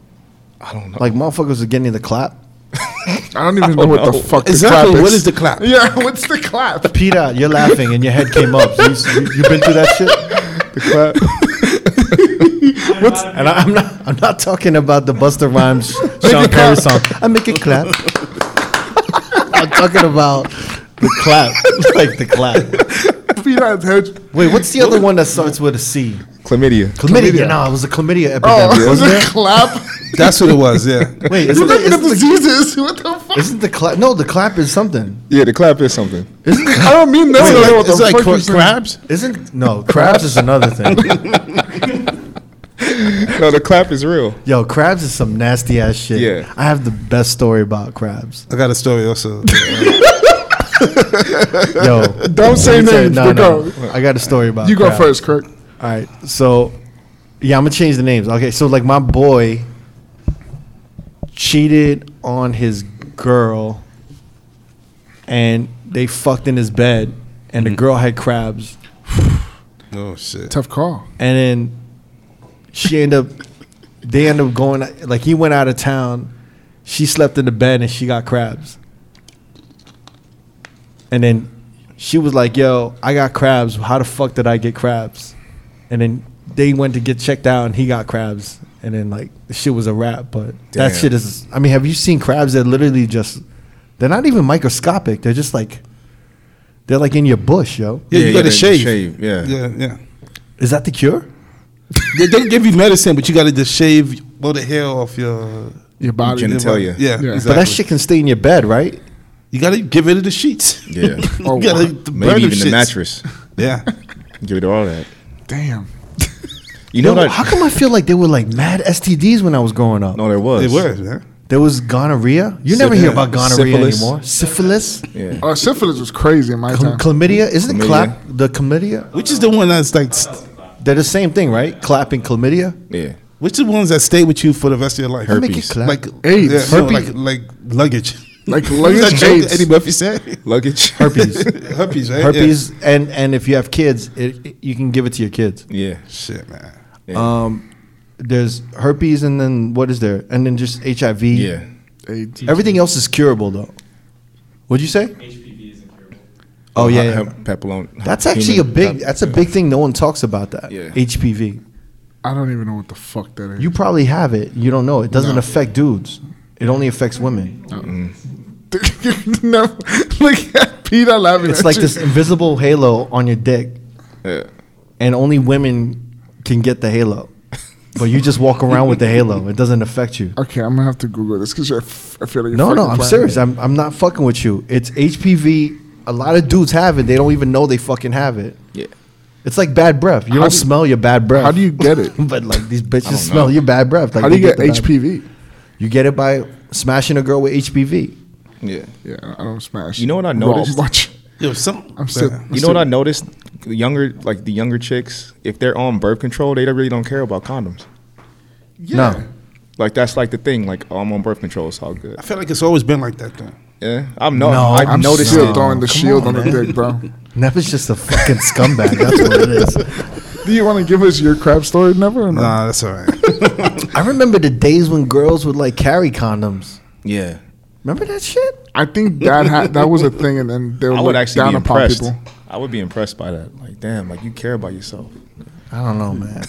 S1: I don't know.
S2: Like motherfuckers are getting the clap.
S3: I don't even know what the fuck the
S2: Exactly,
S3: clap
S2: what is the clap?
S3: Yeah, what's the clap?
S2: Peter, you're laughing and your head came up. You, you, you been through that shit? What's, and I, I'm not. I'm not talking about the Buster Rhymes Sean Perry song. I make it clap. I'm talking about the clap, like the clap.
S3: Peter's head.
S2: Wait, what's the other one that starts with a C?
S1: Chlamydia.
S2: Chlamydia. No, it was a chlamydia
S3: Oh,
S2: epidemic.
S3: is
S2: wasn't
S3: it
S2: it?
S3: clap?
S4: That's what it was. Yeah.
S2: Wait,
S3: You're
S2: isn't, it,
S3: looking at
S2: isn't,
S3: diseases. What the fuck?
S2: isn't the clap? No, the clap is something.
S1: Yeah, the clap is something.
S3: I don't mean that.
S2: Wait,
S3: I don't know what
S2: it's
S3: the
S2: like
S3: fuck
S2: cra-
S3: you're saying.
S4: crabs?
S2: Isn't no crabs is another thing.
S1: No, the clap is real.
S2: Yo, crabs is some nasty ass shit.
S1: Yeah.
S2: I have the best story about crabs.
S4: I got a story also.
S2: Yo,
S3: Don't say
S2: let me tell you-
S3: names, but go.
S2: I got a story about
S3: You go
S2: crabs.
S3: first, Kirk.
S2: All right, so yeah, I'm gonna change the names. Okay, so like my boy cheated on his girl, and they fucked in his bed, and
S3: Mm.
S2: the girl had crabs,
S4: oh shit.
S3: Tough call.
S2: and then she ended up they ended up going like he went out of town she slept in the bed and she got crabs and then she was like yo i got crabs how the fuck did i get crabs and then they went to get checked out and he got crabs and then like the shit was a wrap but
S1: Damn.
S2: that shit is i mean have you seen crabs that literally just they're not even microscopic they're just like they're like in your bush yo
S4: Yeah,
S1: Yeah,
S4: you got
S1: yeah,
S4: to shave.
S1: shave, yeah.
S4: Yeah, yeah.
S2: is that the cure
S4: They, they give you medicine, but you got to just shave all the hair off your.
S3: Your body.
S1: Your genitalia.
S4: Yeah,
S3: Yeah.
S4: exactly.
S2: but that shit can stay in your bed right
S4: you got to give it to the sheets.
S1: Yeah.
S3: Or
S4: you gotta
S3: what?
S4: burn
S1: Maybe
S4: them
S1: even the
S4: shits.
S1: mattress.
S4: Yeah.
S1: Give it all that.
S3: Damn.
S1: You know
S2: Yo,
S1: what?
S2: how
S1: I,
S2: come I feel like there were like mad STDs when I was growing up?
S1: no, there was.
S4: It was, yeah.
S2: There was gonorrhea. You never hear about gonorrhea
S1: Syphilis.
S2: anymore. Syphilis,
S1: Yeah.
S3: Uh, syphilis was crazy in my
S2: Chlam-
S3: time.
S2: chlamydia. Isn't it
S1: Chlamydia.
S2: clap the chlamydia?
S4: Which is the one that's like, st-
S2: They're the same thing, right? Clap and chlamydia.
S1: Yeah.
S4: which is the ones that stay with you for the rest of your life?
S1: Herpes.
S2: Make it clap.
S4: Like,
S3: AIDS.
S4: yeah, no,
S3: Herpes.
S4: like, like luggage.
S3: Like
S4: What's that
S3: luggage
S4: joke
S3: AIDS.
S4: that Eddie Murphy said?
S1: Luggage.
S2: herpes.
S4: herpes, right?
S2: herpes, and and if you have kids, it, it- you can give it to your kids.
S1: Yeah.
S4: Yeah. Shit, man.
S2: Um, there's herpes, and then what is there? And then just HIV.
S1: Yeah.
S3: AIDS.
S2: Everything else is curable, though. What'd you say?
S10: HPV is incurable.
S2: Oh yeah,
S1: He-
S2: yeah.
S1: he- Papillon.
S2: That's actually a
S1: human
S2: big.
S1: pap-
S2: That's a big thing. No one talks about that.
S1: Yeah.
S2: HPV.
S3: I don't even know what the fuck that is.
S2: You probably have it. You don't know. It doesn't affect dudes. It only affects women.
S3: no, look at Peter laughing.
S2: It's
S3: at
S2: like
S3: you.
S2: this invisible halo on your dick,
S1: Yeah.
S2: and only women can get the halo. But you just walk around with the halo. It doesn't affect you.
S3: Okay, I'm gonna have to Google this because I feel like you're
S2: No, no,
S3: fucking
S2: I'm
S3: playing.
S2: serious. I'm, I'm not fucking with you. It's HPV. A lot of dudes have it. They don't even know they fucking have it.
S1: Yeah.
S2: It's like bad breath. You don't
S3: do you-
S2: smell your bad breath.
S3: How do you get it?
S2: But like these bitches
S1: know.
S2: smell your bad breath. Like
S3: How do you
S2: they
S3: get
S2: the bad-
S3: HPV?
S2: You get it by smashing a girl with HPV.
S1: Yeah.
S3: Yeah, I don't smash.
S1: You know what I
S3: raw
S1: noticed?
S3: Much.
S4: Yo, some,
S3: I'm still.
S4: Yeah.
S1: You know what I noticed the younger like the younger chicks, if they're on birth control, they don't- really don't care about condoms.
S12: Yeah. No.
S1: Like that's like the thing. Like oh, I'm on birth control, it's all good.
S4: I feel like it's always been like that, though.
S1: Yeah, I've no,
S2: No,
S1: I've
S2: I'm
S1: noticed
S2: still
S1: it.
S2: throwing the
S1: Come
S2: shield on
S1: man.
S2: the dick, bro. Neva's just a fucking scumbag. That's what it is.
S3: Do you want to give us your crap story, Never? Or no?
S4: Nah, that's all right.
S2: I remember the days when girls would like carry condoms.
S1: Yeah,
S2: Remember that shit?
S3: I think that ha- that was a thing, and then they were
S1: I would
S3: look
S1: actually
S3: down
S1: be
S3: upon
S1: impressed.
S3: people.
S1: I would be impressed by that. Like damn, like you care about yourself.
S2: I don't know, man.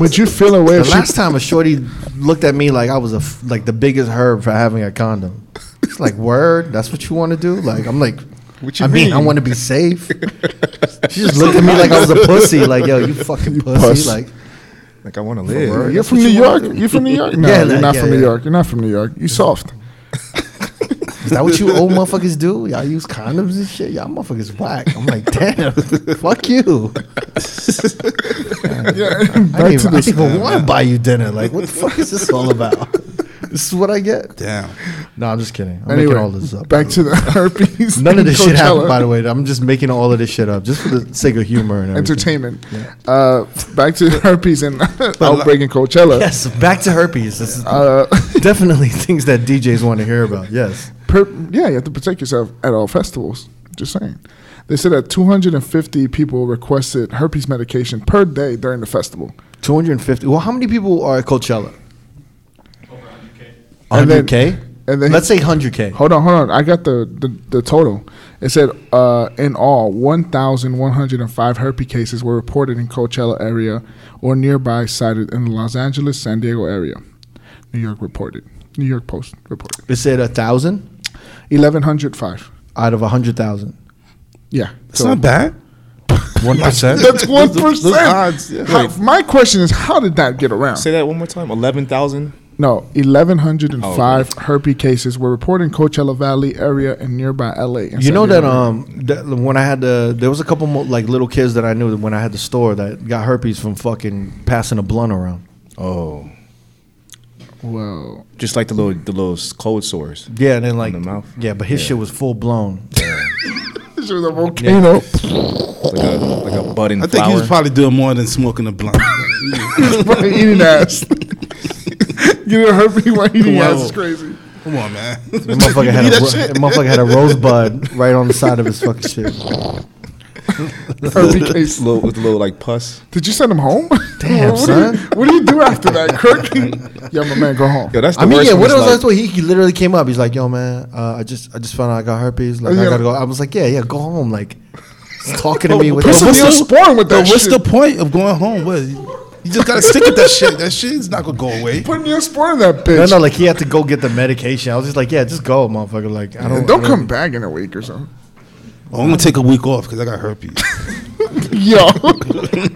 S3: Would you feel away
S2: The
S3: if she
S2: last time a shorty looked at me like I was a f- like the biggest herb for having a condom. It's like word. That's what you want to do. Like I'm like.
S1: What you
S2: I mean, I
S1: mean?
S2: want to be safe. she just looked at me like I was a pussy. Like, yo, you fucking pussy.
S3: puss.
S2: Like,
S1: Like I want to
S3: Yeah,
S1: live.
S3: you're
S2: That's
S3: from
S2: what
S3: New
S2: you
S3: York.
S2: wanna do.
S3: You're from New York. No,
S2: Yeah,
S3: you're
S2: like,
S3: not
S2: yeah,
S3: from New
S2: yeah.
S3: York. You're not from New York. You soft.
S2: is that what you old motherfuckers do? Y'all use condoms and shit. Y'all motherfuckers whack. I'm like, damn, fuck you.
S3: yeah.
S2: I didn't
S3: Back to
S2: even, I
S3: this.
S2: didn't even want to buy you dinner. Like, what the fuck is this all about? This is what I get.
S4: Damn.
S2: No, I'm just kidding. I'm
S3: Anyway,
S2: making all this up.
S3: back to the herpes.
S2: None of
S3: and
S2: this shit happened,
S3: Coachella.
S2: by the way. I'm just making all of this shit up, just for the sake of humor and everything.
S3: Entertainment. Uh, back to herpes and outbreak in Coachella.
S2: Yes, back to herpes. This is
S3: Uh,
S2: definitely things that DJs want to hear about. Yes.
S3: per, yeah, you have to protect yourself at all festivals. Just saying. They said that 250 people requested herpes medication per day during the festival.
S2: 250. Well, how many people are at Coachella?
S3: And then-
S2: 100K?
S3: and then-
S2: Let's say 100K.
S3: Hold on, hold on. I got the the, the total. It said uh, in all, 1,105 herpes cases were reported in Coachella area or nearby, cited in the Los Angeles, San Diego area. New York reported. New York Post reported.
S2: Let's say 1,000
S3: 1,105.
S2: out of 100,000.
S3: Yeah,
S4: It's not bad.
S2: 1%?
S3: That's one
S4: odds, yeah.
S3: percent.
S4: Wait.
S3: My question is, how did that get around?
S1: Say that one more time. Eleven thousand.
S3: No, 1,105 herpes cases were reported in Coachella Valley area and nearby LA. and
S2: You
S3: San
S2: know that
S3: Diego.
S2: um that when I had the there was a couple more like little kids that I knew that when I had the store that got herpes from fucking passing a blunt around.
S1: Oh,
S3: Well,
S1: just like the little the little s- cold sores.
S2: Yeah, and then like
S1: the mouth?
S2: yeah, but his shit was full blown.
S3: this was a volcano.
S1: Like a like a budding
S4: I think
S1: flower.
S4: he was probably doing more than smoking a blunt.
S3: Fucking eating ass. you know, herpes while eating ass is crazy.
S4: Come on, man.
S2: That motherfucker had a ro- that motherfucker had a rosebud right on the side of his fucking shit.
S3: Herpes case.
S1: little, with a little like pus.
S3: Did you send him home?
S2: Damn,
S3: what,
S2: son.
S3: Do you, what do you do after that, Kirk? yeah, my man, go home.
S1: Yo, that's the
S2: I mean,
S1: worst.
S2: yeah,
S1: when
S2: what
S1: it's
S2: else?
S1: like-
S2: that's what he, he literally came up. He's like, "Yo, man, uh, I just I just found out I got herpes. Like, I
S3: Yeah.
S2: gotta go." I was like, "Yeah, yeah, go home." Like, he's talking to me with
S3: Put
S2: this.
S3: some Neosporin with that
S4: But what's
S3: shit.
S4: the point of going home? What? You just gotta stick with that shit. That shit's not gonna go away.
S3: Put Neosporin in that bitch.
S2: No, no, like he had to go get the medication. I was just like, "Yeah, just go, motherfucker." Like, I don't
S3: don't,
S2: I
S3: come back in a week or something.
S4: Oh, I'm gonna take a week off because I got herpes.
S3: Yo.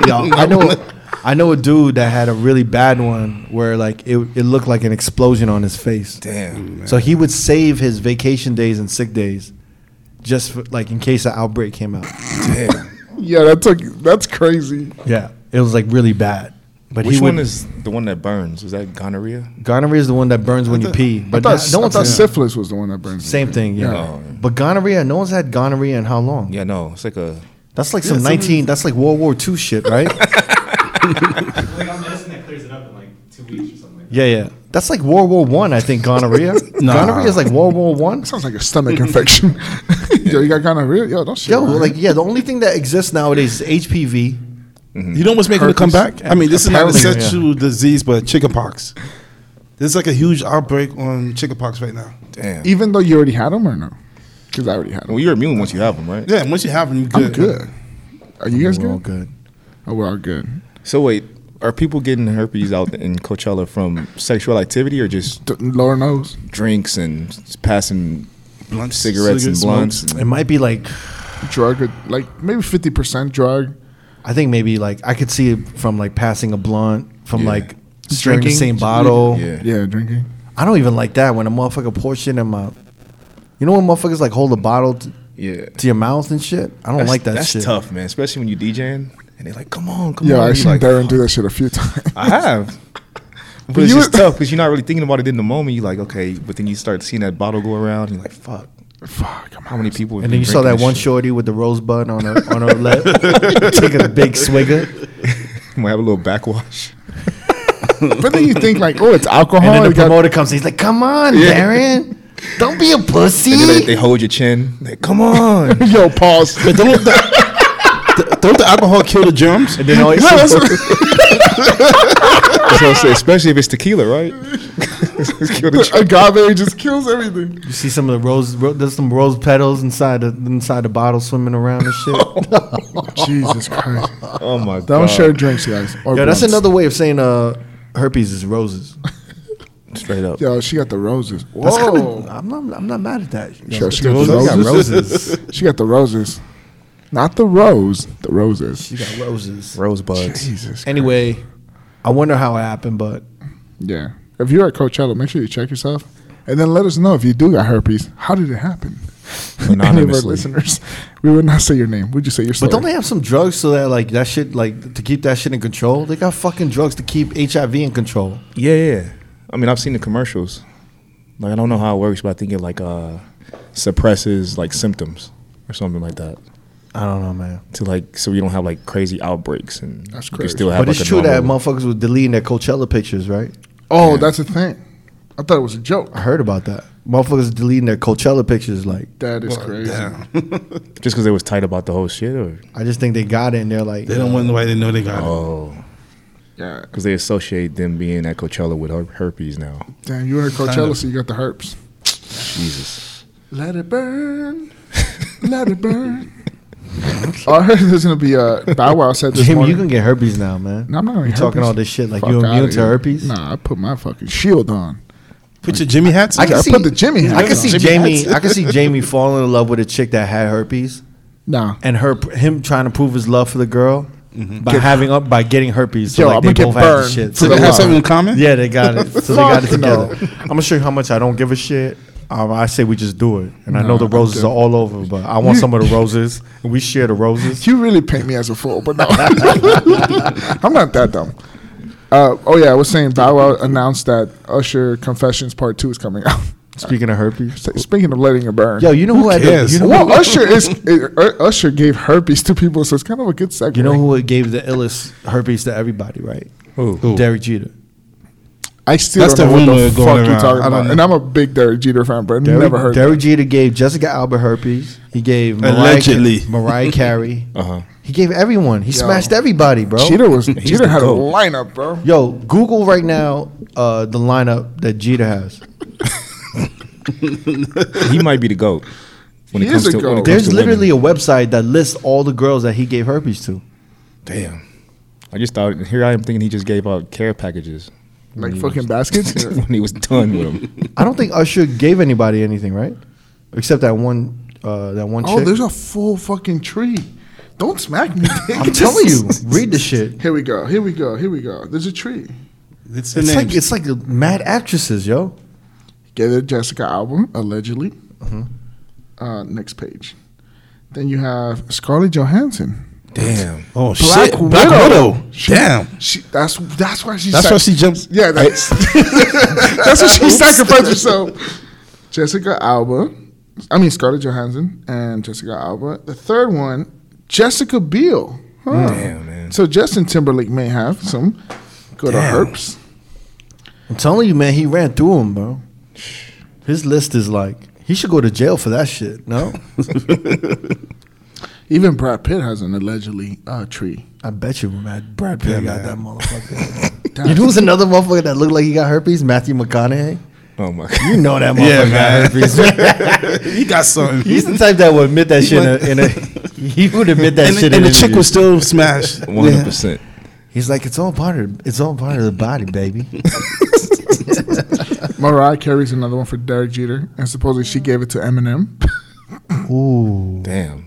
S2: Yo, I know, I know a dude that had a really bad one where like it, it looked like an explosion on his face.
S1: Damn.
S2: So he would save his vacation days and sick days, just for, like in case an outbreak came out.
S3: yeah, that took, that's crazy.
S2: Yeah, it was like really bad. But
S1: Which
S2: he
S1: one
S2: would,
S1: is the one that burns? Is that gonorrhea?
S2: gonorrhea is the one that burns when you pee. But
S3: I
S2: no-
S3: thought,
S2: no
S3: I
S2: one's had
S3: thought syphilis was the one that burns.
S2: same thing. Yeah.
S1: Yeah.
S2: But gonorrhea, no one's had gonorrhea in how long?
S1: Yeah, no, it's like a
S2: That's like some nineteen. That's like World War II shit, right?
S10: Like on medicine that clears it up in like two weeks or something. Like
S2: yeah, yeah. That's like World War One. I, think gonorrhea. Gonorrhea is like World War One.
S3: Sounds like a stomach infection. yo, you got gonorrhea? Yo, don't shit.
S2: Yo,
S3: on me.
S2: like yeah, the only thing that exists nowadays is HPV.
S4: You know what's making it come back? I mean, this is not a
S2: Apparently, yeah.
S4: sexual disease, but chickenpox. There's like a huge outbreak on chickenpox right now.
S1: damn.
S3: even though you already had them or no? Because I already had them.
S1: Well, you're immune once you have them, right?
S4: Yeah, once you have them, you're
S3: I'm
S4: good.
S3: good. Are you guys good?
S2: good.
S3: Oh, we're all good.
S1: So wait, are people getting herpes out in Coachella from sexual activity or just
S3: D- lower nose.
S1: drinks and s- passing
S4: Blunts,
S1: cigarettes and
S4: cigarette
S1: blunts?
S4: smokes.
S2: It might be like
S3: drug, like maybe fifty percent drug.
S2: I think maybe like I could see it from like passing a blunt from
S1: Yeah.
S2: like drinking the
S3: Drinking.
S2: same bottle.
S1: Yeah.
S3: Yeah, drinking.
S2: I don't even like that when a motherfucker pours shit in my. You know when motherfuckers like hold a bottle t-
S1: Yeah.
S2: to your mouth and shit. I don't
S1: That's-
S2: like that
S1: That's
S2: shit.
S1: tough, man. Especially when you DJing and they're like, "Come on, come
S3: Yeah,
S1: on."
S3: I
S1: You
S3: seen
S1: like,
S3: Darren do that shit a few times.
S1: I have. But it's
S3: you-
S1: just tough because you're not really thinking about it in the moment. You're like, okay, but then you start seeing that bottle go around. And you're like, fuck. Fuck, how many people? have been
S2: And then you saw
S1: drinking
S2: that
S1: this
S2: one
S1: shit?
S2: shorty with the rosebud on her on her lip, taking a big swigger.
S1: Might have a little backwash.
S3: but then you think like, oh, it's alcohol.
S2: And then the
S3: you got-
S2: promoter comes. He's like, "Come on,
S3: Yeah.
S2: Darren, don't be a
S1: And then they,
S2: pussy."
S1: they hold your chin. Like, come on.
S3: Yo, pause.
S4: But don't the, the- don't the alcohol kill the germs?
S2: And then all
S1: Yeah, that's what- That's what I'm saying, especially if it's tequila, right? Kill the germ.
S3: agave just kills everything.
S2: you see some of the rose. Ro- there's some rose petals inside the inside the bottle swimming around and shit.
S3: Oh, Jesus Christ!
S1: oh my god.
S3: Don't share drinks, guys. Or
S2: Yo, that's
S3: blunts.
S2: another way of saying uh, herpes is roses.
S1: Straight up.
S3: Yo, she got the roses. Whoa.
S2: That's kinda, I'm not. I'm not mad at that. You know?
S3: Sure, she got the
S2: She
S3: roses.
S2: got roses.
S3: She got the roses. Not the rose, the roses.
S2: she got roses.
S1: Rosebuds.
S3: Jesus.
S2: Anyway, I wonder how it happened, but
S3: Yeah. If you're at Coachella, make sure you check yourself. And then let us know if you do got herpes. How did it happen? Any of our
S1: Anonymously.
S3: listeners, we would not say your name. We just say your
S2: but
S3: story.
S2: don't they have some drugs so that like that shit like to keep that shit in control? They got fucking drugs to keep HIV in control.
S1: Yeah, yeah. I mean, I've seen the commercials. Like, I don't know how it works, but I think it like uh, suppresses like symptoms or something like that.
S2: I don't know, man.
S1: To like, so you don't have like crazy outbreaks and
S3: That's
S1: you can
S3: crazy.
S1: still have.
S2: But
S1: like, a
S2: it's true that
S1: normal-
S2: motherfuckers were deleting their Coachella pictures, right?
S3: oh, that's a thing. I thought it was a joke.
S2: I heard about that. Motherfuckers deleting their Coachella pictures. Like,
S3: That is crazy.
S1: just because they was tight about the whole shit, or
S2: I just think they got it and they're like,
S4: They don't want nobody to know they got it.
S1: oh,
S3: Yeah.
S1: because they associate them being at Coachella with her- herpes now.
S3: Damn, you were at
S4: Kind
S3: Coachella,
S4: of.
S3: so you got the herpes.
S1: Jesus,
S3: Let it burn. Let it burn. I heard there's gonna be a Bow Wow said this
S2: Jimmy,
S3: morning.
S2: you can get herpes now, man.
S3: No, I'm not gonna
S2: You
S3: get
S2: talking
S3: herpes.
S2: all this shit like
S3: Fuck
S2: you
S3: outta
S2: immune to
S3: here.
S2: herpes?
S3: Nah, I put my fucking shield on.
S4: Put your Jimmy hats.
S2: I
S4: on.
S2: can
S3: I
S2: see,
S3: put the Jimmy
S2: I
S3: hats
S2: can see
S3: on.
S2: Jamie. I can see Jamie falling in love with a chick that had herpes,
S3: Nah.
S2: and her him trying to prove his love for the girl by having up by getting herpes. So
S3: Yo,
S2: like
S3: I'm
S2: they
S3: gonna get
S2: both had the
S3: burned
S2: shit.
S3: for
S2: So
S4: Do
S3: the
S4: they have
S3: Wow.
S4: something in common?
S2: yeah, they got it. So they got it
S3: Fuck no.
S2: together. I'm gonna show you how much I don't give a shit. Um, I say we just do it, and I know the roses are all over, but I want some of the roses, and we share the roses.
S3: You really paint me as a fool, but no, I'm not that dumb. Uh, oh yeah, I was saying Bow Wow announced that Usher Confessions Part Two is coming out.
S2: Speaking of herpes,
S3: Speaking of letting it burn,
S2: yo, you know who, had the,
S4: cares?
S2: you know
S3: well, Usher is uh, Usher gave herpes to people, so it's kind of a good segue.
S2: You know who gave the illest herpes to everybody, right?
S1: Who?
S2: Derek Jeter.
S3: I still
S4: That's
S3: don't
S4: the
S3: know
S4: rumor
S3: what the
S4: going
S3: fuck you
S4: around.
S3: talking
S4: I don't
S3: about,
S4: know.
S3: and I'm a big Derek Jeter fan, but I
S2: Derek,
S3: never heard.
S2: Derek Jeter gave Jessica Alba herpes. He gave Mariah,
S4: Allegedly.
S2: Mariah Carey.
S1: Uh huh.
S2: He gave everyone. He smashed everybody, bro.
S3: that. Jeter was Jeter
S1: the
S3: had
S1: goat.
S3: a lineup, bro.
S2: Yo, Google right now uh, the lineup that Jeter has.
S1: He might be the goat. When
S3: He is a
S1: when
S3: goat.
S1: comes
S2: There's
S1: to women.
S2: literally a website that lists all the girls that he gave herpes to.
S1: damn. I just thought here I am thinking he just gave out care packages
S3: Like
S2: Mm.
S3: fucking baskets.
S1: when he was done with them.
S2: I don't think Usher gave anybody anything, right? Except that one, uh, that one
S3: oh,
S2: chick.
S3: there's a full fucking tree. Don't smack me. dick.
S2: I'm telling you, read the shit.
S3: Here we go. Here we go. Here we go. There's a tree.
S4: It's the
S2: It's like
S4: name.
S2: it's like mad actresses, yo.
S3: Get a Jessica album, allegedly.
S4: Mm-hmm.
S3: Uh, next page. Then you have Scarlett Johansson.
S1: Damn.
S4: Oh
S3: Black
S4: shit! Black
S3: Widow.
S4: Widow. Damn.
S3: She that's that's why she.
S4: That's
S3: sac-
S4: why she jumps.
S3: Yeah, that's that's why she sacrificed herself. Jessica Alba, I mean Scarlett Johansson and Jessica Alba. The third one, Jessica Biel. Huh.
S1: Damn, man.
S3: So Justin Timberlake may have some. Go to Herps.
S2: I'm telling you, man, he ran through him, bro. His list is like he should go to jail for that shit. No,
S3: Even Brad Pitt has an allegedly uh, tree.
S2: I bet you, man. Brad Pitt got that motherfucker.
S3: Damn.
S2: you know who's another motherfucker that looked like he got herpes? Matthew McConaughey.
S1: Oh my
S2: You
S1: god.
S2: know that
S4: Yeah,
S2: motherfucker got herpes.
S4: he got something.
S2: He's the type that would admit that shit in a. In a he would admit that
S4: and,
S2: shit.
S4: and
S2: in
S4: the chick
S2: interviews.
S4: was still smashed.
S1: One hundred percent.
S2: He's like, it's all part of it's all part of the body, baby.
S3: Mariah Carey's another one for Derek Jeter, and supposedly she gave it to Eminem.
S2: Ooh.
S1: Damn.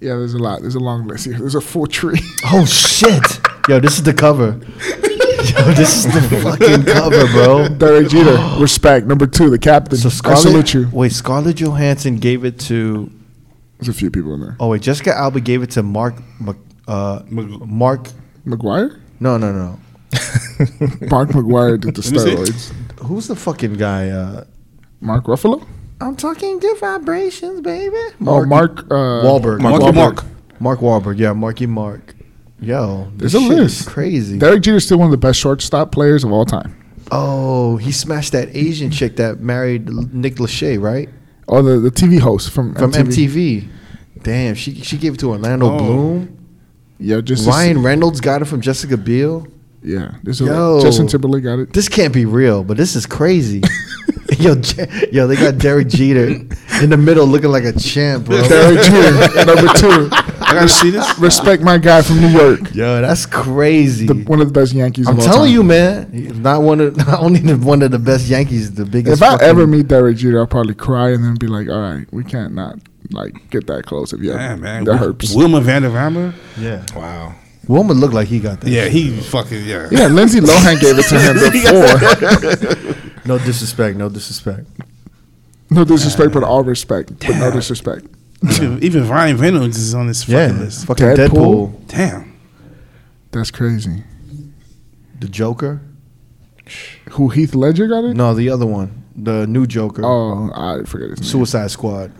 S3: yeah, there's a lot. There's a long list here. There's a full tree.
S2: Oh shit. Yo, this is the cover. Yo, this is the fucking cover, bro.
S3: Derek Jeter, respect. Number two, the captain.
S2: So
S3: I
S2: Scarlett,
S3: salute you.
S2: Wait, Scarlett Johansson gave it to.
S3: There's a few people in there.
S2: Oh wait, Jessica Alba gave it to Mark. Mc- Uh, Mark.
S3: McGuire?
S2: No, no, no.
S3: Mark McGuire did the
S4: Let me see.
S3: steroids.
S2: Who's the fucking guy? Uh,
S3: Mark Ruffalo?
S13: I'm talking good vibrations, baby.
S3: Oh, Mark, uh,
S2: Wahlberg.
S3: Mark
S2: Marky
S3: Wahlberg.
S2: Mark Wahlberg. Yeah, Marky Mark. Yo,
S3: There's
S2: this
S3: a
S2: shit is
S3: list.
S2: Crazy.
S3: Derek Jeter's still one of the best shortstop players of all time.
S2: Oh, he smashed that Asian chick that married L- Nick Lachey, right?
S3: Oh, the, the TV host from
S2: From
S3: MTV.
S2: MTV. Damn, she she gave it to Orlando
S4: Oh.
S2: Bloom.
S3: Yeah, just
S2: Ryan Reynolds got it from Jessica Biel.
S3: Yeah, this is
S2: Yo,
S3: Justin Timberlake got it.
S2: This can't be real, but this is crazy. yo, Je- yo, they got Derek Jeter in the middle looking like a champ, bro.
S3: Derek Jeter, number two.
S4: I gotta see this.
S3: Respect my guy from New York.
S2: Yo, that's crazy.
S3: The, one of the best Yankees.
S2: I'm
S3: of all
S2: telling
S3: time.
S2: you, man. he's Not one of not only the- one of the best Yankees, the biggest.
S3: If I
S2: fucking-
S3: ever meet Derek Jeter, I'll probably cry and then be like, "All right, we can't not like get that close." If you
S4: Damn, man.
S3: that hurts.
S4: Wilma Vanderhammer.
S2: yeah,
S4: Wow.
S2: woman looked like he got that.
S4: Yeah, he fucking yeah.
S3: Yeah, Lindsay Lohan gave it to him before.
S2: No disrespect, no disrespect.
S3: no disrespect, but all respect. But no disrespect.
S4: Even, even Ryan Reynolds is on this
S2: Yeah,
S4: fucking list.
S2: fucking
S3: Deadpool?
S2: Deadpool.
S4: Damn.
S3: That's crazy.
S2: the Joker.
S3: Who Heath Ledger got it?
S2: No, the other one, the new Joker,
S3: Oh, I forget his name.
S2: Suicide Squad.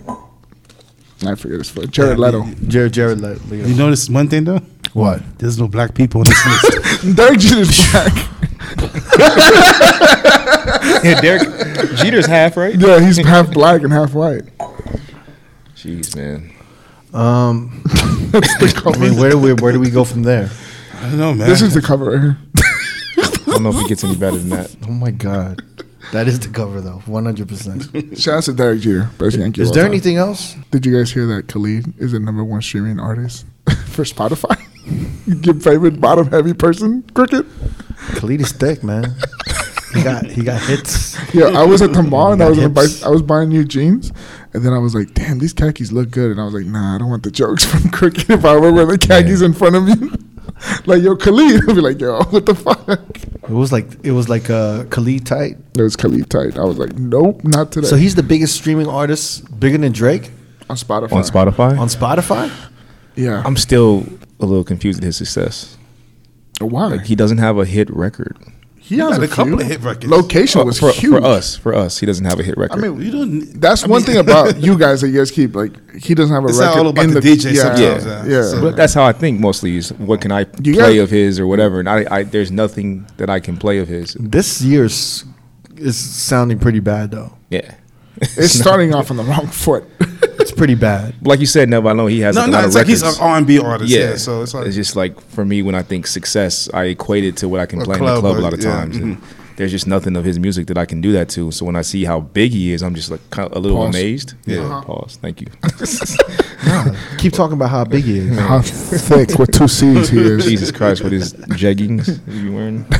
S3: I forget his foot. Jared Leto.
S2: Jared Jared Let- Leto.
S4: You notice one thing though?
S2: What?
S4: There's no black people on this list.
S3: Derek Jeter's black.
S1: Yeah, Derek Jeter's half right.
S3: Yeah, he's half black and half white.
S1: Jeez, man.
S2: Um, I mean, where do we where do we go from there?
S4: I don't know, man.
S3: This is the cover right here.
S1: I don't know if it gets any better than that.
S2: Oh my god, that is the cover though, one hundred percent.
S3: Shout out to Derek Jeter, best Yankee. of
S2: Is
S3: all
S2: there
S3: time.
S2: anything else?
S3: Did you guys hear that Khalid is the number one streaming artist for Spotify? Your favorite bottom heavy person, cricket.
S2: Khalid is thick, man. he got he got hits.
S3: Yeah, I was at the mall and I was gonna buy,
S2: Hips.
S3: I was buying new jeans, and then I was like, "Damn, these khakis look good." And I was like, "Nah, I don't want the jokes from cricket if I were wearing the khakis in front of me." like, yo, Khalid, I'd be like, "Yo, what the fuck?"
S2: It was like it was like uh, Khalid tight.
S3: It was Khalid tight. I was like, "Nope, not today."
S2: So he's the biggest streaming artist, bigger than Drake
S3: on Spotify.
S1: On Spotify, Um,
S2: on Spotify.
S3: Yeah.
S1: I'm still a little confused at his success.
S3: Why?
S1: Like he doesn't have a hit record.
S3: he has
S4: had
S3: a,
S4: a couple
S3: few.
S4: of hit records.
S3: Location
S1: For-
S3: was
S1: for,
S3: huge
S1: for us, for us, he doesn't have a hit record.
S3: I mean,
S4: you don't.
S3: That's
S4: I
S3: one
S4: mean-
S3: thing about you guys that you guys keep like he doesn't have a
S4: It's
S3: record.
S4: not all about
S3: in
S4: the DJ
S3: yeah,
S4: sometimes,
S3: yeah.
S4: uh,
S3: yeah.
S4: so-
S1: But that's how I think mostly is what can I
S3: You
S1: play
S3: got-
S1: of his or whatever, and I, I there's nothing that I can play of his.
S2: This year's is sounding pretty bad though.
S1: Yeah,
S3: it's starting off on the wrong foot.
S2: It's pretty bad.
S1: like you said, Nev. I know he has
S4: No,
S1: like, a
S4: no,
S1: lot
S4: it's
S1: of
S4: like he's
S1: records.
S4: an R and B artist. Yeah. so it's like
S1: just like for me when I think success, I equate it to what I can
S4: A
S1: play in the
S4: club,
S1: club a
S4: uh,
S1: lot of
S4: yeah, Mm-hmm.
S1: times. And there's just nothing of his music that I can do that to. So when I see how big he is, I'm just like kind of a little
S3: Pause.
S1: amazed. Yeah,
S3: Uh-huh.
S1: pause. Thank you.
S2: Keep talking about how big he is.
S3: How thick with two C's he is.
S1: Jesus Christ, with his jeggings he be wearing.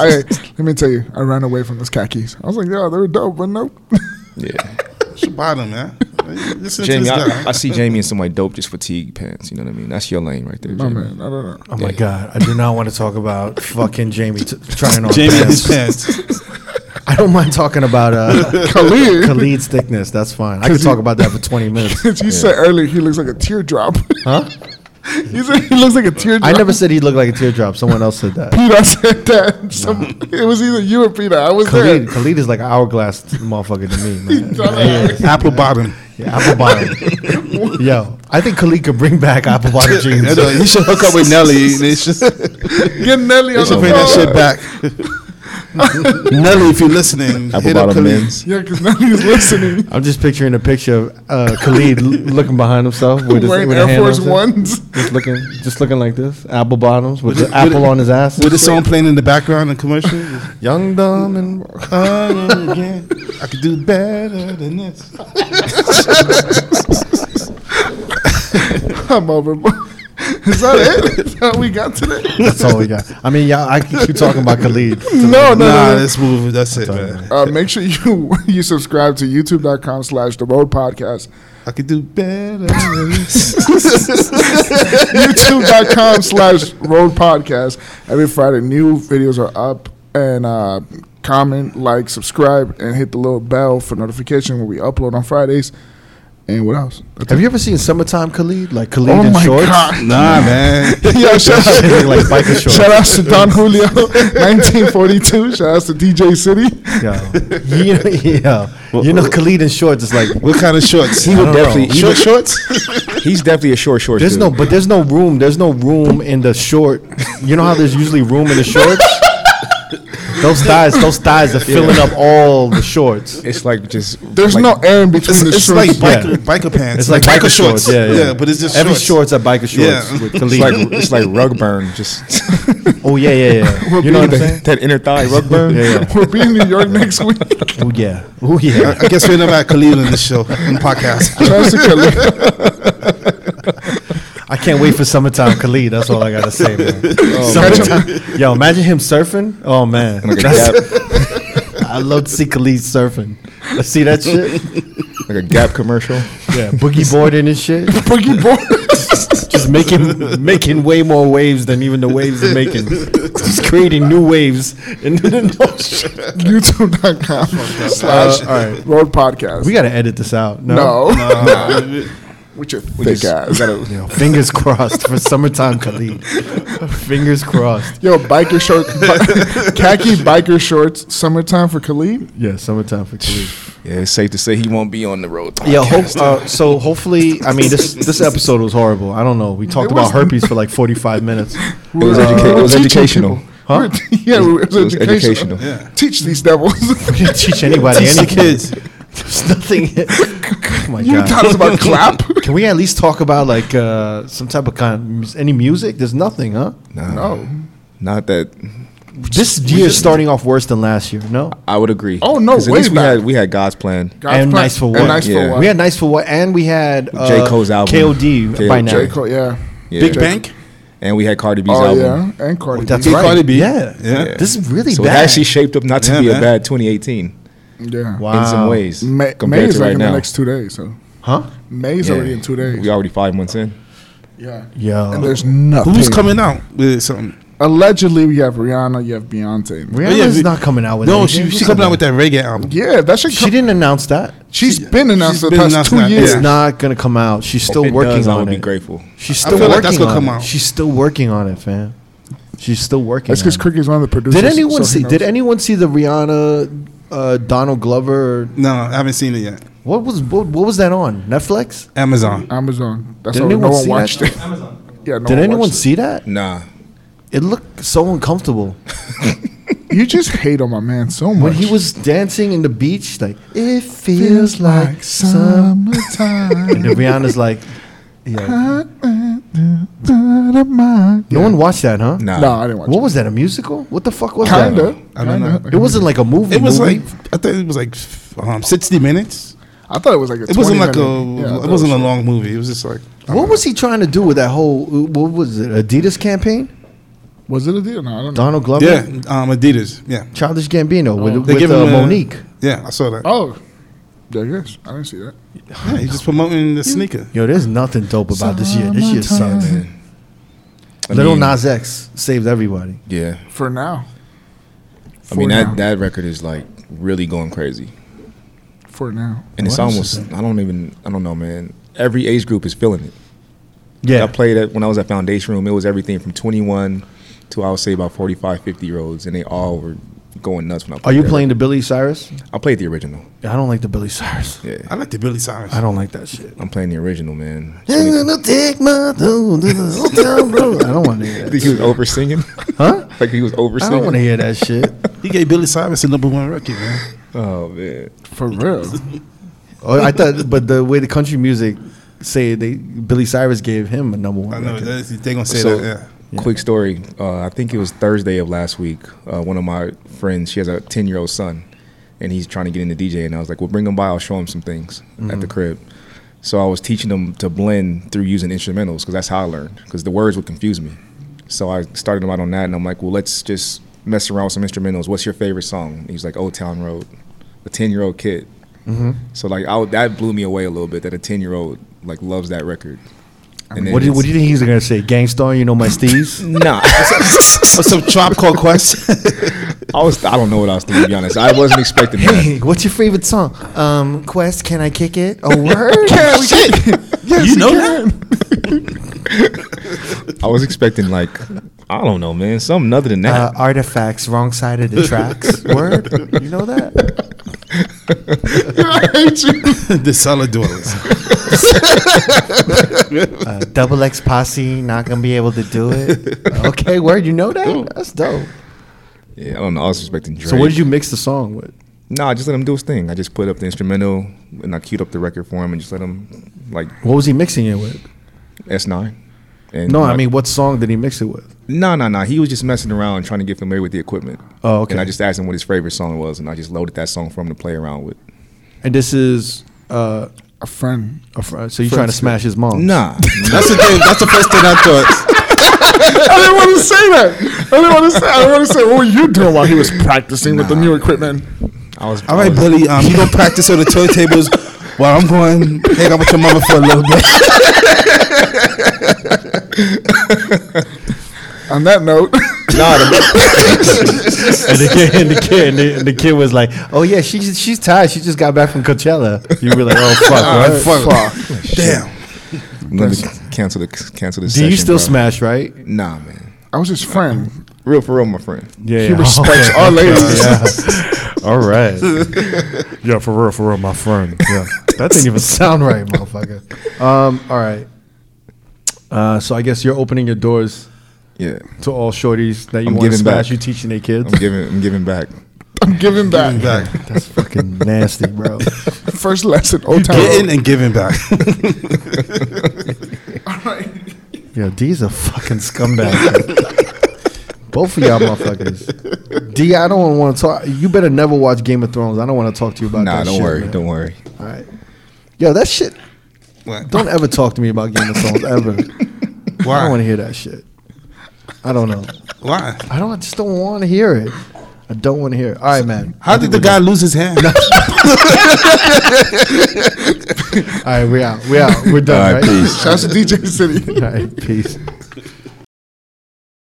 S3: I, let me tell you, I ran away from those khakis. I was like, yeah, they were dope, but nope.
S1: yeah,
S4: should bottom, man. Listen
S1: Jamie.
S4: to this guy.
S1: I, I see Jamie in some like dope just fatigue pants. You know what I mean? That's your lane right there.
S3: No
S1: Jamie.
S3: man, I don't know.
S2: Oh my god, I do not want to talk about fucking Jamie t- trying on
S4: Jamie in his
S2: pants.
S4: pants.
S2: I don't mind talking about uh,
S3: Khalid.
S2: Khalid's thickness. That's fine. I could talk about that for 20 minutes.
S3: As you said earlier, he looks like a teardrop. Huh? you said he looks like a teardrop.
S2: I never said he looked like a teardrop. Someone else said that.
S3: Peter said that. Some, It was either you or Peter. I was
S2: Khalid,
S3: there.
S2: Khalid is like an hourglass motherfucker to me, man.
S4: Apple bottom.
S2: Yeah, apple bottom. Yo, I think Khalid could bring back apple bottom jeans.
S4: you should hook up with Nelly. They should, they
S3: Get Nelly on
S4: should
S3: the
S4: bring that
S3: phone.
S4: shit back. Nelly, if you're listening,
S1: Apple
S4: hit up
S1: bottom
S4: Khalid.
S1: men's.
S3: Yeah, because Nelly is listening.
S2: I'm just picturing a picture of uh, Khalid l- looking behind himself with his
S3: Wearing
S2: with a
S3: Air
S2: hand on
S3: Force
S2: his-
S3: Ones.
S2: Just looking, just looking like this, apple bottoms with the apple on his ass.
S4: With the song playing in the background in commercial.
S2: Young, dumb, and
S4: Oh, yeah. I could do better than this.
S3: I'm overboard. Is that it? Is that what we got today?
S2: that's all we got. I mean, yeah, I can keep talking about Khalid.
S3: No, no,
S4: Nah,
S3: no. no.
S4: this movie, that's it, man.
S3: Uh, make sure you you subscribe to youtube.com slash the road podcast.
S4: I could do better than this.
S3: youtube.com slash road podcast. Every Friday, new videos are up. And uh, comment, like, subscribe, and hit the little bell for notification when we upload on Fridays. And what else?
S2: Have you ever seen Summertime Khalid? Like Khalid
S3: Oh
S2: in
S3: my
S2: shorts?
S3: God.
S4: Nah, man.
S3: Yo, shout,
S2: That shit look like biker shorts.
S3: shout outs to Don Julio, 1942. Shout outs to DJ City.
S2: Yo, you know, yeah. you know Khalid in shorts is like
S4: What kind of shorts?
S2: I
S1: He would
S2: don't know.
S1: definitely. he
S4: Short
S1: would-
S4: shorts?
S1: He's definitely a short short.
S2: There's
S1: dude.
S2: no, but there's no room. There's no room in the short. You know how there's usually room in the shorts. those thighs, those thighs are filling up all the shorts.
S1: It's like just.
S3: There's
S1: like,
S3: no air in between
S4: It's,
S3: the
S4: it's
S3: shorts.
S4: like biker,
S2: Yeah.
S4: biker pants.
S2: It's like biker shorts. Yeah, yeah.
S4: but it's just
S2: every
S4: shorts.
S2: shorts are biker shorts
S4: Yeah.
S2: with
S1: It's
S2: Khalid.
S1: like it's like rug burn. Just
S2: oh yeah, yeah, yeah. you know what I'm saying?
S1: that inner thigh rug
S2: Yeah,
S1: burn.
S2: yeah.
S3: We'll be in New York next week.
S2: Oh yeah. Oh yeah.
S4: I guess we never had Khalid in the show, in the podcast.
S3: Shout outs to Khalid.
S2: I can't wait for summertime Khalid. That's all I gotta say, man. Summertime- Yo, imagine him surfing. Oh man,
S1: Like a
S2: That's-
S1: gap,
S2: I love to see Khalid surfing. Let's see that shit.
S1: like a Gap commercial.
S2: Yeah, boogie boarding and shit.
S3: Boogie board.
S2: just making making way more waves than even the waves are making. Just creating new waves. And then oh,
S3: YouTube.com slash
S2: all right.
S3: road podcast.
S2: we gotta edit this out. No,
S3: no. With your thick ass.
S2: no. fingers crossed for summertime Khalid. fingers crossed.
S3: Yo, biker shorts, khaki biker shorts, summertime for Khalid.
S2: Yeah, summertime for Khalid.
S1: Yeah, it's safe to say he won't be on the road.
S2: Yeah, hope, uh, so hopefully, I mean, this this episode was horrible. I don't know. We talked about herpes for like forty five minutes.
S1: It was, educa- it was
S3: Teaching
S1: educational.
S3: people. We're- yeah, it was,
S1: It was
S3: educational.
S1: educational.
S3: Teach these devils.
S2: We didn't teach anybody
S4: Teach the
S2: anything.
S4: kids.
S2: There's nothing. Oh my
S3: you
S2: god.
S3: taught us about clap.
S2: Can we at least talk about like uh, some type of kind any music? There's nothing, huh?
S3: No.
S1: Not that
S2: This year is starting off worse than last year. No,
S1: I would agree.
S3: Oh, no,
S1: 'Cause at
S3: way
S1: least we
S3: back.
S1: had we had God's plan.
S3: God's
S2: and
S3: plan-
S2: nice for
S3: and
S2: what?
S3: Nice
S1: Yeah.
S3: for what?
S2: we had nice for what, and we had uh,
S1: J. Cole's album.
S2: KOD
S1: J-
S2: by now.
S3: J. Cole, yeah.
S1: Yeah.
S4: Big Bank?
S1: and we had Cardi B's
S3: Oh,
S1: album.
S3: yeah. And Cardi
S2: That's
S3: B.
S2: right.
S4: Cardi B.
S2: Yeah.
S4: Yeah.
S2: this is really
S1: So it
S2: bad.
S1: actually shaped up not to
S4: Yeah,
S1: be
S4: man.
S1: a bad 2018
S3: Yeah.
S2: Wow.
S1: in some ways
S3: May,
S1: compared
S3: May is
S1: to
S3: like
S1: right
S3: in
S1: now.
S3: the next two days. So
S2: huh?
S3: May is
S1: Yeah.
S3: already in two days.
S1: We already five months in.
S3: yeah.
S2: Yo.
S3: And there's nothing.
S4: Who's coming out with something?
S3: Allegedly, we have Rihanna. You have Beyonce.
S2: Rihanna's
S4: we-
S2: not coming out with
S4: No,
S2: anything.
S4: she she coming out with that reggae album.
S3: yeah, that should.
S2: She
S3: Come,
S2: didn't announce that.
S3: she's been announced
S4: she's
S3: for the
S4: been
S3: past
S4: announced
S3: two
S4: now,
S3: years.
S2: It's
S4: Yeah.
S2: not gonna come out. She's still
S1: If it
S2: working
S1: does, I
S2: on
S1: would be
S2: it.
S1: grateful.
S2: She's
S4: I
S2: still
S4: feel
S2: working
S4: like that's gonna
S2: on
S4: come
S2: it.
S4: out.
S2: She's still working on it, fam. She's still working.
S3: That's
S2: on
S3: because
S2: it.
S3: Cricky's one of the producers.
S2: Did anyone
S3: so
S2: see?
S3: he
S2: Did
S3: knows.
S2: anyone see the Rihanna, uh, Donald Glover?
S4: No, I haven't seen it yet.
S2: What was what, what was that on Netflix?
S4: Amazon.
S2: Uh,
S3: Amazon? That's
S2: Did
S3: all. No
S2: anyone
S3: one
S2: see
S3: watched
S2: that?
S3: it. Yeah. No
S2: Did
S3: one
S2: anyone
S3: watched
S2: see that?
S1: Nah,
S2: It looked so uncomfortable
S3: it. You just hate on my man so much.
S2: when he was dancing in the beach. Like it feels like some.
S3: summertime.
S2: And then Rihanna's like, yeah. No one watched that, huh?
S1: nah.
S3: no, I didn't watch.
S2: Uh, What was that? A musical? What the fuck was
S3: Kinda.
S2: that?
S4: I don't
S3: kinda.
S4: know.
S2: It wasn't like a movie.
S4: It was
S2: movie.
S4: like I thought it was like um, sixty minutes.
S3: I thought it was like a.
S4: It wasn't like a.
S3: 20 minute- yeah, I
S4: it
S3: thought
S4: wasn't a
S3: was-
S4: long movie. It was just like
S2: What was he trying to do with that whole? What was it? Adidas campaign?
S3: Was it a deal? No, I don't know.
S2: Donald Glover,
S4: yeah, um, Adidas. Yeah,
S2: Childish Gambino with,
S4: They
S2: with
S4: give
S2: uh,
S4: him a-
S2: Monique.
S4: yeah. I saw that.
S3: Oh, there it is. I didn't see that.
S4: Yeah, he's just promoting the sneaker.
S2: Yo, there's nothing dope about this year. This year sucks.
S1: I
S2: Little
S1: mean,
S2: Nas X saved everybody.
S1: Yeah,
S3: For now.
S1: I mean
S3: For
S1: that
S3: now.
S1: that record is like really going crazy,
S3: For now.
S1: and it's
S2: What else
S1: almost I don't even I don't know, man. Every age group is feeling it. I played at when I was at Foundation Room. It was everything from 21 to I would say about 45, 50 year olds, and they all were going nuts when I.
S2: Are
S1: Played
S2: you
S1: that
S2: playing the Billy Cyrus?
S1: record. I played the original.
S2: I don't like the Billy Cyrus.
S1: Yeah,
S4: I like the Billy Cyrus.
S2: I don't like that shit.
S1: I'm playing the original, man. I
S2: I'm gonna take my throne to the hotel room. I don't want to hear that.
S1: think he was over singing.
S2: Huh?
S1: like he was over
S2: I
S1: singing.
S2: don't want to hear that shit.
S4: He gave Billy Cyrus the number one record, man.
S1: Oh man.
S3: For real.
S2: Oh, I thought, but the way the country music say they Billy Cyrus gave him a number one.
S4: I know
S2: record.
S4: that's- they gonna say
S1: So,
S4: that.
S1: quick story. Uh, I think it was Thursday of last week. Uh, one of my friends, she has a 10 year old son, and he's trying to get into DJing. And I was like, well, bring him by. I'll show him some things at
S2: Mm-hmm.
S1: the crib. So I was teaching him to blend through using instrumentals because that's how I learned, because the words would confuse me. So I started him out on that, and I'm like, well, let's just mess around with some instrumentals. What's your favorite song? And he's like, Old Town Road, a 10 year old kid.
S2: Mm-hmm.
S1: So like I, would- that blew me away a little bit that a 10 year old like loves that record. And
S2: What do, you,
S1: it's-
S2: what do you think he's gonna say? Gangstar, you know my steez?
S1: Nah.
S4: Yeah. Or some Tribe Called Quest.
S1: I was I don't know what I was thinking. To be honest, I wasn't expecting that.
S13: Hey, what's your favorite song? Um, Quest, can I kick it? A word?
S4: Oh,
S1: Yeah, we can.
S13: Yes,
S1: You
S13: we
S1: know
S13: can.
S1: I was expecting like I don't know, man, something other than
S13: Uh,
S1: that.
S13: artifacts, wrong side of the tracks. word? You know that?
S3: I hate you.
S4: the solid dwellers.
S13: Uh, double X posse, not gonna be able to do it. Okay, word. You know that? That's dope.
S1: yeah, I don't know. I was expecting Drake.
S2: So what did you mix the song with?
S1: No, I just let him do his thing. I just put up the instrumental and I queued up the record for him and just let him like
S2: What was he mixing it with?
S1: S nine. And
S2: No,
S1: like-
S2: I mean, what song did he mix it with?
S1: No, no, no. He was just messing around and trying to get familiar with the equipment.
S2: Oh, okay.
S1: And I just asked him what his favorite song was, and I just loaded that song for him to play around with.
S2: And this is uh,
S3: A friend.
S2: a fr- so you trying to smash his mom?
S1: Nah,
S4: That's the thing. That's the first thing I thought.
S3: I didn't want to say that. I didn't want to say. I didn't want to say. What were you doing while he was practicing with the new equipment?
S1: I was.
S4: All right, buddy. Um, you gonna practice on the toilet tables while I'm going hang out with your mama for a little bit.
S3: On that note,
S13: And the kid, and the kid, and the, and the kid was like, "Oh yeah, she's she's tired. She just got back from Coachella." You were like, "Oh fuck, right?
S4: Damn.
S1: Let me cancel the cancel this.
S2: Do you
S1: session,
S2: still
S1: bro.
S2: smash, right?
S1: Nah, man.
S3: I was his friend.
S1: Real for real, my friend.
S2: Yeah.
S3: He respects our ladies.
S2: All right. yeah, for real, for real, my friend. Yeah. That didn't even sound right, motherfucker. Um, all right. Uh, so I guess you're opening your doors
S1: Yeah,
S2: to all shorties that you
S1: I'm
S2: want to
S1: giving
S2: smash.
S1: back.
S2: You teaching their kids.
S1: I'm giving. I'm giving back.
S3: I'm giving back.
S2: That's fucking nasty, bro.
S3: First lesson, Old Town.
S4: Getting
S3: Road.
S4: and giving back.
S2: Yeah, D's a fucking scumbag. Both of y'all motherfuckers. D, I don't want to talk. You better never watch Game of Thrones. I don't want to talk to you about
S1: Nah,
S2: that
S1: don't
S2: shit,
S1: worry.
S2: man.
S1: Don't worry.
S2: All right. Yo, that shit.
S4: What?
S2: Don't ever talk to me about Game of Thrones ever. I don't want to
S4: Why?
S2: hear that shit. I don't know.
S4: Why?
S2: I don't. I just don't want to hear it. I don't want to hear it. All right, man.
S4: How did the guy lose his hand?
S2: All right, we out. We out. We're done.
S1: All right,
S2: right.
S1: peace.
S3: Shouts to DJ City.
S2: All right. Peace.